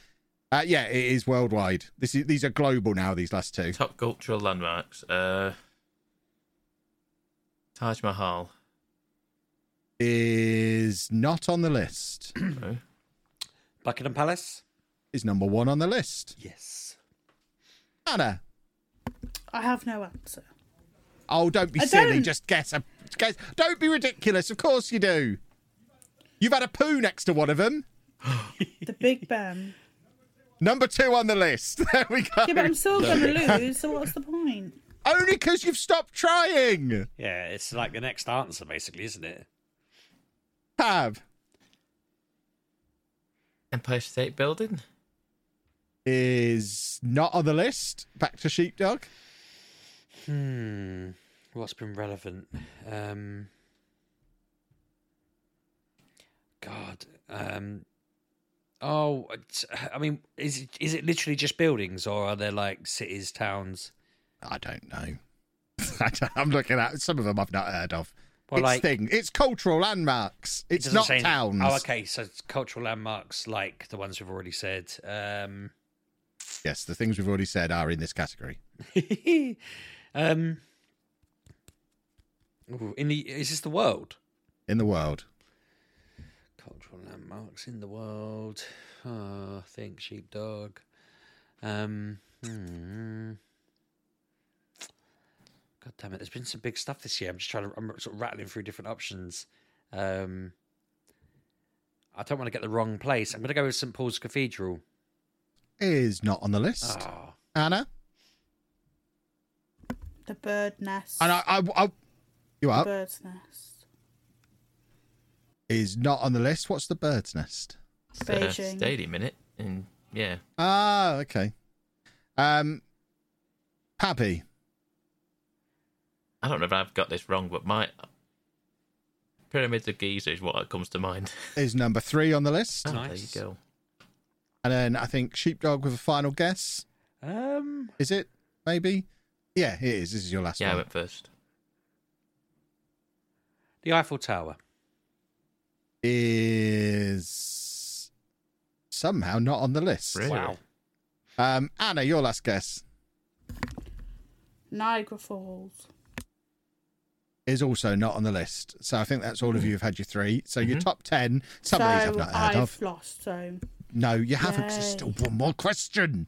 A: Uh, yeah, it is worldwide. This is these are global now. These last two.
D: Top cultural landmarks. Uh, Taj *clears throat* Mahal.
A: is not on the list. *clears throat*
B: Buckingham Palace
A: is number one on the list.
B: Yes.
A: Anna.
C: I have no answer.
A: Oh, don't be
C: I
A: silly.
C: don't.
A: Just guess. A, guess. Don't be ridiculous. Of course you do. You've had a poo next to one of them.
C: The
A: *laughs*
C: Big Ben.
A: Number two on the list. *laughs* There we go.
C: Yeah, but I'm still going to lose. So what's the point?
A: Only because you've stopped trying.
B: Yeah, it's like the next answer, basically, isn't it?
A: Have
D: Empire State Building.
A: is not on the list. Back to sheepdog.
B: Hmm. What's been relevant? Um. God. Um. Oh, it's- I mean, is it, is it literally just buildings, or are there like cities, towns?
A: I don't know. *laughs* I'm looking at some of them I've not heard of.
B: Well,
A: it's
B: like-
A: thing. It's cultural landmarks.
B: It
A: It's
B: doesn't
A: not
B: say any-
A: towns.
B: Oh, okay. So it's cultural landmarks like the ones we've already said. Um. *laughs*
A: Yes, the things we've already said are in this category.
B: um. ooh, in the is this the world?
A: In the world.
B: Cultural landmarks in the world. Oh, think sheepdog. Um, hmm. God damn it! There's been some big stuff this year. I'm just trying to. I'm sort of rattling through different options. Um, I don't want to get the wrong place. I'm going to go with St Paul's Cathedral.
A: Is not on the list.
B: Oh.
A: Anna?
C: The bird nest.
A: And I, I, I you
C: The
A: up?
C: bird's nest.
A: Is not on the list. What's the bird's nest?
D: It's, uh,
C: Beijing.
D: stadium in it. And yeah.
A: Ah, okay. Um, Pappy.
D: I don't know if I've got this wrong, but my Pyramids of Giza is what comes to mind.
A: is number three on the list.
D: Oh, *laughs* There you go.
A: And then I think Sheepdog with a final guess.
B: Um,
A: Is it? Maybe? Yeah, it is. This is your last
D: yeah, I
A: one.
D: went first.
B: the Eiffel Tower.
A: Is somehow not on the list.
B: Wow.
A: Um, Anna, your last guess
C: Niagara Falls.
A: is also not on the list. So I think that's all of you have had your three. So your top ten. Some of these I've
C: so
A: not heard
C: I've
A: of.
C: lost. So
A: No, you haven't. 'cause There's still one more question.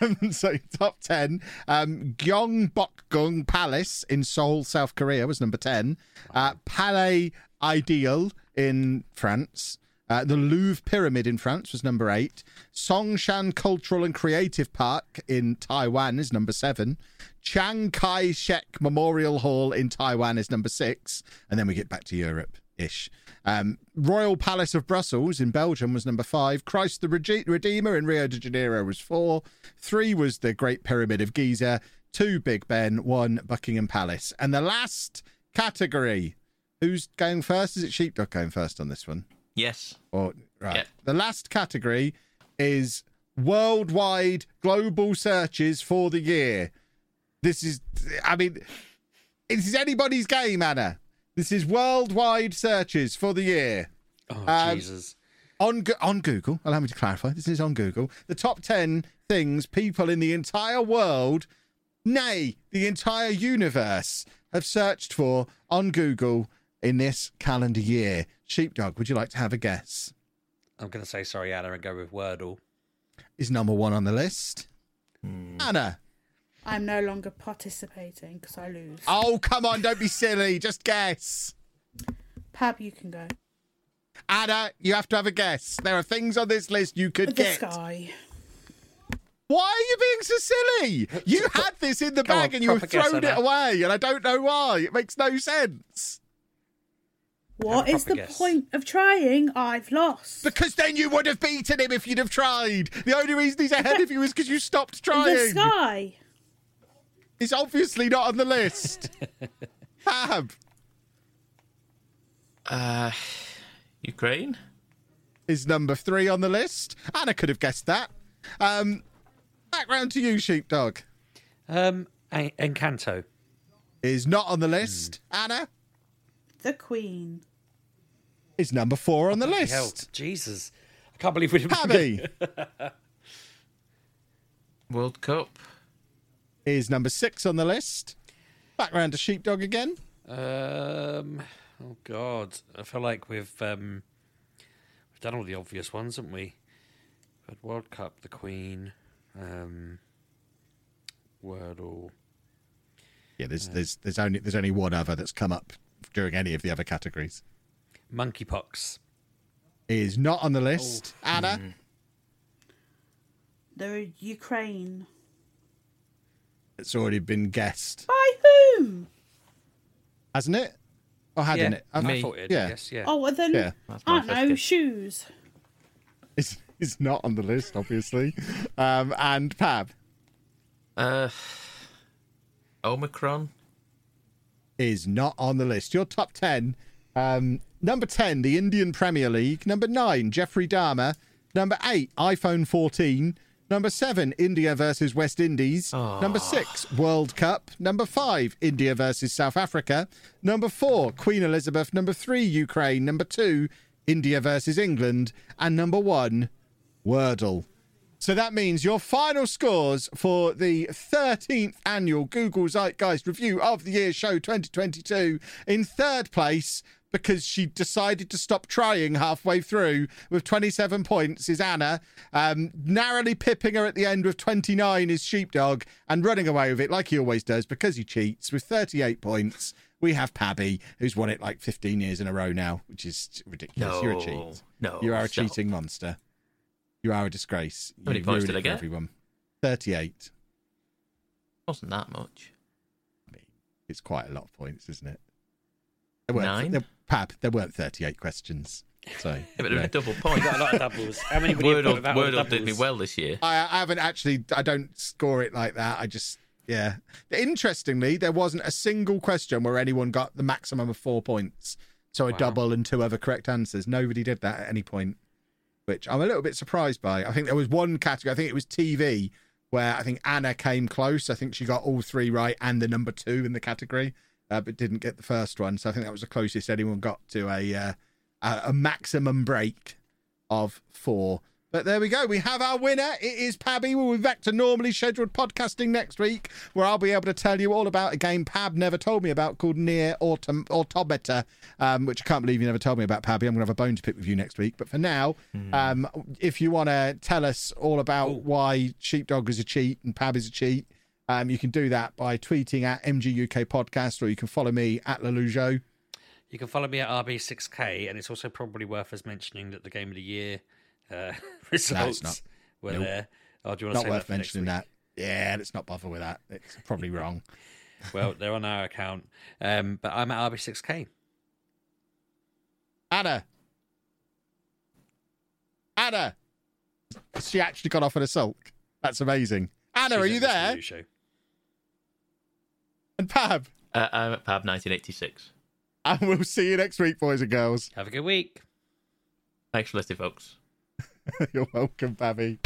A: um, *laughs* so top ten, um, Gyeongbokgung Palace in Seoul, South Korea was number ten. Uh, Palais Ideal in France. Uh, the Louvre Pyramid in France was number eight. Songshan Cultural and Creative Park in Taiwan is number seven. Chiang Kai shek Memorial Hall in Taiwan is number six. And then we get back to Europe ish. Um, Royal Palace of Brussels in Belgium was number five. Christ the Rege- Redeemer in Rio de Janeiro was four. Three was the Great Pyramid of Giza. Two Big Ben. One Buckingham Palace. And the last category. Who's going first? Is it Sheepdog going first on this one?
D: Yes.
A: Or right.
D: Yeah.
A: The last category is worldwide global searches for the year. This is, I mean, this is anybody's game, Anna. This is worldwide searches for the year.
B: Oh, Jesus.
A: On, Go- on Google, allow me to clarify, this is on Google. The top 10 things people in the entire world, nay, the entire universe, have searched for on Google in this calendar year. Sheepdog, would you like to have a guess?
B: I'm going to say sorry, Anna, and go with Wordle.
A: Is number one on the list.
B: Hmm.
A: Anna.
C: I'm no longer participating because I lose.
A: Oh, come on, don't be silly. Just guess.
C: Pab, you can go.
A: Anna, you have to have a guess. There are things on this list you could
C: the
A: get.
C: sky.
A: Why are you being so silly? You had this in the
B: Come
A: bag
B: on,
A: and you have
B: proper guess,
A: thrown it
B: Anna.
A: away, and I don't know why. It makes no sense.
C: What
A: Have a
C: is
A: proper
C: the
A: guess.
C: point of trying? I've lost.
A: Because then you would have beaten him if you'd have tried. The only reason he's ahead of you is because you stopped trying.
C: The sky.
A: It's obviously not on the
B: *laughs*
A: list. Fab.
D: Uh, Ukraine?
A: is number three on the list. Anna could have guessed that. Um, back round to you, Sheepdog.
B: Um, En- Encanto.
A: Is not on the list. Anna
C: The Queen.
A: is number four on the list.
B: Hell, Jesus. I can't believe we didn't.
A: Abby.
D: World Cup?
A: Is number six on the list. Back round to Sheepdog again.
B: um, oh, God. I feel like we've, um, we've done all the obvious ones, haven't we? But World Cup, The Queen, um, Wordle.
A: Yeah, there's there's there's only there's only one other that's come up during any of the other categories.
B: Monkeypox.
A: Is not on the list. Anna
C: The Ukraine.
A: it's already been guessed,
C: By whom?
A: hasn't it? Or hadn't it? I
B: I
A: mean,
B: thought it, yes, yeah.
C: Oh, well then,
A: Yeah.
C: I don't know, shoes.
A: It's it's not on the list, obviously. Um, and Pab.
D: Uh, Omicron?
A: is not on the list. Your top 10. Um, number 10, the Indian Premier League. Number 9, Jeffrey Dahmer. Number 8, iPhone 14. Number 7, India versus West Indies. Number 6, World Cup. Number 5, India versus South Africa. Number 4, Queen Elizabeth. Number 3, Ukraine. Number 2, India versus England. And number 1, Wordle. So that means your final scores for the 13th annual Google Zeitgeist Review of the Year Show 2022 in third place because she decided to stop trying halfway through with 27 points is Anna. Um, narrowly pipping her at the end with 29 is Sheepdog and running away with it like he always does because he cheats with 38 points. We have Pabby, who's won it like 15 years in a row now, which is ridiculous. You're a
D: No,
A: cheat.
D: no,
A: you are a
D: stop.
A: cheating monster. You are a disgrace.
D: How many
A: You ruined
D: points did I
A: it for
D: get?
A: Everyone. 38.
D: Wasn't that much.
A: It's quite a lot of points, isn't it? weren't-
D: Nine?
A: there- Pab, there weren't 38 questions.
D: *laughs*
A: So,
D: Yeah, but
A: you know.
D: a double *laughs* point.
B: got a lot of doubles. How many would you put
D: Wordle,
B: without all the
D: Wordle did me
B: doubles?
D: well this year.
A: *laughs* I, I haven't actually, I don't score it like that. I just, yeah. Interestingly, there wasn't a single question where anyone got the maximum of four points. So a
D: Wow.
A: double and two other correct answers. Nobody did that at any point, which I'm a little bit surprised by. I think there was one category, I think it was TV, where I think Anna came close. I think she got all three right and the number two in the category, uh, but didn't get the first one. So I think that was the closest anyone got to a uh, a, a maximum break of four. But there we go. We have our winner. It is Pabby. We'll be back to normally scheduled podcasting next week, where I'll be able to tell you all about a game Pab never told me about called Near Autom- Automata, um, which I can't believe you never told me about, Pabby. I'm going to have a bone to pick with you next week. But for now,
B: Hmm.
A: um, if you want to tell us all about why Sheepdog is a cheat and Pab is a cheat, um, you can do that by tweeting at MGUK Podcast, or you can follow me at Lelujo.
B: You can follow me at RB6K, and it's also probably worth us mentioning that the game of the year uh, *laughs* results
A: not.
B: were
A: Nope.
B: there. Oh, do you want
A: Not
B: to say
A: worth
B: that for next
A: mentioning that. Yeah, let's not bother with that. It's probably wrong.
B: week? well, they're on our account, um, but I'm at RB6K.
A: Anna. Anna. She actually got off on a sulk. That's amazing. Anna,
B: She's
A: are
B: at
A: you
B: this
A: there?
B: new show.
A: And Pab.
D: Uh, I'm at Pab 1986.
A: And we'll see you next week, boys and girls. *laughs*
B: Have a good week.
D: Thanks for listening, folks.
A: You're welcome, Babby.